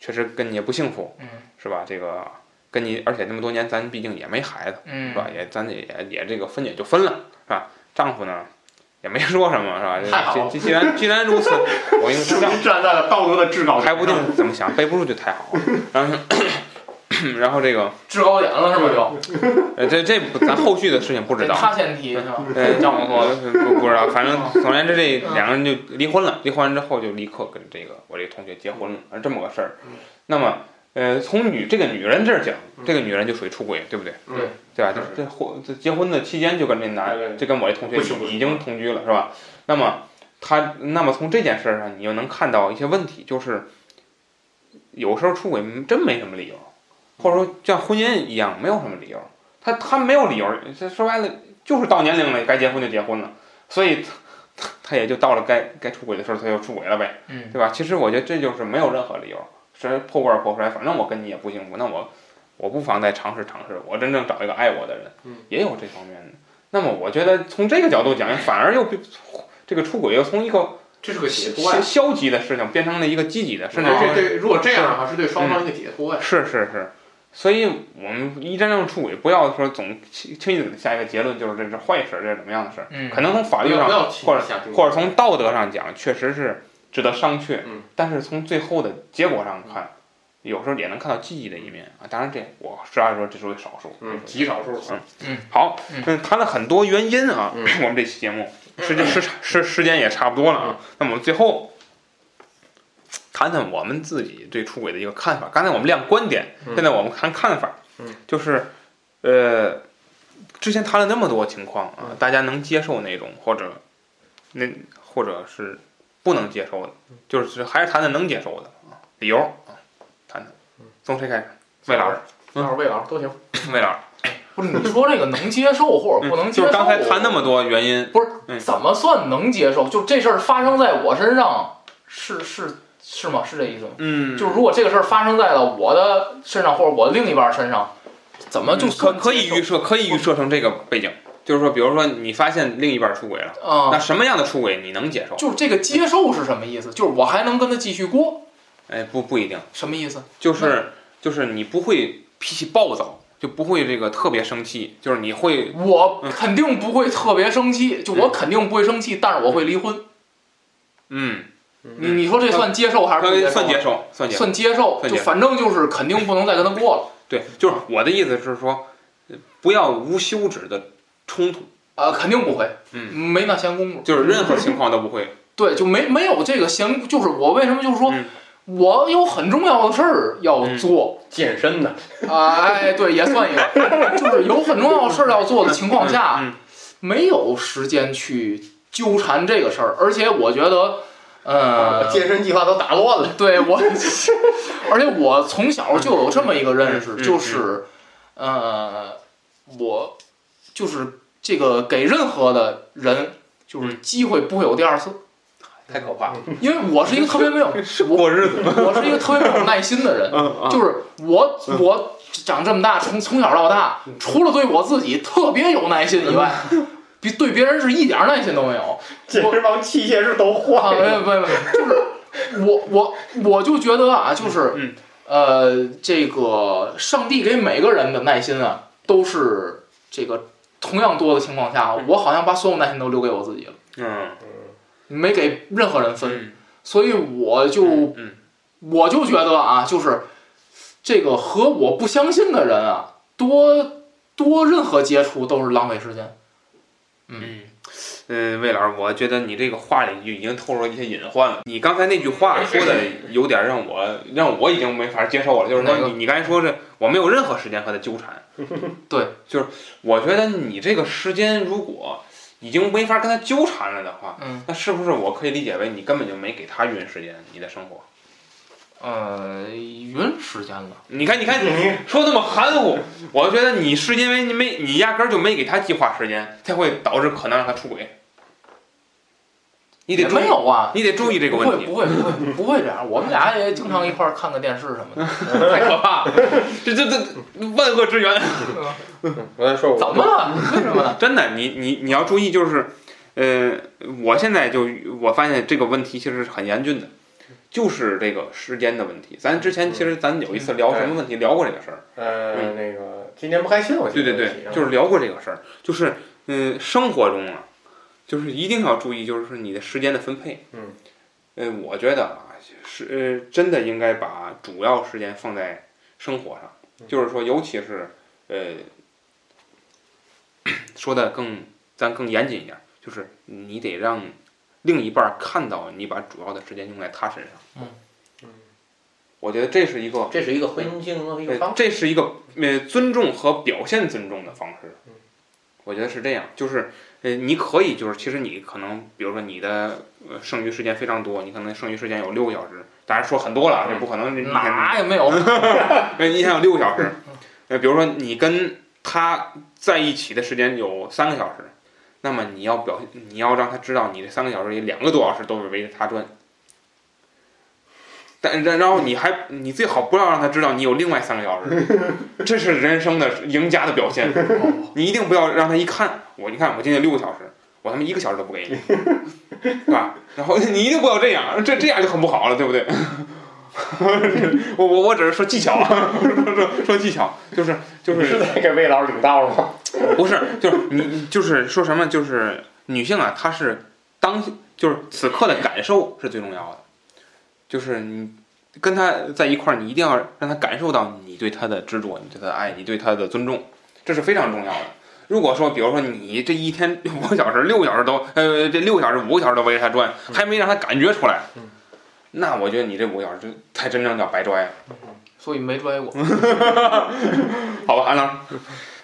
Speaker 1: 确实跟你也不幸福，
Speaker 2: 嗯
Speaker 1: 是吧？这个跟你而且这么多年咱毕竟也没孩子。
Speaker 2: 嗯
Speaker 1: 是，吧？也咱也也也这个分也就分了，是吧？丈夫呢也没说什么，是吧
Speaker 4: 太好？了
Speaker 1: 既既既然既然如 此，我应
Speaker 4: 终
Speaker 1: 该
Speaker 4: 于站在了道德的制高点
Speaker 1: 还
Speaker 4: 上，
Speaker 1: 不定怎么想，背不住就太好了。然后， 然后这个
Speaker 2: 制高点了是吧？就
Speaker 1: 呃，这这不咱后续的事情不知道，
Speaker 2: 他先提是吧？
Speaker 1: 呃，
Speaker 2: 丈夫说
Speaker 1: 不不知道，反正总而言之，这两个人就离婚了。离婚之后就立刻跟这个我这同学结婚了，是这么个事儿
Speaker 4: 嗯。
Speaker 1: 那么，呃，从女这个女人这儿讲，
Speaker 4: 嗯
Speaker 1: 这个女人就属于出轨，对不对？
Speaker 4: 嗯
Speaker 2: 对，
Speaker 1: 对吧？
Speaker 4: 是
Speaker 1: 这这婚这结婚的期间就跟这男
Speaker 4: 对对，对
Speaker 1: 就跟我这同学
Speaker 4: 不行不行
Speaker 1: 已经同居了，是吧？那么他，那么从这件事儿上，你又能看到一些问题，就是有时候出轨真没什么理由，或者说像婚姻一样没有什么理由。他他没有理由，这说白了就是到年龄了，该结婚就结婚了，所以他他他也就到了该该出轨的时候，他就出轨了呗，
Speaker 2: 嗯，
Speaker 1: 对吧？其实我觉得这就是没有任何理由，是破罐破摔，反正我跟你也不幸福，那我我不妨再尝试尝试，我真正找一个爱我的人，
Speaker 4: 嗯
Speaker 1: 也有这方面的。那么我觉得从这个角度讲，反而又比这个出轨又从一个
Speaker 4: 这是个解脱
Speaker 1: 消
Speaker 4: 呀。
Speaker 1: 消极的事情变成了一个积极的，甚至
Speaker 4: 哦这
Speaker 1: 是
Speaker 4: 对，如果这样的话，是对双方一个解脱呀。
Speaker 1: 是是是，所以我们一真正出轨，不要说总轻轻易的下一个结论就是这是坏事，这是怎么样的事儿。
Speaker 2: 嗯
Speaker 1: 可能从法
Speaker 4: 不
Speaker 1: 律
Speaker 4: 要不
Speaker 1: 上
Speaker 4: 要轻易下定论
Speaker 1: 或者从道德上讲，确实是值得商榷。
Speaker 4: 嗯
Speaker 1: 但是从最后的结果上看，有时候也能看到积极的一面啊。当然这，我实话说，这属于少数。
Speaker 4: 嗯，极少数啊，
Speaker 1: 好
Speaker 2: 嗯，
Speaker 1: 嗯，谈了很多原因啊，
Speaker 4: 嗯
Speaker 1: 我们这期节目时间时时时间也差不多了啊。那么我们最后谈谈我们自己对出轨的一个看法。刚才我们亮观点，
Speaker 4: 嗯
Speaker 1: 现在我们谈看法
Speaker 4: 嗯，
Speaker 1: 就是呃，之前谈了那么多情况啊
Speaker 4: 嗯，
Speaker 1: 大家能接受那种或者那或者是不能接受的，就是还是谈谈能接受的啊，理由啊，谈谈
Speaker 4: 嗯。
Speaker 1: 从谁开始？魏老师，
Speaker 4: 魏老师魏老师都行。
Speaker 1: 魏老师，
Speaker 2: 不是你说这个能接受或者不能
Speaker 1: 嗯
Speaker 2: 接受？
Speaker 1: 就是刚才谈那么多原因，
Speaker 2: 不是
Speaker 1: 嗯
Speaker 2: 怎么算能接受？就这事儿发生在我身上，是是是吗？是这意思吗？
Speaker 1: 嗯，
Speaker 2: 就是如果这个事儿发生在了我的身上或者我另一半身上，怎么就
Speaker 1: 嗯可
Speaker 2: 算
Speaker 1: 可以
Speaker 2: 接受
Speaker 1: 预设，可以预设成这个背景，就是说，比如说你发现另一半出轨了，
Speaker 2: 啊？
Speaker 1: 那什么样的出轨你能接受？
Speaker 2: 就是这个接受是什么意思？就是我还能跟他继续过，
Speaker 1: 哎，不不一定，
Speaker 2: 什么意思？嗯
Speaker 1: 就是就是你不会脾气暴躁，就不会这个特别生气，就是你会
Speaker 2: 我
Speaker 1: 嗯
Speaker 2: 肯定不会特别生气，就我肯定不会生气，但是我会离婚。
Speaker 1: 嗯，
Speaker 2: 你你说这算接受还是不接
Speaker 1: 呃
Speaker 2: 受？啊
Speaker 1: 算接受，算接受，
Speaker 2: 算接受，
Speaker 1: 算
Speaker 2: 就
Speaker 1: 接受
Speaker 2: 反正就是肯定不能再跟他过了。
Speaker 1: 对，就是我的意思是说，呃不要无休止的冲突，
Speaker 2: 呃，肯定不会，
Speaker 1: 嗯
Speaker 2: 没那闲工夫。
Speaker 1: 就是任何情况都不会，
Speaker 2: 对，就没没有这个闲，就是我为什么就是说，
Speaker 1: 嗯
Speaker 2: 我有很重要的事儿要做，
Speaker 4: 健身的，
Speaker 2: 哎，对，也算一个， 就是有很重要的事儿要做的情况下，
Speaker 1: 嗯
Speaker 2: 没有时间去纠缠这个事儿，而且我觉得，
Speaker 4: 我
Speaker 1: 啊
Speaker 2: 呃，
Speaker 4: 健身计划都打乱了。
Speaker 2: 对我，而且我从小就有这么一个认识，
Speaker 1: 嗯嗯
Speaker 2: 就是，呃，我
Speaker 1: 嗯
Speaker 2: 就是这个给任何的人就是机会不会有第二次，
Speaker 3: 太可怕了。
Speaker 2: 因为我是一个特别没有，我
Speaker 1: 嗯过日子。
Speaker 2: 我是一个特别没有耐心的人，
Speaker 1: 嗯
Speaker 2: 就是我我长这么大，从从小到大，
Speaker 1: 嗯
Speaker 2: 除了对我自己特别有耐心以外，比对别人是一点儿耐心都没有。
Speaker 4: 简直把器械是都
Speaker 2: 啊，
Speaker 4: 坏
Speaker 2: 没
Speaker 4: 了。
Speaker 2: 有没有没有，就是我我我就觉得啊，就是
Speaker 1: 嗯
Speaker 2: 呃，这个上帝给每个人的耐心啊，都是这个同样多的情况下，我好像把所有耐心都留给我自己了，
Speaker 1: 嗯
Speaker 2: 没给任何人分，
Speaker 1: 嗯
Speaker 2: 所以我就
Speaker 1: 嗯
Speaker 2: 我就觉得啊，就是这个和我不相信的人啊，多多任何接触都是浪费时间。
Speaker 1: 嗯，嗯，魏老师，我觉得你这个话里就已经透露一些隐患了。你刚才那句话说的有点让我让我已经没法接受了，就是
Speaker 2: 哪
Speaker 1: 说
Speaker 2: 个
Speaker 1: 你你刚才说这，我没有任何时间和他纠缠。
Speaker 2: 对，
Speaker 1: 就是我觉得你这个时间如果已经没法跟他纠缠了的话，
Speaker 2: 嗯
Speaker 1: 那是不是我可以理解为你根本就没给他匀时间，你的生活？
Speaker 2: 呃，匀时间了。
Speaker 1: 你看，你看，你说那么含糊，我觉得你是因为你没你压根儿就没给他计划时间，才会导致可能让他出轨。你得
Speaker 2: 也
Speaker 1: 注
Speaker 2: 没
Speaker 1: 意，
Speaker 2: 有啊，
Speaker 1: 你得注意这个
Speaker 2: 不
Speaker 1: 问
Speaker 2: 会
Speaker 1: 题，
Speaker 2: 不会不会不会这样，我们俩也经常一块儿看个电视什么的。
Speaker 1: 太可怕了，这这这万恶之源。
Speaker 3: 我再说我
Speaker 2: 怎么了？为什么呢？
Speaker 1: 真的，你你你要注意，就是，呃，我现在就我发现这个问题其实是很严峻的，就是这个时间的问题。咱之前其实咱有一次聊什么问题，聊过这个事儿。
Speaker 4: 呃，那个啊今天不开心，我
Speaker 1: 对
Speaker 4: 记得
Speaker 1: 对
Speaker 4: 有一期
Speaker 1: 对，就是聊过这个事儿，就是嗯、生活中啊，就是一定要注意，就是你的时间的分配。
Speaker 4: 嗯，
Speaker 1: 呃，我觉得啊，是呃，真的应该把主要时间放在生活上，
Speaker 4: 嗯
Speaker 1: 就是说，尤其是呃， 说的更咱更严谨一点，就是你得让另一半儿看到你把主要的时间用在他身上。
Speaker 2: 嗯
Speaker 4: 嗯
Speaker 1: 我觉得这是一个
Speaker 3: 这是一个婚姻经营的一个
Speaker 1: 对
Speaker 3: 方式。
Speaker 1: 这是一个呃尊重和表现尊重的方式
Speaker 4: 嗯，
Speaker 1: 我觉得是这样，就是呃你可以就是其实你可能比如说你的呃剩余时间非常多，你可能剩余时间有六个小时，当然说很多了啊，这不可能，你看
Speaker 3: 嗯
Speaker 2: 哪也没有。
Speaker 1: 呃你想有六个小时，呃比如说你跟他在一起的时间有三个小时，那么你要表现你要让他知道你这三个小时里两个多小时都是围着他转。但然然后你还你最好不要让他知道你有另外三个小时，这是人生的赢家的表现。你一定不要让他一看我，你看我今天六个小时，我他妈一个小时都不给你，对吧？然后你一定不要这样，这这样就很不好了，对不对？我我我只是说技巧，啊， 说说说技巧，就是就
Speaker 4: 你
Speaker 1: 是
Speaker 4: 是在给魏老师领 道吗？
Speaker 1: 不是，就是你你就是说什么，就是女性啊，她是当就是此刻的感受是最重要的，就是你跟她在一块儿，你一定要让她感受到你对她的执着，你对她的爱，你对她的尊重，这是非常重要的。如果说，比如说你这一天五个小时、六个小时都，呃，这六个小时、五个小时都围着她转，还没让她感觉出来，
Speaker 4: 嗯
Speaker 1: 那我觉得你这五个小时就太真正叫白拽了，
Speaker 2: 所以没拽过。
Speaker 1: 好吧，安老师，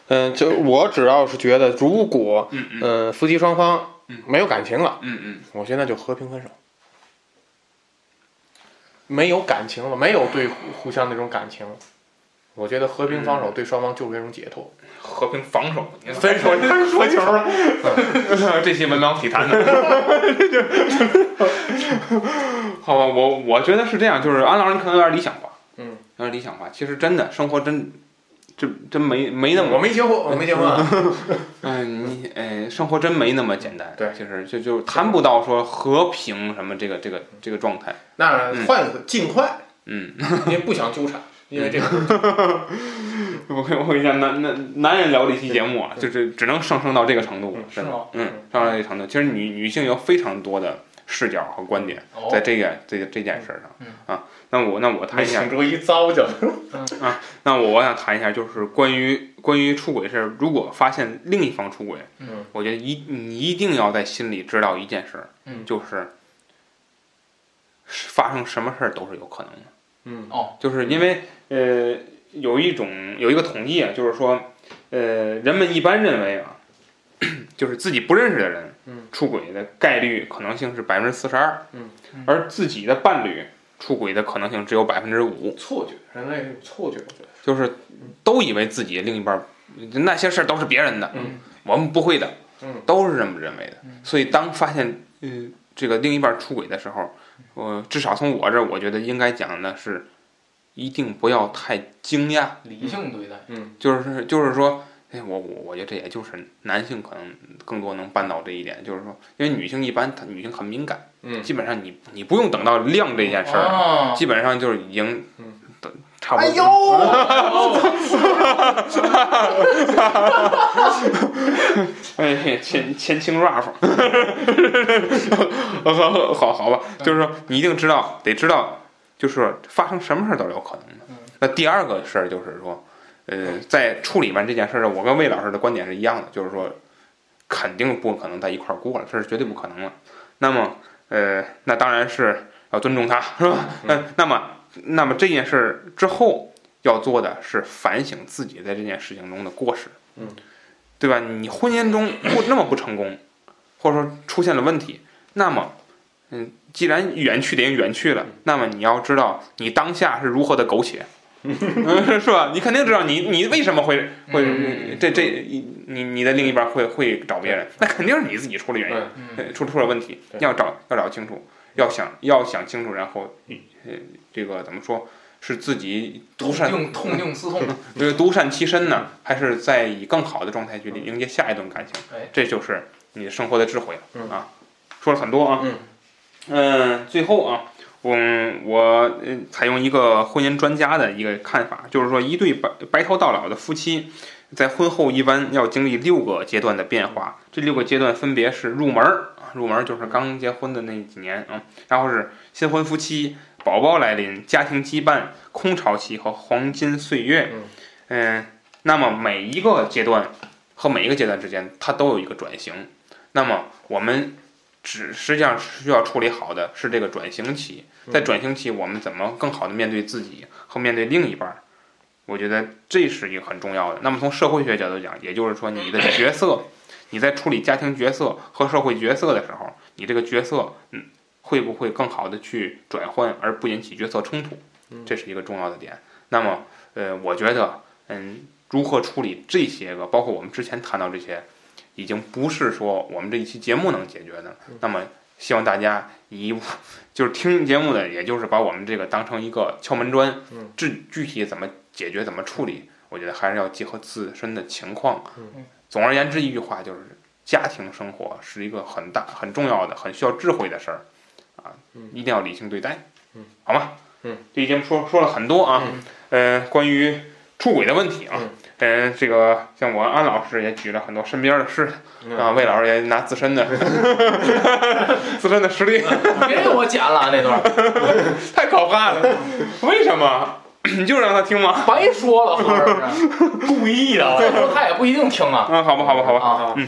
Speaker 3: 嗯，就我只要是觉得，如果
Speaker 1: 嗯嗯
Speaker 3: 嗯夫妻双方
Speaker 1: 嗯
Speaker 3: 没有感情了，
Speaker 1: 嗯嗯，
Speaker 3: 我现在就和平分手。没有感情了，没有对互互相那种感情了，我觉得和平放手对双方就是一种解脱。
Speaker 1: 和平防守，你看
Speaker 3: 分手
Speaker 4: 说球了，
Speaker 1: 这期文章体坛的，好吧，我我觉得是这样，就是安老师你可能有点理想化，
Speaker 3: 嗯，
Speaker 1: 有点理想化。其实真的生活真真真没没那
Speaker 3: 我
Speaker 1: 么，
Speaker 3: 没结婚，我没结婚啊。
Speaker 1: 嗯，你哎，生活真没那么简单。
Speaker 3: 对
Speaker 1: 其实就就谈不到说和平什么这个这个这个状态。
Speaker 3: 那
Speaker 1: 嗯
Speaker 3: 换一个尽快，
Speaker 1: 嗯，
Speaker 3: 因为不想纠缠，因为这个
Speaker 1: 我跟我跟你讲，男男男人聊这期节目啊，就是只能上升到这个程度了
Speaker 3: 嗯，
Speaker 1: 真
Speaker 2: 是
Speaker 1: 的
Speaker 2: 吗，
Speaker 1: 嗯，上升到这个程度。其实女女性有非常多的视角和观点，
Speaker 2: 哦
Speaker 1: 在这个这个这件事儿上
Speaker 2: 嗯，
Speaker 1: 啊，那我那我谈一下
Speaker 4: 请注意糟践。
Speaker 1: 那我我想谈一下，就是关于关于出轨事儿，如果发现另一方出轨，
Speaker 2: 嗯，
Speaker 1: 我觉得一你一定要在心里知道一件事儿，
Speaker 2: 嗯
Speaker 1: 就是是发生什么事儿都是有可能的，
Speaker 4: 嗯
Speaker 2: 哦，
Speaker 1: 就是因为呃有一种有一个统计啊，就是说呃人们一般认为啊， 就是自己不认识的人，
Speaker 4: 嗯，
Speaker 1: 出轨的概率可能性是百分之四十二，
Speaker 4: 嗯，
Speaker 1: 而自己的伴侣出轨的可能性只有百分之五，
Speaker 3: 错觉，人类有错觉，我觉得。
Speaker 1: 就是都以为自己另一半儿那些事儿都是别人的，
Speaker 4: 嗯
Speaker 1: 我们不会的，
Speaker 4: 嗯
Speaker 1: 都是这么认为的。
Speaker 2: 嗯
Speaker 1: 所以当发现嗯、这个另一半出轨的时候，呃，至少从我这儿，我觉得应该讲的是，一定不要太惊讶，
Speaker 2: 理性对待。
Speaker 1: 就是就是说，哎，我我我觉得这也就是男性可能更多能办到这一点，就是说，因为女性一般她女性很敏感，
Speaker 4: 嗯
Speaker 1: 基本上你你不用等到量这件事儿，
Speaker 2: 啊，
Speaker 1: 基本上就是已经
Speaker 4: 嗯
Speaker 1: 等差不多。 哎前前清 rap，好好好吧，就是说你一定知道，得知道，就是发生什么事儿都是有可能的
Speaker 2: 嗯。
Speaker 1: 那第二个事儿就是说，呃，在处理完这件事儿上，我跟魏老师的观点是一样的，就是说，肯定不可能在一块儿过了，这是绝对不可能了。那么，呃，那当然是要尊重他，是吧？
Speaker 2: 嗯
Speaker 1: 那那么，那么这件事儿之后要做的是反省自己在这件事情中的过失。
Speaker 2: 嗯
Speaker 1: 对吧？你婚姻中不那么不成功，或者说出现了问题，那么，嗯，既然远去等于远去了，
Speaker 2: 嗯
Speaker 1: 那么你要知道你当下是如何的苟 且，嗯，是吧？你肯定知道你你为什么会会、
Speaker 2: 嗯
Speaker 1: 这这你你的另一半会会找别人，那肯定是你自己出了原因。
Speaker 2: 嗯
Speaker 1: 呃，出出了问题，
Speaker 4: 对
Speaker 1: 要找要找清楚，要想要想清楚，然后，呃，这个怎么说是自己独善
Speaker 2: 定痛定思痛，
Speaker 1: 这个独善其身呢，还是在以更好的状态
Speaker 4: 嗯
Speaker 1: 去迎接下一段感情
Speaker 2: 哎？
Speaker 1: 这就是你生活的智慧了
Speaker 4: 嗯
Speaker 1: 啊！说了很多啊，
Speaker 4: 嗯
Speaker 1: 嗯，最后啊，我我呃采用一个婚姻专家的一个看法，就是说一对白白头到老的夫妻，在婚后一般要经历六个阶段的变化，这六个阶段分别是入门儿啊，入门儿就是刚结婚的那几年啊，然后是新婚夫妻。宝宝来临，家庭羁绊、空巢期和黄金岁月，嗯，那么每一个阶段和每一个阶段之间，它都有一个转型。那么我们只实际上需要处理好的是这个转型期，在转型期我们怎么更好的面对自己和面对另一半儿，我觉得这是一个很重要的。那么从社会学角度讲，也就是说你的角色，你在处理家庭角色和社会角色的时候，你这个角色嗯会不会更好的去转换，而不引起角色冲突，这是一个重要的点。那么呃，我觉得嗯，如何处理这些个，包括我们之前谈到这些，已经不是说我们这一期节目能解决的。
Speaker 4: 嗯
Speaker 1: 那么，希望大家以 就是听节目的，也就是把我们这个当成一个敲门砖
Speaker 4: 嗯，
Speaker 1: 这具体怎么解决、怎么处理，我觉得还是要结合自身的情况
Speaker 4: 嗯。
Speaker 1: 总而言之，一句话就是，家庭生活是一个很大、很重要的、很需要智慧的事儿啊
Speaker 4: 嗯，
Speaker 1: 一定要理性对待
Speaker 4: 嗯，
Speaker 1: 好吗？
Speaker 4: 嗯，
Speaker 1: 这期节目说说了很多啊，呃，关于。出轨的问题啊
Speaker 4: 嗯，
Speaker 1: 嗯，这个像我安老师也举了很多身边的事
Speaker 4: 嗯
Speaker 1: 啊，魏老师也拿自身 的自身的实力，
Speaker 4: 嗯
Speaker 2: 别给我剪了啊那段儿，
Speaker 1: 太可怕了，为什么？ 你就让他听吗？
Speaker 2: 白说了，合着是。
Speaker 4: 故意的，
Speaker 2: 再说他也不一定听啊
Speaker 1: 啊，好吧，好吧，好吧。
Speaker 2: 啊
Speaker 1: 嗯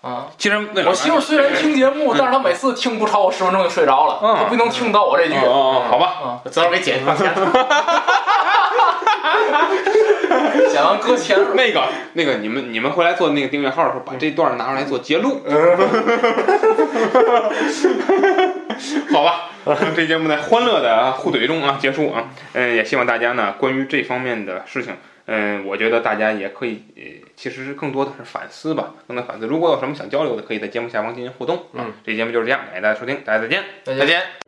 Speaker 2: 啊！
Speaker 1: 其实魏老
Speaker 2: 我
Speaker 1: 师
Speaker 2: 媳妇虽然听节目，但是她每次听不超过十分钟就睡着了，
Speaker 1: 嗯
Speaker 2: 她不一定听到我这句
Speaker 1: 哦。哦，
Speaker 4: 嗯
Speaker 1: 哦好吧，
Speaker 2: 啊，
Speaker 4: 昨儿给姐放钱了，
Speaker 2: 剪完搁前面，
Speaker 1: 那个那个，你们你们回来做那个订阅号的时候，把这段拿出来做截录， 好吧？这节目在欢乐的啊互怼中啊结束啊，嗯、也希望大家呢关于这方面的事情，嗯、我觉得大家也可以，呃，其实更多的是反思吧，更多反思。如果有什么想交流的，可以在节目下方进行互动啊。
Speaker 4: 嗯
Speaker 1: 这节目就是这样，感谢大家收听，大家再见。
Speaker 2: 再见
Speaker 4: 再见。